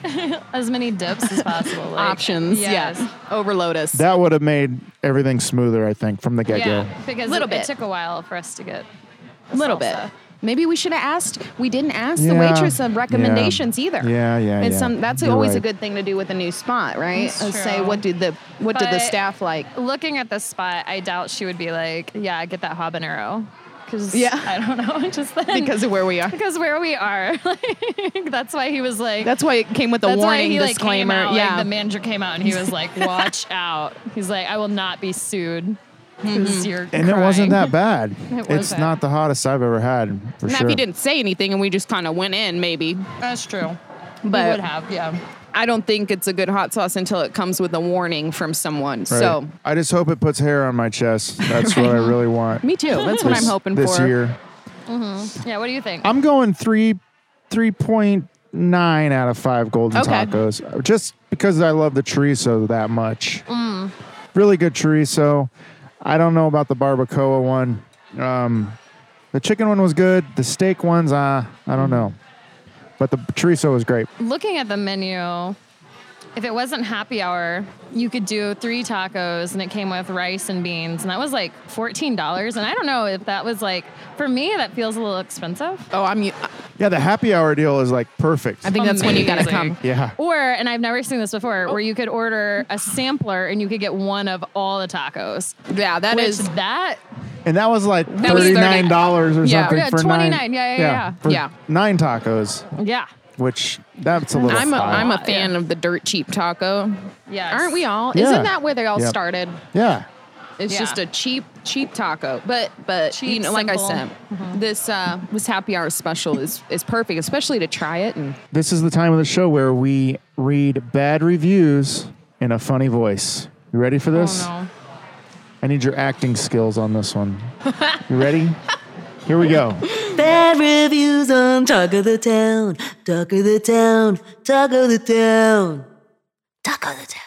Speaker 4: as many dips as possible. like,
Speaker 3: options. Yes. Overload us.
Speaker 1: That would have made everything smoother, I think, from the get go.
Speaker 4: Yeah, because
Speaker 3: Little
Speaker 4: it, it
Speaker 3: bit.
Speaker 4: took a while for us to get
Speaker 3: a little bit.
Speaker 4: salsa.
Speaker 3: Maybe we should have asked. We didn't ask
Speaker 1: Yeah.
Speaker 3: the waitress of recommendations
Speaker 1: Yeah.
Speaker 3: either.
Speaker 1: Yeah, yeah,
Speaker 3: And
Speaker 1: yeah.
Speaker 3: some that's
Speaker 1: You're
Speaker 3: always a
Speaker 1: right.
Speaker 3: good thing to do with a new spot, right?
Speaker 4: That's
Speaker 3: Uh, Say
Speaker 4: true.
Speaker 3: what did the what did the
Speaker 4: But-
Speaker 3: staff like?
Speaker 4: Looking at this spot, I doubt she would be like, "Yeah, get that habanero," because
Speaker 3: Yeah.
Speaker 4: I don't know, just then,
Speaker 3: Because of where we are.
Speaker 4: because where we are, like, that's why he was like,
Speaker 3: That's why it came with a
Speaker 4: That's
Speaker 3: warning
Speaker 4: why he, like,
Speaker 3: disclaimer.
Speaker 4: Came out, like,
Speaker 3: yeah.
Speaker 4: the manager came out and he was like, "Watch out." He's like, "I will not be sued."
Speaker 3: Mm-hmm.
Speaker 4: 'cause You're
Speaker 1: And it wasn't
Speaker 4: crying."
Speaker 1: that bad.
Speaker 4: It
Speaker 1: it's
Speaker 4: wasn't.
Speaker 1: not the hottest I've ever had, for
Speaker 3: now,
Speaker 1: sure.
Speaker 3: if he didn't say anything and we just kind of went in, maybe.
Speaker 4: That's true. But
Speaker 3: But-
Speaker 4: would have, yeah.
Speaker 3: I don't think it's a good hot sauce until it comes with a warning from someone.
Speaker 1: Right.
Speaker 3: So,
Speaker 1: I just hope it puts hair on my chest. That's what I really want.
Speaker 3: me too. That's what I'm
Speaker 1: this-
Speaker 3: hoping
Speaker 1: this
Speaker 3: for.
Speaker 1: year.
Speaker 4: Yeah. What do you think?
Speaker 1: I'm going three, three point nine out of five golden
Speaker 3: Okay.
Speaker 1: tacos, just because I love the chorizo that much.
Speaker 3: Mm.
Speaker 1: Really good chorizo. I don't know about the barbacoa one. Um, the chicken one was good. The steak ones, uh, I don't know. But the chorizo was great.
Speaker 4: Looking at the menu, if it wasn't happy hour, you could do three tacos and it came with rice and beans, and that was like fourteen dollars. And I don't know if that was like for me, that feels a little expensive.
Speaker 3: Oh, I'm. I
Speaker 1: Yeah, the happy hour deal is like perfect.
Speaker 3: think that's when you gotta
Speaker 4: Amazing.
Speaker 3: come. Oh.
Speaker 1: yeah.
Speaker 4: Or, and I've never seen this before, where you could order a sampler and you could get one of all the tacos.
Speaker 3: Yeah, that
Speaker 4: Which
Speaker 3: is.
Speaker 4: that
Speaker 1: And that was like
Speaker 3: That was
Speaker 1: thirty nine dollars or
Speaker 3: Yeah.
Speaker 1: something
Speaker 4: Yeah,
Speaker 1: for nine.
Speaker 4: 29. Yeah, yeah, yeah.
Speaker 1: for
Speaker 3: Yeah.
Speaker 1: nine tacos,
Speaker 4: yeah.
Speaker 1: which that's a little.
Speaker 3: I'm a,
Speaker 1: high.
Speaker 3: I'm a fan of the dirt cheap taco.
Speaker 4: Yes.
Speaker 3: Aren't we all?
Speaker 1: Yeah.
Speaker 3: Isn't that where they all
Speaker 1: Yep.
Speaker 3: started?
Speaker 1: yeah.
Speaker 3: It's
Speaker 4: Yeah.
Speaker 3: just a cheap, cheap taco. But but you
Speaker 4: Cheap,
Speaker 3: know, like I
Speaker 4: simple.
Speaker 3: said, this uh, this happy hour special is is perfect, especially to try it and
Speaker 1: This is the time of the show where we read bad reviews in a funny voice. You ready for this?
Speaker 4: Oh
Speaker 1: I need your acting skills on this one. You ready? Here we go.
Speaker 8: Bad reviews on Talk of the Town, Talk of the Town, Talk of the Town, Talk of the Town.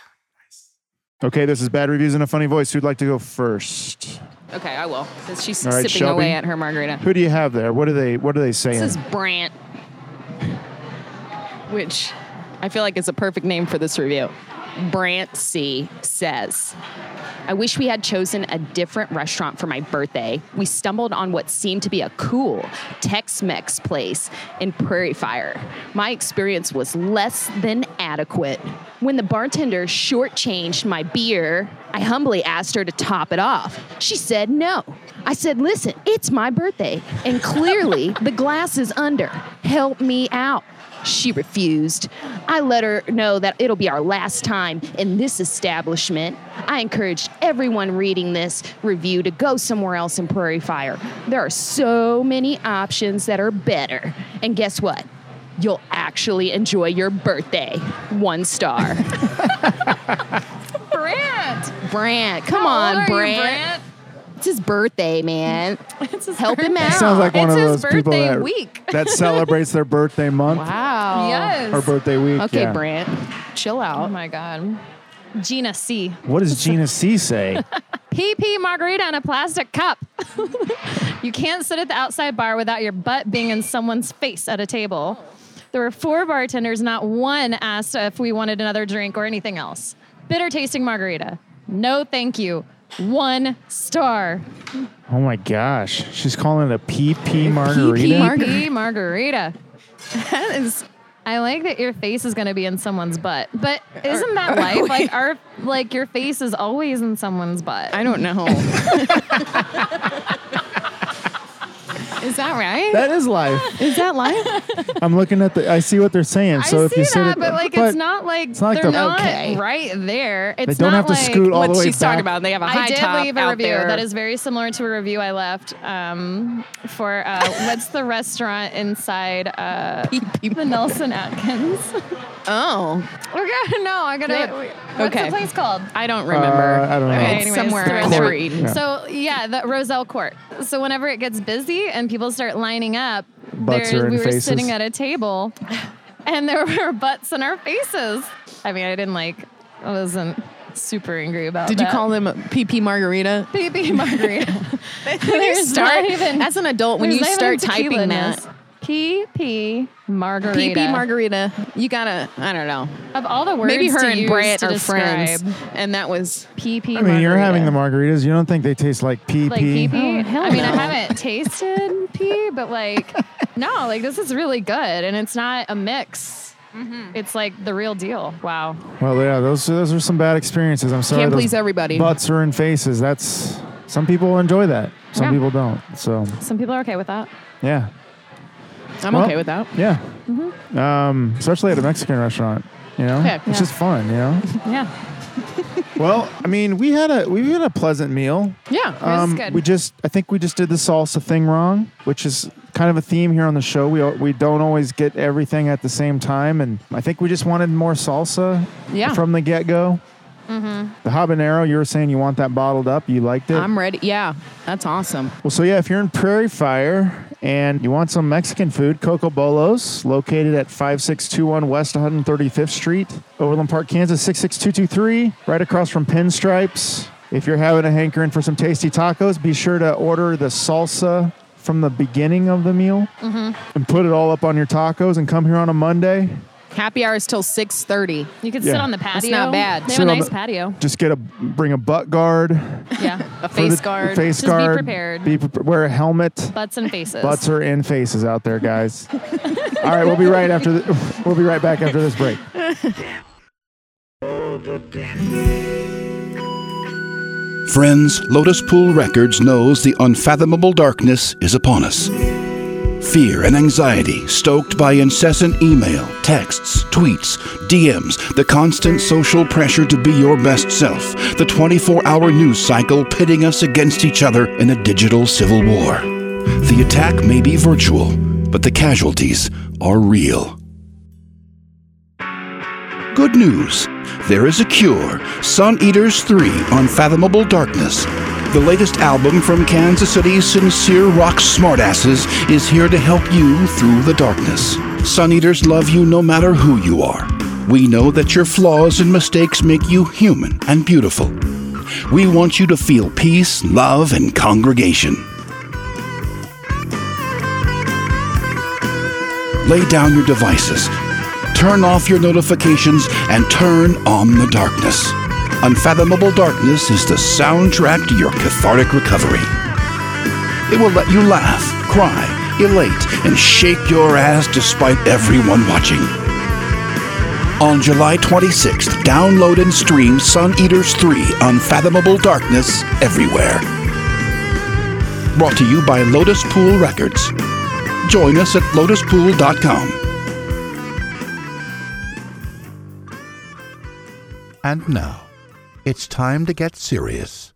Speaker 1: Okay, this is bad reviews in a funny voice. Who'd like to go first?
Speaker 3: Okay, I will. 'Cause She's
Speaker 1: All right,
Speaker 3: sipping
Speaker 1: Shelby.
Speaker 3: away at her margarita.
Speaker 1: Who do you have there? What are they? What are they saying?
Speaker 3: This is Brant, which I feel like is a perfect name for this review. Brant C says, I wish we had chosen a different restaurant for my birthday. We stumbled on what seemed to be a cool Tex Mex place in Prairie Fire. My experience was less than adequate. When the bartender shortchanged my beer, I humbly asked her to top it off. She said no. I said, Listen, it's my birthday, and clearly the glass is under. Help me out. She refused. I let her know that it'll be our last time in this establishment. I encouraged everyone reading this review to go somewhere else in Prairie Fire. There are so many options that are better. And guess what? You'll actually enjoy your birthday. One star.
Speaker 4: Brant.
Speaker 3: Brant, come
Speaker 4: How old
Speaker 3: on,
Speaker 4: are you,
Speaker 3: Brant. It's his birthday, man.
Speaker 4: It's his
Speaker 3: Help him
Speaker 4: birthday.
Speaker 3: out.
Speaker 1: Sounds like one of
Speaker 4: It's
Speaker 1: those
Speaker 4: his
Speaker 1: people
Speaker 4: birthday
Speaker 1: that,
Speaker 4: week.
Speaker 1: that celebrates their birthday month
Speaker 3: Wow.
Speaker 4: Yes.
Speaker 1: or birthday week.
Speaker 3: Okay,
Speaker 1: yeah.
Speaker 3: Brant, chill
Speaker 4: Oh
Speaker 3: out.
Speaker 4: my God. Gina C.
Speaker 1: What does Gina C say?
Speaker 4: PP margarita in a plastic cup. you can't sit at the outside bar without your butt being in someone's face at a table. There were four bartenders, not one asked if we wanted another drink or anything else. Bitter tasting margarita. No, thank you. One star.
Speaker 1: oh my gosh, she's calling it a PP margarita.
Speaker 4: PP margarita. That is. I like that your face is going to be in someone's butt, but isn't that life? Like our, like your face is always in someone's butt.
Speaker 3: I don't know. Is that right?
Speaker 1: that is life.
Speaker 3: Is that live?
Speaker 1: I'm looking at the. I see what they're saying. So
Speaker 4: I
Speaker 1: if
Speaker 4: see
Speaker 1: you sit
Speaker 4: that,
Speaker 1: at-
Speaker 4: but like it's not like
Speaker 1: not like the-
Speaker 4: they're not
Speaker 3: Okay.
Speaker 4: right there. It's
Speaker 1: They don't
Speaker 4: not
Speaker 1: have to
Speaker 4: like,
Speaker 1: scoot all
Speaker 3: what
Speaker 1: the way
Speaker 3: she's
Speaker 1: back.
Speaker 3: talking about. They have a high
Speaker 4: I did
Speaker 3: top
Speaker 4: leave a
Speaker 3: out
Speaker 4: review
Speaker 3: there.
Speaker 4: that is very similar to a review I left um, for uh, what's the restaurant inside uh, the Nelson Atkins.
Speaker 3: oh,
Speaker 4: We're gonna no, I'm gonna.
Speaker 3: Yeah.
Speaker 4: What's
Speaker 3: Okay.
Speaker 4: the place called?
Speaker 3: I don't remember.
Speaker 1: Uh, I don't know.
Speaker 4: Okay,
Speaker 3: It's
Speaker 4: anyways,
Speaker 3: somewhere
Speaker 4: the
Speaker 3: in
Speaker 4: restaurant.
Speaker 3: there. Yeah.
Speaker 4: So yeah, the Roselle Court. So whenever it gets busy and people start lining up,
Speaker 1: Butts
Speaker 4: there-
Speaker 1: are in
Speaker 4: we were
Speaker 1: faces.
Speaker 4: sitting at a table, and there were butts in our faces. I mean, I didn't like. I wasn't super angry about.
Speaker 3: Did you
Speaker 4: that.
Speaker 3: call them PP Margarita?
Speaker 4: baby margarita?
Speaker 3: When you
Speaker 4: There's
Speaker 3: start
Speaker 4: not even-
Speaker 3: as an adult, when
Speaker 4: There's
Speaker 3: you
Speaker 4: not
Speaker 3: start
Speaker 4: even tequila
Speaker 3: typing
Speaker 4: in
Speaker 3: that
Speaker 4: this. PP margarita.
Speaker 3: PP Margarita, you gotta I don't know.
Speaker 4: Of all the words,
Speaker 3: Maybe her
Speaker 4: to
Speaker 3: and
Speaker 4: use
Speaker 3: Brant
Speaker 4: to
Speaker 3: are
Speaker 4: describe
Speaker 3: friends, and that was
Speaker 4: PP.
Speaker 1: I mean, you're having the
Speaker 4: margarita.
Speaker 1: margaritas. You don't think they taste like PP?
Speaker 4: like pee pee.
Speaker 3: Oh, hell
Speaker 4: I mean, I
Speaker 3: no.
Speaker 4: haven't tasted pee, but like, no, like this is really good, and it's not a mix.
Speaker 3: Mm-hmm.
Speaker 4: It's like the real deal. Wow.
Speaker 1: Well, yeah, those those are some bad experiences. I'm sorry.
Speaker 3: Can't
Speaker 1: those
Speaker 3: please everybody.
Speaker 1: Butts are in faces. That's some people enjoy that. Some
Speaker 4: Yeah.
Speaker 1: people don't. So
Speaker 4: Some people are okay with that.
Speaker 1: yeah,
Speaker 3: I'm
Speaker 1: Well,
Speaker 3: okay with that.
Speaker 1: yeah.
Speaker 4: Mm-hmm.
Speaker 1: Um, especially at a Mexican restaurant. You know,
Speaker 3: Okay.
Speaker 1: it's just fun. You know.
Speaker 4: Yeah.
Speaker 1: well, I mean, we had a we had a pleasant meal.
Speaker 3: Yeah.
Speaker 1: Um,
Speaker 4: good.
Speaker 1: we just I think we just did the salsa thing wrong, which is kind of a theme here on the show. We we don't always get everything at the same time, and I think we just wanted more salsa.
Speaker 3: Yeah.
Speaker 1: From the get go. The habanero, you were saying you want that bottled up. You liked it.
Speaker 3: I'm ready. Yeah, that's awesome.
Speaker 1: Well, so yeah, if you're in Prairie Fire and you want some Mexican food, Coco Bolos, located at 5621 West 135th Street, Overland Park, Kansas 66223, right across from Pinstripes. If you're having a hankering for some tasty tacos, be sure to order the salsa from the beginning of the meal
Speaker 4: Mm-hmm.
Speaker 1: and put it all up on your tacos and come here on a Monday.
Speaker 3: Happy hours till six thirty.
Speaker 4: You could
Speaker 1: Yeah.
Speaker 4: sit on the patio.
Speaker 3: not bad.
Speaker 4: They have
Speaker 1: Sit
Speaker 4: a
Speaker 1: on
Speaker 4: nice
Speaker 1: the-
Speaker 4: patio.
Speaker 1: Just get a bring a butt guard,
Speaker 4: Yeah.
Speaker 3: A
Speaker 1: for
Speaker 3: face
Speaker 1: the-
Speaker 3: guard.
Speaker 1: face
Speaker 4: Just be
Speaker 1: guard.
Speaker 4: prepared.
Speaker 1: Be pre- wear a helmet.
Speaker 4: Butts and faces.
Speaker 1: Butts are in faces out there, guys. All right, we'll be right after. The, we'll be right back after this break.
Speaker 9: Friends, Lotus Pool Records knows the unfathomable darkness is upon us. Fear and anxiety, stoked by incessant email, texts, tweets, DMs, the constant social pressure to be your best self, the 24 hour news cycle pitting us against each other in a digital civil war. The attack may be virtual, but the casualties are real. Good news. There is a cure. Sun Eaters 3 Unfathomable Darkness. The latest album from Kansas City's sincere rock smartasses is here to help you through the darkness. Sun Eaters love you no matter who you are. We know that your flaws and mistakes make you human and beautiful. We want you to feel peace, love, and congregation. Lay down your devices, turn off your notifications, and turn on the darkness. Unfathomable Darkness is the soundtrack to your cathartic recovery. It will let you laugh, cry, elate, and shake your ass despite everyone watching. On July 26th, download and stream Sun Eaters 3 Unfathomable Darkness everywhere. Brought to you by Lotus Pool Records. Join us at lotuspool.com. And now, it's time to get serious.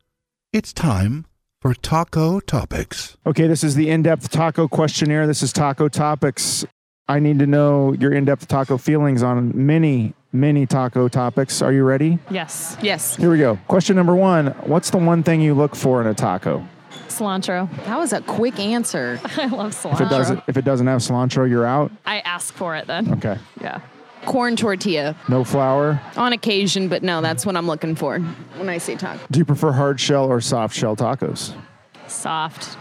Speaker 9: It's time for Taco Topics.
Speaker 1: Okay, this is the in depth taco questionnaire. This is taco topics. I need to know your in depth taco feelings on many, many taco topics. Are you ready?
Speaker 4: Yes.
Speaker 8: Yes.
Speaker 1: Here we go. Question number one What's the one thing you look for in a taco?
Speaker 4: Cilantro.
Speaker 8: That was a quick answer.
Speaker 4: I love cilantro.
Speaker 1: If it doesn't, if it doesn't have cilantro, you're out.
Speaker 4: I ask for it then.
Speaker 1: Okay.
Speaker 4: Yeah.
Speaker 8: Corn tortilla
Speaker 1: No flour.
Speaker 8: on occasion, but no, that's what I'm looking for when I say taco.
Speaker 1: Do you prefer hard shell or soft shell tacos?
Speaker 4: Soft.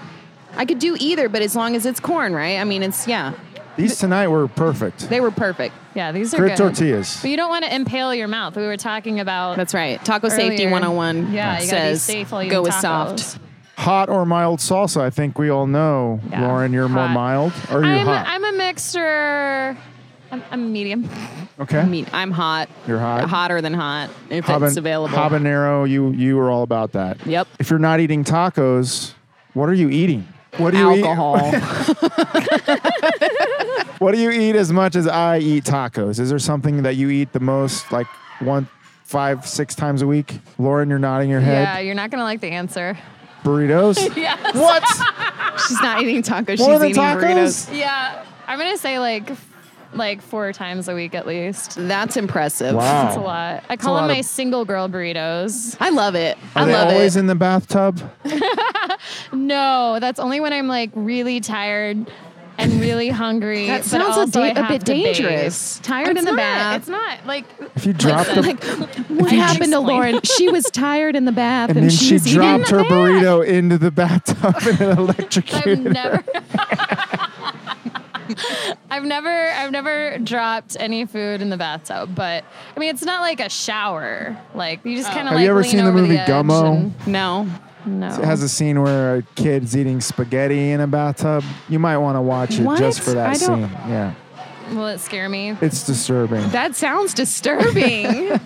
Speaker 8: I could do either, but as long as it's corn, right? I mean, it's yeah,
Speaker 1: These tonight were perfect.
Speaker 8: they were perfect.
Speaker 4: Yeah, these are
Speaker 1: Good
Speaker 4: good.
Speaker 1: tortillas.
Speaker 4: But you don't want to impale your mouth. We were talking about
Speaker 8: That's right. Taco safety
Speaker 4: Earlier.
Speaker 8: 101
Speaker 4: Yeah, you gotta be
Speaker 8: says
Speaker 4: safe while you
Speaker 8: go
Speaker 4: eat
Speaker 8: with
Speaker 4: tacos.
Speaker 8: soft.
Speaker 1: Hot or mild salsa? I think we all know,
Speaker 4: Yeah.
Speaker 1: Lauren. You're more
Speaker 4: Hot.
Speaker 1: mild, or you're
Speaker 4: I'm
Speaker 1: hot.
Speaker 4: A, I'm a mixer. I'm, I'm a medium.
Speaker 1: okay.
Speaker 8: I mean, I'm hot.
Speaker 1: You're hot?
Speaker 8: Hotter than hot if
Speaker 1: Haban-
Speaker 8: it's available.
Speaker 1: Habanero, you you are all about that.
Speaker 8: Yep.
Speaker 1: If you're not eating tacos, what are you eating? What do you
Speaker 8: Alcohol.
Speaker 1: eat? What do you eat as much as I eat tacos? Is there something that you eat the most, like one, five, six times a week? Lauren, you're nodding your
Speaker 4: Yeah,
Speaker 1: head.
Speaker 4: you're not gonna like the answer.
Speaker 1: Burritos.
Speaker 4: Yes.
Speaker 1: What?
Speaker 8: she's not eating tacos.
Speaker 1: More
Speaker 8: she's
Speaker 1: than
Speaker 8: eating burritos.
Speaker 1: tacos?
Speaker 4: Yeah. I'm gonna say like like four times a week at least.
Speaker 8: That's impressive.
Speaker 4: That's a
Speaker 1: Wow.
Speaker 4: lot. I call them
Speaker 1: Oh. lot
Speaker 4: my
Speaker 1: of-
Speaker 4: single girl burritos.
Speaker 8: I love it.
Speaker 1: Are
Speaker 8: I
Speaker 1: they
Speaker 8: love
Speaker 1: always
Speaker 8: it.
Speaker 1: in the bathtub?
Speaker 4: No, that's only when I'm like really tired and really hungry.
Speaker 8: That
Speaker 4: but
Speaker 8: sounds a
Speaker 4: also
Speaker 8: da-
Speaker 4: I
Speaker 8: a
Speaker 4: have
Speaker 8: bit
Speaker 4: to bathe.
Speaker 8: dangerous. Tired
Speaker 4: It's
Speaker 8: in the
Speaker 4: not,
Speaker 8: bath.
Speaker 4: It's not like
Speaker 1: If you drop the
Speaker 8: like, what
Speaker 4: I
Speaker 8: happened to
Speaker 4: explain.
Speaker 8: Lauren? She was tired in the bath,
Speaker 1: and then she
Speaker 8: she's
Speaker 1: dropped
Speaker 8: eating.
Speaker 1: her burrito into the bathtub and it
Speaker 4: I've
Speaker 1: electrocuted. her.
Speaker 4: never. I've never I've never dropped any food in the bathtub, but I mean it's not like a shower. Like you just kind of
Speaker 1: Have
Speaker 4: like
Speaker 1: you ever
Speaker 4: lean
Speaker 1: seen the
Speaker 4: over
Speaker 1: movie
Speaker 4: edge
Speaker 1: Gummo?
Speaker 4: and-
Speaker 8: Oh. No,
Speaker 4: no.
Speaker 1: It has a scene where a kid's eating spaghetti in a bathtub. You might want to watch it just
Speaker 8: What?
Speaker 1: for that
Speaker 8: I
Speaker 1: scene.
Speaker 8: don't-
Speaker 1: Yeah.
Speaker 4: Will it scare me?
Speaker 1: It's disturbing.
Speaker 8: that sounds disturbing.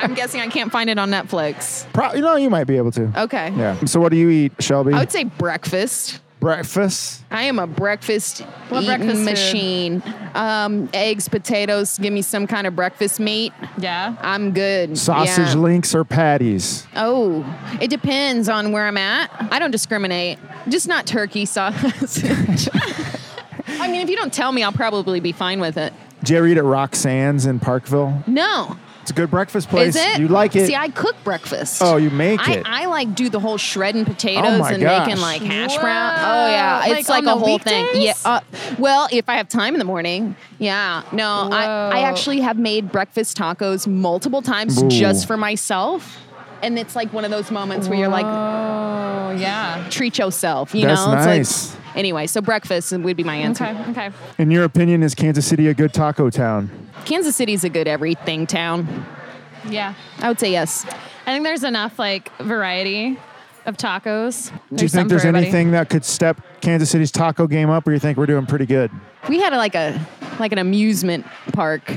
Speaker 8: I'm guessing I can't find it on Netflix.
Speaker 1: Pro- you know, you might be able to.
Speaker 8: Okay.
Speaker 1: Yeah. So, what do you eat, Shelby?
Speaker 8: Oh. I would say breakfast.
Speaker 1: Breakfast.
Speaker 8: I am a breakfast
Speaker 4: What
Speaker 8: eating
Speaker 4: breakfast food?
Speaker 8: machine. Um, eggs, potatoes. Give me some kind of breakfast meat.
Speaker 4: Yeah.
Speaker 8: I'm good.
Speaker 1: Sausage
Speaker 8: Yeah.
Speaker 1: links or patties?
Speaker 8: Oh, it depends on where I'm at. I don't discriminate. Just not turkey sausage. I mean, if you don't tell me, I'll probably be fine with it.
Speaker 1: Did you ever eat at Roxanne's in Parkville?
Speaker 8: No.
Speaker 1: It's a good breakfast place.
Speaker 8: Is it?
Speaker 1: You like it?
Speaker 8: See, I cook breakfast.
Speaker 1: oh, you make
Speaker 8: I,
Speaker 1: it.
Speaker 8: I like do the whole shredding potatoes
Speaker 1: Oh my
Speaker 8: and
Speaker 1: gosh.
Speaker 8: making like hash
Speaker 4: Whoa.
Speaker 8: brown. Oh yeah,
Speaker 4: Like
Speaker 8: it's like,
Speaker 4: on
Speaker 8: a
Speaker 4: the
Speaker 8: whole thing. Yeah.
Speaker 4: weekdays?
Speaker 8: Uh, well, if I have time in the morning, yeah. No,
Speaker 4: Whoa.
Speaker 8: I I actually have made breakfast tacos multiple times
Speaker 1: Ooh.
Speaker 8: just for myself, and it's like one of those moments where you're like
Speaker 4: Oh yeah.
Speaker 8: treat yourself. You
Speaker 1: That's
Speaker 8: know,
Speaker 1: nice.
Speaker 8: It's like, anyway, so breakfast would be my answer.
Speaker 4: Okay. Okay.
Speaker 1: In your opinion, is Kansas City a good taco town?
Speaker 8: Kansas City's a good everything town.
Speaker 4: Yeah.
Speaker 8: I would say yes.
Speaker 4: I think there's enough like variety of tacos.
Speaker 1: Do you think there's anything that could step Kansas City's taco game up, or you think we're doing pretty good?
Speaker 8: We had like a like an amusement park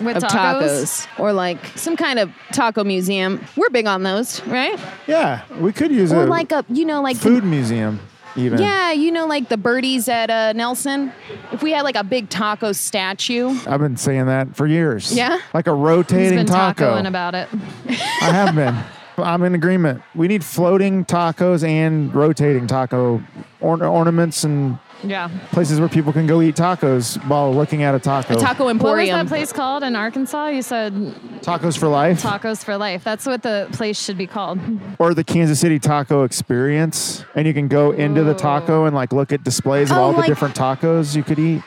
Speaker 4: with
Speaker 8: of tacos. or like some kind of taco museum. We're big on those, right?
Speaker 1: Yeah, we could use
Speaker 8: Or
Speaker 1: a
Speaker 8: like a you know like the-
Speaker 1: food museum, even.
Speaker 8: yeah, you know like the birdies at uh, Nelson. If we had like a big taco statue,
Speaker 1: I've been saying that for years.
Speaker 8: Yeah?
Speaker 1: Like a
Speaker 4: He's
Speaker 1: rotating
Speaker 4: been
Speaker 1: taco.
Speaker 4: tacoing about it.
Speaker 1: I have been. I'm in agreement. We need floating tacos and rotating taco or- ornaments and
Speaker 4: Yeah.
Speaker 1: places where people can go eat tacos while looking at a taco.
Speaker 8: taco
Speaker 4: What was that
Speaker 8: emporium.
Speaker 4: place called in Arkansas? You said
Speaker 1: Tacos for life
Speaker 4: Tacos for Life. That's what the place should be called.
Speaker 1: or the Kansas City Taco Experience. And you can go into the taco and like look at displays of
Speaker 8: Oh,
Speaker 1: all the
Speaker 8: like-
Speaker 1: different tacos you could eat.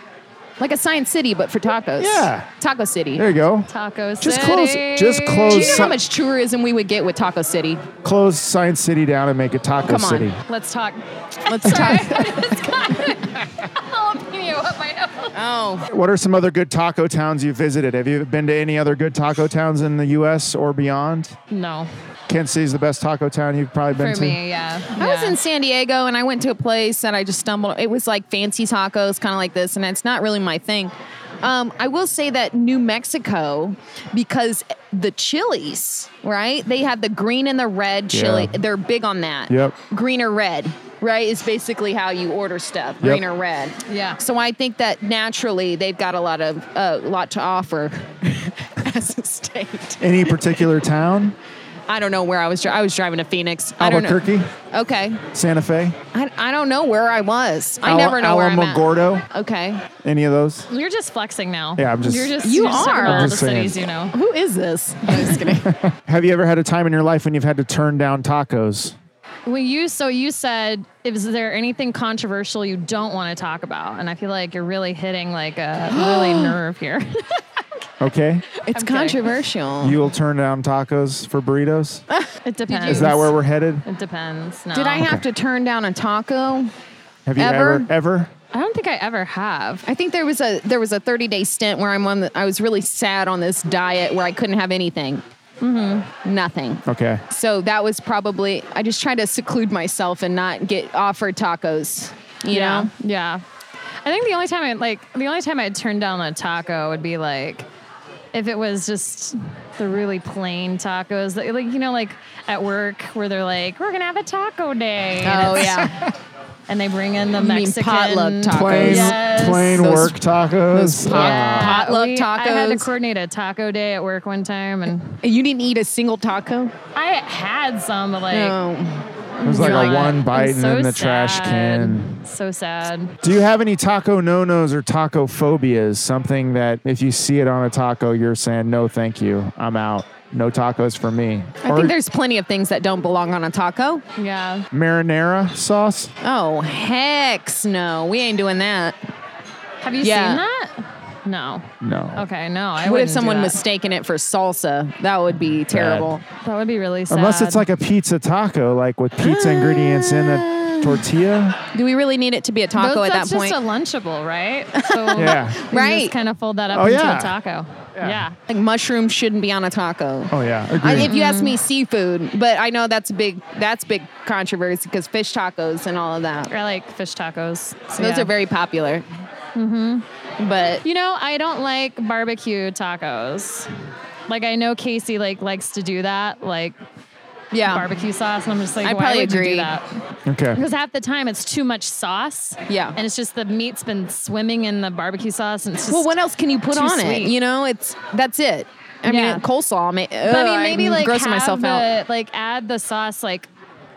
Speaker 8: Like a Science City, but for tacos.
Speaker 1: Yeah.
Speaker 8: Taco City.
Speaker 1: There you go.
Speaker 4: Taco City.
Speaker 1: Just close. Just close.
Speaker 8: Do you know how
Speaker 1: Sci-
Speaker 8: much tourism we would get with Taco City?
Speaker 1: close Science City down and make it Taco
Speaker 8: Come on.
Speaker 1: City.
Speaker 4: Let's talk.
Speaker 8: Let's talk.
Speaker 4: Jalapeno up my nose.
Speaker 8: Oh,
Speaker 1: What are some other good taco towns you visited? Have you been to any other good taco towns in the U.S. or beyond?
Speaker 4: No,
Speaker 1: Kansas City's the best taco town you've probably been
Speaker 4: for
Speaker 1: to.
Speaker 4: me, yeah.
Speaker 8: I was
Speaker 4: Yeah.
Speaker 8: in San Diego and I went to a place and I just stumbled. It was like fancy tacos, kind of like this, and it's not really my thing. Um, I will say that New Mexico, because the chilies, right? They have the green and the red chili.
Speaker 1: Yeah.
Speaker 8: They're big on that.
Speaker 1: Yep.
Speaker 8: Green or red, right? Is basically how you order stuff.
Speaker 1: Yep.
Speaker 8: Green or red.
Speaker 4: Yeah.
Speaker 8: So I think that naturally they've got a lot of a lot to offer as a state.
Speaker 1: Any particular town?
Speaker 8: I don't know where I was. Dri- I was driving to Phoenix. I don't know.
Speaker 1: Albuquerque,
Speaker 8: Okay.
Speaker 1: Santa Fe,
Speaker 8: I, I don't know where I was. I
Speaker 1: Ala-
Speaker 8: never know where I'm at.
Speaker 1: Alamogordo,
Speaker 8: Okay.
Speaker 1: any of those?
Speaker 4: You're just flexing now.
Speaker 1: Yeah, I'm just-
Speaker 4: You're just.
Speaker 8: You
Speaker 4: You are.
Speaker 8: are.
Speaker 4: All
Speaker 1: I'm
Speaker 4: the
Speaker 1: just saying.
Speaker 4: cities you know.
Speaker 8: Who is this? I'm just kidding.
Speaker 1: Have you ever had a time in your life when you've had to turn down tacos?
Speaker 4: Well, you so you said, is there anything controversial you don't want to talk about? And I feel like you're really hitting like a really nerve here.
Speaker 1: Okay,
Speaker 8: It's
Speaker 4: I'm kidding.
Speaker 8: controversial.
Speaker 1: you'll turn down tacos for burritos.
Speaker 4: it depends.
Speaker 1: Is that where we're headed?
Speaker 4: It depends. No.
Speaker 8: Did I have to turn down a taco?
Speaker 1: Have you
Speaker 8: Ever?
Speaker 1: ever, ever?
Speaker 4: I don't think I ever have.
Speaker 8: I think there was a there was a 30 day stint where I'm on. The, I was really sad on this diet where I couldn't have anything. Mm-hmm. Nothing.
Speaker 1: Okay.
Speaker 8: So that was probably I just tried to seclude myself and not get offered tacos. You
Speaker 4: yeah.
Speaker 8: know.
Speaker 4: Yeah. I think the only time I like the only time I'd turn down a taco would be like if it was just the really plain tacos that like you know like at work where they're like we're gonna have a taco day and
Speaker 8: Oh
Speaker 4: it's-
Speaker 8: yeah.
Speaker 4: and they bring in the
Speaker 8: You mean
Speaker 4: Mexican
Speaker 8: potluck tacos.
Speaker 1: Plain,
Speaker 4: Yes.
Speaker 1: plain uh,
Speaker 8: Those-
Speaker 1: work tacos.
Speaker 8: pot-
Speaker 4: Yeah,
Speaker 8: Potluck
Speaker 4: we- I had to
Speaker 8: tacos.
Speaker 4: coordinate a taco day at work one time, and
Speaker 8: you didn't eat a single taco.
Speaker 4: I had some but, like
Speaker 8: No.
Speaker 1: it was like a
Speaker 4: God,
Speaker 1: one bite
Speaker 4: I'm
Speaker 1: and
Speaker 4: so
Speaker 1: then the trash
Speaker 4: sad.
Speaker 1: can.
Speaker 4: So sad.
Speaker 1: Do you have any taco no nos or taco phobias? Something that if you see it on a taco, you're saying, no, thank you. I'm out. No tacos for me.
Speaker 8: I think there's plenty of things that don't belong on a taco.
Speaker 4: Yeah,
Speaker 1: marinara sauce.
Speaker 8: Oh, hecks no. We ain't doing that.
Speaker 4: have you
Speaker 8: Yeah.
Speaker 4: seen that? No.
Speaker 1: No.
Speaker 4: Okay, no. I
Speaker 8: what if
Speaker 4: wouldn't do
Speaker 8: someone
Speaker 4: that.
Speaker 8: mistaken it for salsa? That would be terrible.
Speaker 4: That would be really sad.
Speaker 1: Unless it's like a pizza taco, like with pizza
Speaker 8: Ah.
Speaker 1: ingredients in a tortilla.
Speaker 8: Do we really need it to be a
Speaker 4: Those-
Speaker 8: taco at that
Speaker 4: that's
Speaker 8: point?
Speaker 4: just a lunchable, right? So
Speaker 1: Yeah.
Speaker 4: you
Speaker 8: Right.
Speaker 4: Just kind of fold that up
Speaker 1: Oh,
Speaker 4: into
Speaker 1: yeah.
Speaker 4: a taco. Yeah.
Speaker 8: like mushrooms shouldn't be on a taco.
Speaker 1: Oh yeah.
Speaker 8: I,
Speaker 1: Agreed.
Speaker 8: if you ask me, seafood, but I know that's a big that's big controversy because fish tacos and all of that.
Speaker 4: I like fish tacos. So
Speaker 8: Those
Speaker 4: yeah.
Speaker 8: are very popular. Mm-hmm. But
Speaker 4: You know, I don't like barbecue tacos. Like I know Casey like likes to do that, like
Speaker 8: yeah,
Speaker 4: barbecue sauce, and I'm just like,
Speaker 8: I
Speaker 4: why
Speaker 8: probably
Speaker 4: would you
Speaker 8: agree.
Speaker 4: do that?
Speaker 1: okay.
Speaker 4: Because half the time it's too much sauce.
Speaker 8: Yeah.
Speaker 4: And it's just the meat's been swimming in the barbecue sauce, and it's just.
Speaker 8: well, what else can you put
Speaker 4: too
Speaker 8: on it?
Speaker 4: sweet.
Speaker 8: You know, it's that's it. I
Speaker 4: Yeah.
Speaker 8: mean, coleslaw. May,
Speaker 4: But I mean, maybe
Speaker 8: am
Speaker 4: like
Speaker 8: Oh, grossing
Speaker 4: have
Speaker 8: myself
Speaker 4: the,
Speaker 8: out.
Speaker 4: like add the sauce like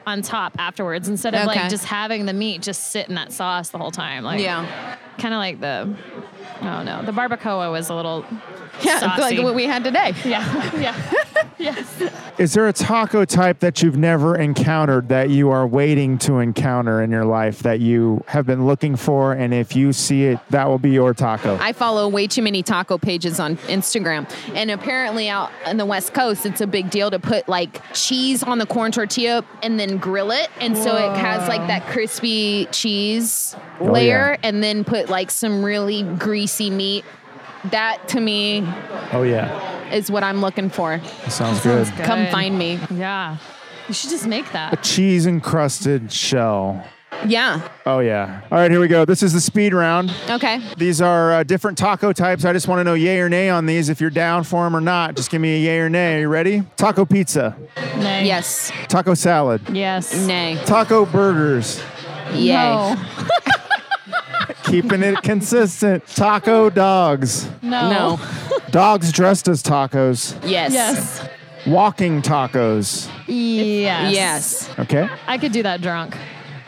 Speaker 4: on top afterwards instead of
Speaker 8: Okay.
Speaker 4: like just having the meat just sit in that sauce the whole time. Like,
Speaker 8: Yeah,
Speaker 4: Kind of like the. I don't know. The barbacoa was a little.
Speaker 8: yeah,
Speaker 4: saucy.
Speaker 8: like what we had today.
Speaker 4: Yeah. Yeah. yes.
Speaker 1: Is there a taco type that you've never encountered that you are waiting to encounter in your life that you have been looking for, and if you see it, that will be your taco?
Speaker 8: I follow way too many taco pages on Instagram. And apparently, out on the West Coast, it's a big deal to put like cheese on the corn tortilla and then grill it. And so it has like that crispy cheese
Speaker 1: Oh,
Speaker 8: layer
Speaker 1: yeah.
Speaker 8: and then put like some really greasy meat. That to me
Speaker 1: oh yeah.
Speaker 8: is what I'm looking for.
Speaker 1: Sounds good.
Speaker 8: Come
Speaker 4: Good.
Speaker 8: find me.
Speaker 4: Yeah. You should just make that.
Speaker 1: Cheese encrusted shell.
Speaker 8: Yeah.
Speaker 1: Oh, yeah. All right, here we go. This is the speed round.
Speaker 8: Okay.
Speaker 1: These are uh, different taco types. I just want to know yay or nay on these. If you're down for them or not, just give me a yay or nay. Are you ready? Taco pizza,
Speaker 4: Nay.
Speaker 8: Yes.
Speaker 1: taco salad,
Speaker 4: Yes.
Speaker 8: Nay.
Speaker 1: taco burgers.
Speaker 8: Yay.
Speaker 4: No.
Speaker 1: Keeping it consistent. Taco dogs.
Speaker 4: No.
Speaker 8: No.
Speaker 1: Dogs dressed as tacos.
Speaker 8: Yes.
Speaker 4: Yes.
Speaker 1: Walking tacos.
Speaker 4: Yes.
Speaker 8: Yes.
Speaker 1: Okay.
Speaker 4: I could do that drunk.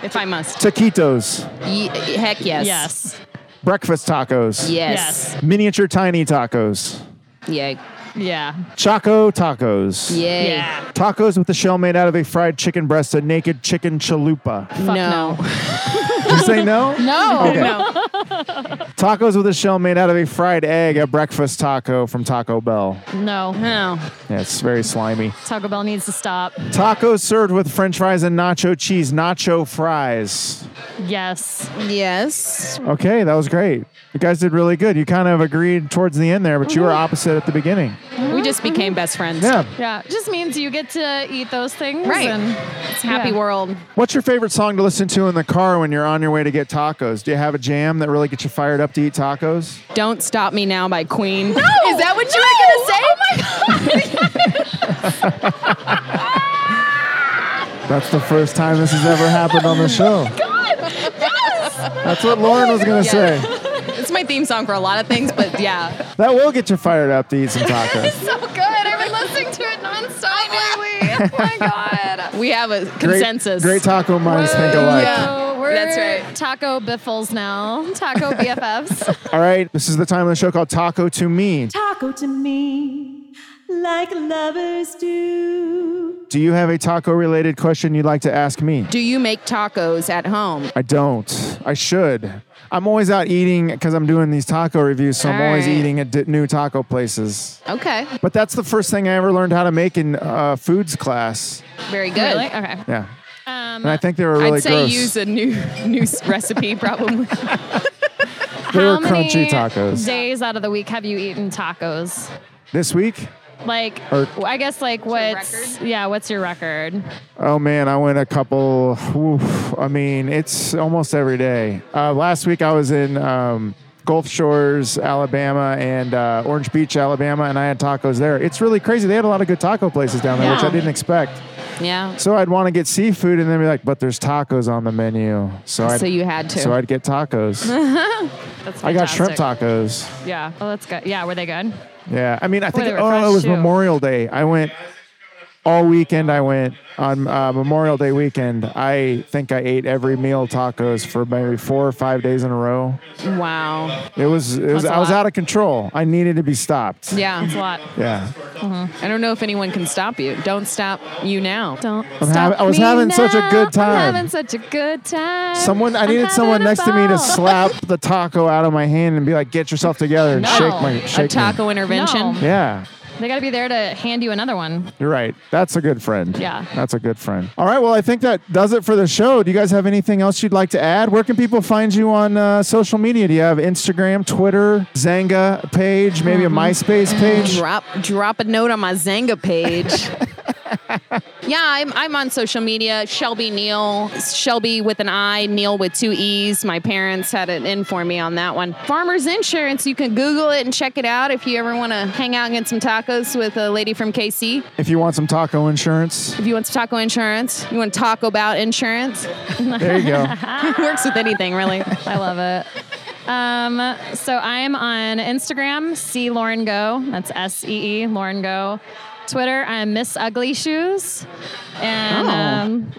Speaker 8: If I must.
Speaker 1: Taquitos.
Speaker 8: Ye- heck yes.
Speaker 4: Yes.
Speaker 1: Breakfast tacos.
Speaker 8: Yes.
Speaker 1: Miniature tiny tacos.
Speaker 8: Yay.
Speaker 4: Yeah.
Speaker 1: Choco tacos.
Speaker 8: Yay.
Speaker 4: Yeah.
Speaker 1: Tacos with a shell made out of a fried chicken breast, a naked chicken chalupa.
Speaker 4: Fuck
Speaker 8: no.
Speaker 4: no.
Speaker 1: You say no?
Speaker 4: No.
Speaker 1: Okay.
Speaker 8: No.
Speaker 1: Tacos with a shell made out of a fried egg, a breakfast taco from Taco Bell.
Speaker 4: No,
Speaker 8: No.
Speaker 1: Yeah, it's very slimy.
Speaker 4: Taco Bell needs to stop.
Speaker 1: Tacos served with french fries and nacho cheese, nacho fries.
Speaker 4: Yes.
Speaker 8: Yes.
Speaker 1: Okay, that was great. You guys did really good. You kind of agreed towards the end there, but you
Speaker 8: Mm-hmm.
Speaker 1: were opposite at the beginning.
Speaker 8: We just became best friends.
Speaker 1: Yeah.
Speaker 4: Yeah. It just means you get to eat those things.
Speaker 8: Right.
Speaker 4: And
Speaker 8: It's a happy
Speaker 4: Yeah.
Speaker 8: world.
Speaker 1: What's your favorite song to listen to in the car when you're on your way to get tacos? Do you have a jam that really gets you fired up to eat tacos?
Speaker 8: Don't Stop Me Now by Queen. No, Is that what you
Speaker 4: Oh
Speaker 8: were going to say?
Speaker 1: That's the first time this has ever happened on
Speaker 8: Oh
Speaker 1: the show. That's what Lauren was going to say.
Speaker 8: It's my theme song for a lot of things, but yeah.
Speaker 1: That will get you fired up to eat some tacos.
Speaker 4: so good. I've been listening to it nonstop lately. Oh my god.
Speaker 8: We have a
Speaker 1: Great-
Speaker 8: consensus.
Speaker 1: Great, taco minds think alike.
Speaker 4: So we're
Speaker 8: That's right.
Speaker 4: Taco Biffles now. Taco BFFs.
Speaker 1: All right, this is the time of the show called Taco to Me.
Speaker 10: Taco to me, like lovers do.
Speaker 1: Do you have a taco related question you'd like to ask me?
Speaker 8: Do you make tacos at home?
Speaker 1: I don't. I should. I'm always out eating because I'm doing these taco reviews, so I'm
Speaker 8: All
Speaker 1: always
Speaker 8: right.
Speaker 1: eating at di- new taco places.
Speaker 8: Okay.
Speaker 1: But that's the first thing I ever learned how to make in uh, foods class.
Speaker 8: Very good.
Speaker 4: Really? Okay.
Speaker 1: Yeah.
Speaker 4: Um,
Speaker 1: And I think they were really
Speaker 8: I'd say
Speaker 1: gross.
Speaker 8: use a new new s- recipe probably.
Speaker 1: they were
Speaker 4: how
Speaker 1: crunchy
Speaker 4: many
Speaker 1: tacos.
Speaker 4: days out of the week have you eaten tacos?
Speaker 1: This week?
Speaker 4: Like,
Speaker 1: Or-
Speaker 4: I guess, like, what's yeah? What's your record?
Speaker 1: Oh man, I went a couple. oof, I mean, it's almost every day. Uh, last week I was in um, Gulf Shores, Alabama, and uh, Orange Beach, Alabama, and I had tacos there. It's really crazy. They had a lot of good taco places down there, which I
Speaker 4: Yeah.
Speaker 1: didn't expect.
Speaker 8: yeah.
Speaker 1: So I'd want to get seafood, and then be like, "But there's tacos on the menu." So I
Speaker 8: Oh, So you had to.
Speaker 1: So I'd get tacos.
Speaker 4: That's
Speaker 1: I got shrimp
Speaker 4: fantastic.
Speaker 1: tacos.
Speaker 4: Yeah. Oh, that's good. Yeah. Were they good?
Speaker 1: Yeah, I mean, I think
Speaker 4: they were
Speaker 1: oh no, it
Speaker 4: fresh,
Speaker 1: was
Speaker 4: too.
Speaker 1: Memorial Day. I went all weekend. I went on uh, Memorial Day weekend. I think I ate every meal tacos for maybe four or five days in a row.
Speaker 8: wow.
Speaker 1: It was, it was
Speaker 4: That's a
Speaker 1: I was
Speaker 4: lot.
Speaker 1: out of control. I needed to be stopped.
Speaker 4: That's a
Speaker 8: Yeah.
Speaker 4: lot.
Speaker 1: Yeah.
Speaker 8: I don't know if anyone can stop you. Don't stop you now.
Speaker 4: Don't
Speaker 1: I'm
Speaker 4: stop
Speaker 1: having- I was
Speaker 4: me
Speaker 1: having
Speaker 4: now.
Speaker 1: such a good time.
Speaker 4: I'm having such a good time.
Speaker 1: Someone I
Speaker 4: I'm
Speaker 1: needed
Speaker 4: having
Speaker 1: someone
Speaker 4: a
Speaker 1: next to me to
Speaker 4: ball.
Speaker 1: slap the taco out of my hand and be like, "Get yourself together and
Speaker 4: No.
Speaker 1: shake my shake
Speaker 8: a
Speaker 1: me."
Speaker 8: taco intervention.
Speaker 4: No.
Speaker 1: Yeah.
Speaker 4: They got to be there to hand you another one.
Speaker 1: You're right. That's a good friend.
Speaker 4: Yeah.
Speaker 1: That's a good friend. All right. Well, I think that does it for the show. Do you guys have anything else you'd like to add? Where can people find you on uh, social media? Do you have Instagram, Twitter, Zanga page, maybe
Speaker 8: Mm-hmm.
Speaker 1: a MySpace page?
Speaker 8: Drop drop a note on my Zanga page. yeah, I'm, I'm on social media. Shelby Neal, Shelby with an I, Neal with two E's. My parents had it in for me on that one. Farmers Insurance, you can Google it and check it out if you ever want to hang out and get some tacos with a lady from KC.
Speaker 1: If you want some taco insurance,
Speaker 8: If you want some taco insurance, you want to talk about insurance.
Speaker 1: there you go.
Speaker 8: Works with anything, really.
Speaker 4: I love it. Um, so I'm on Instagram, C Lauren Go. That's S E E Lauren Go. Twitter, I'm Miss Ugly Shoes. And
Speaker 8: Oh.
Speaker 4: um,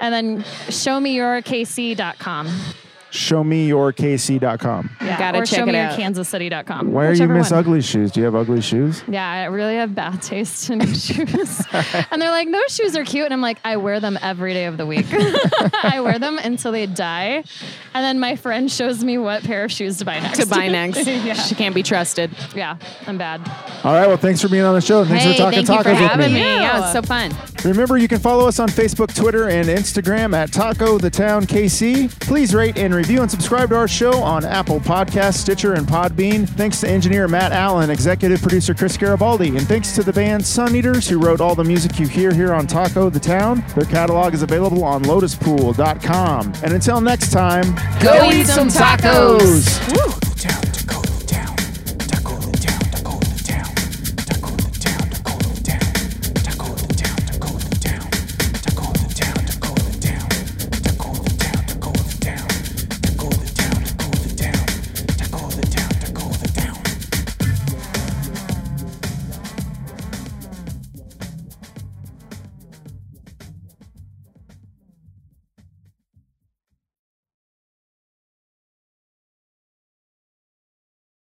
Speaker 4: and then showmeyourkc.com.
Speaker 1: Show me your KC.com.
Speaker 8: Gotta
Speaker 4: or
Speaker 8: check it out.
Speaker 4: showmeyourkansascity.com.
Speaker 1: Why are you
Speaker 4: whichever
Speaker 1: miss
Speaker 4: one.
Speaker 1: ugly shoes? Do you have ugly shoes?
Speaker 4: Yeah, I really have bad taste in shoes. and they're like, those shoes are cute. And I'm like, I wear them every day of the week. I wear them until they die. And then my friend shows me what pair of shoes to buy next.
Speaker 8: to buy next.
Speaker 4: Yeah.
Speaker 8: She can't be trusted.
Speaker 4: yeah, I'm bad.
Speaker 1: All right. Well, thanks for being on the show. and Thanks
Speaker 8: hey,
Speaker 1: for talking
Speaker 8: thank
Speaker 1: tacos
Speaker 8: you for
Speaker 1: with
Speaker 8: having
Speaker 1: me.
Speaker 8: me. Yeah, it was
Speaker 4: Yeah.
Speaker 8: so fun.
Speaker 1: Remember, you can follow us on Facebook, Twitter, and Instagram at Taco the Town KC. Please rate and review and subscribe to our show on Apple Podcasts, Stitcher, and Podbean. Thanks to engineer Matt Allen, executive producer Chris Garibaldi, and thanks to the band Sun Eaters who wrote all the music you hear here on Taco the Town. Their catalog is available on lotuspool.com. And until next time,
Speaker 8: Go eat some tacos.
Speaker 2: Taco the town,